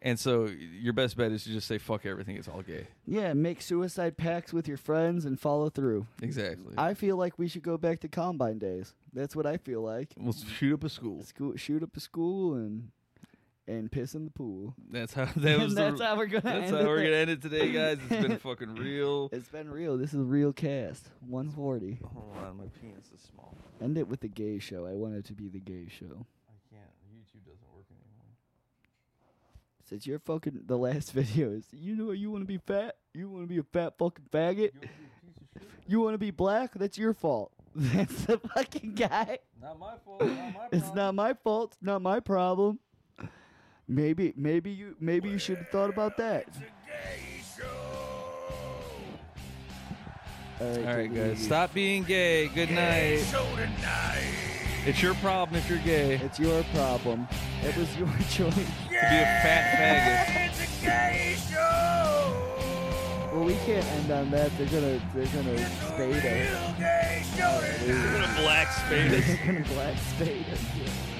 B: And so y- your best bet is to just say fuck everything. It's all gay.
A: yeah make suicide pacts with your friends and follow through
B: Exactly.
A: i feel like we should go back to combine days that's what i feel like
B: We'll shoot up a school.
A: school shoot up a school and and piss in the pool
B: That's how that was. the-
A: that's how we're gonna
B: That's
A: end
B: how
A: it.
B: we're gonna end it today, guys. It's been fucking real.
A: It's been real. This is real cast. 140.
B: Hold on, my penis is small.
A: End it with the gay show. I want it to be the gay show.
B: I can't. YouTube doesn't work anymore.
A: Since you're fucking the last video is you know you want to be fat. You want to be a fat fucking faggot. You want to be black. That's your fault. That's the fucking guy.
B: Not my fault. Not my
A: It's not my fault. It's not my problem. Maybe maybe you maybe you should have thought about that. All right,
B: All right,
A: Julie.
B: guys. Stop being gay. Good night. It's your problem if you're gay.
A: It's your problem. It was your choice.
B: To be a fat faggot.
A: Well, we can't end on that. They're gonna, they're gonna spade us.
B: Black
A: They're gonna black spade us.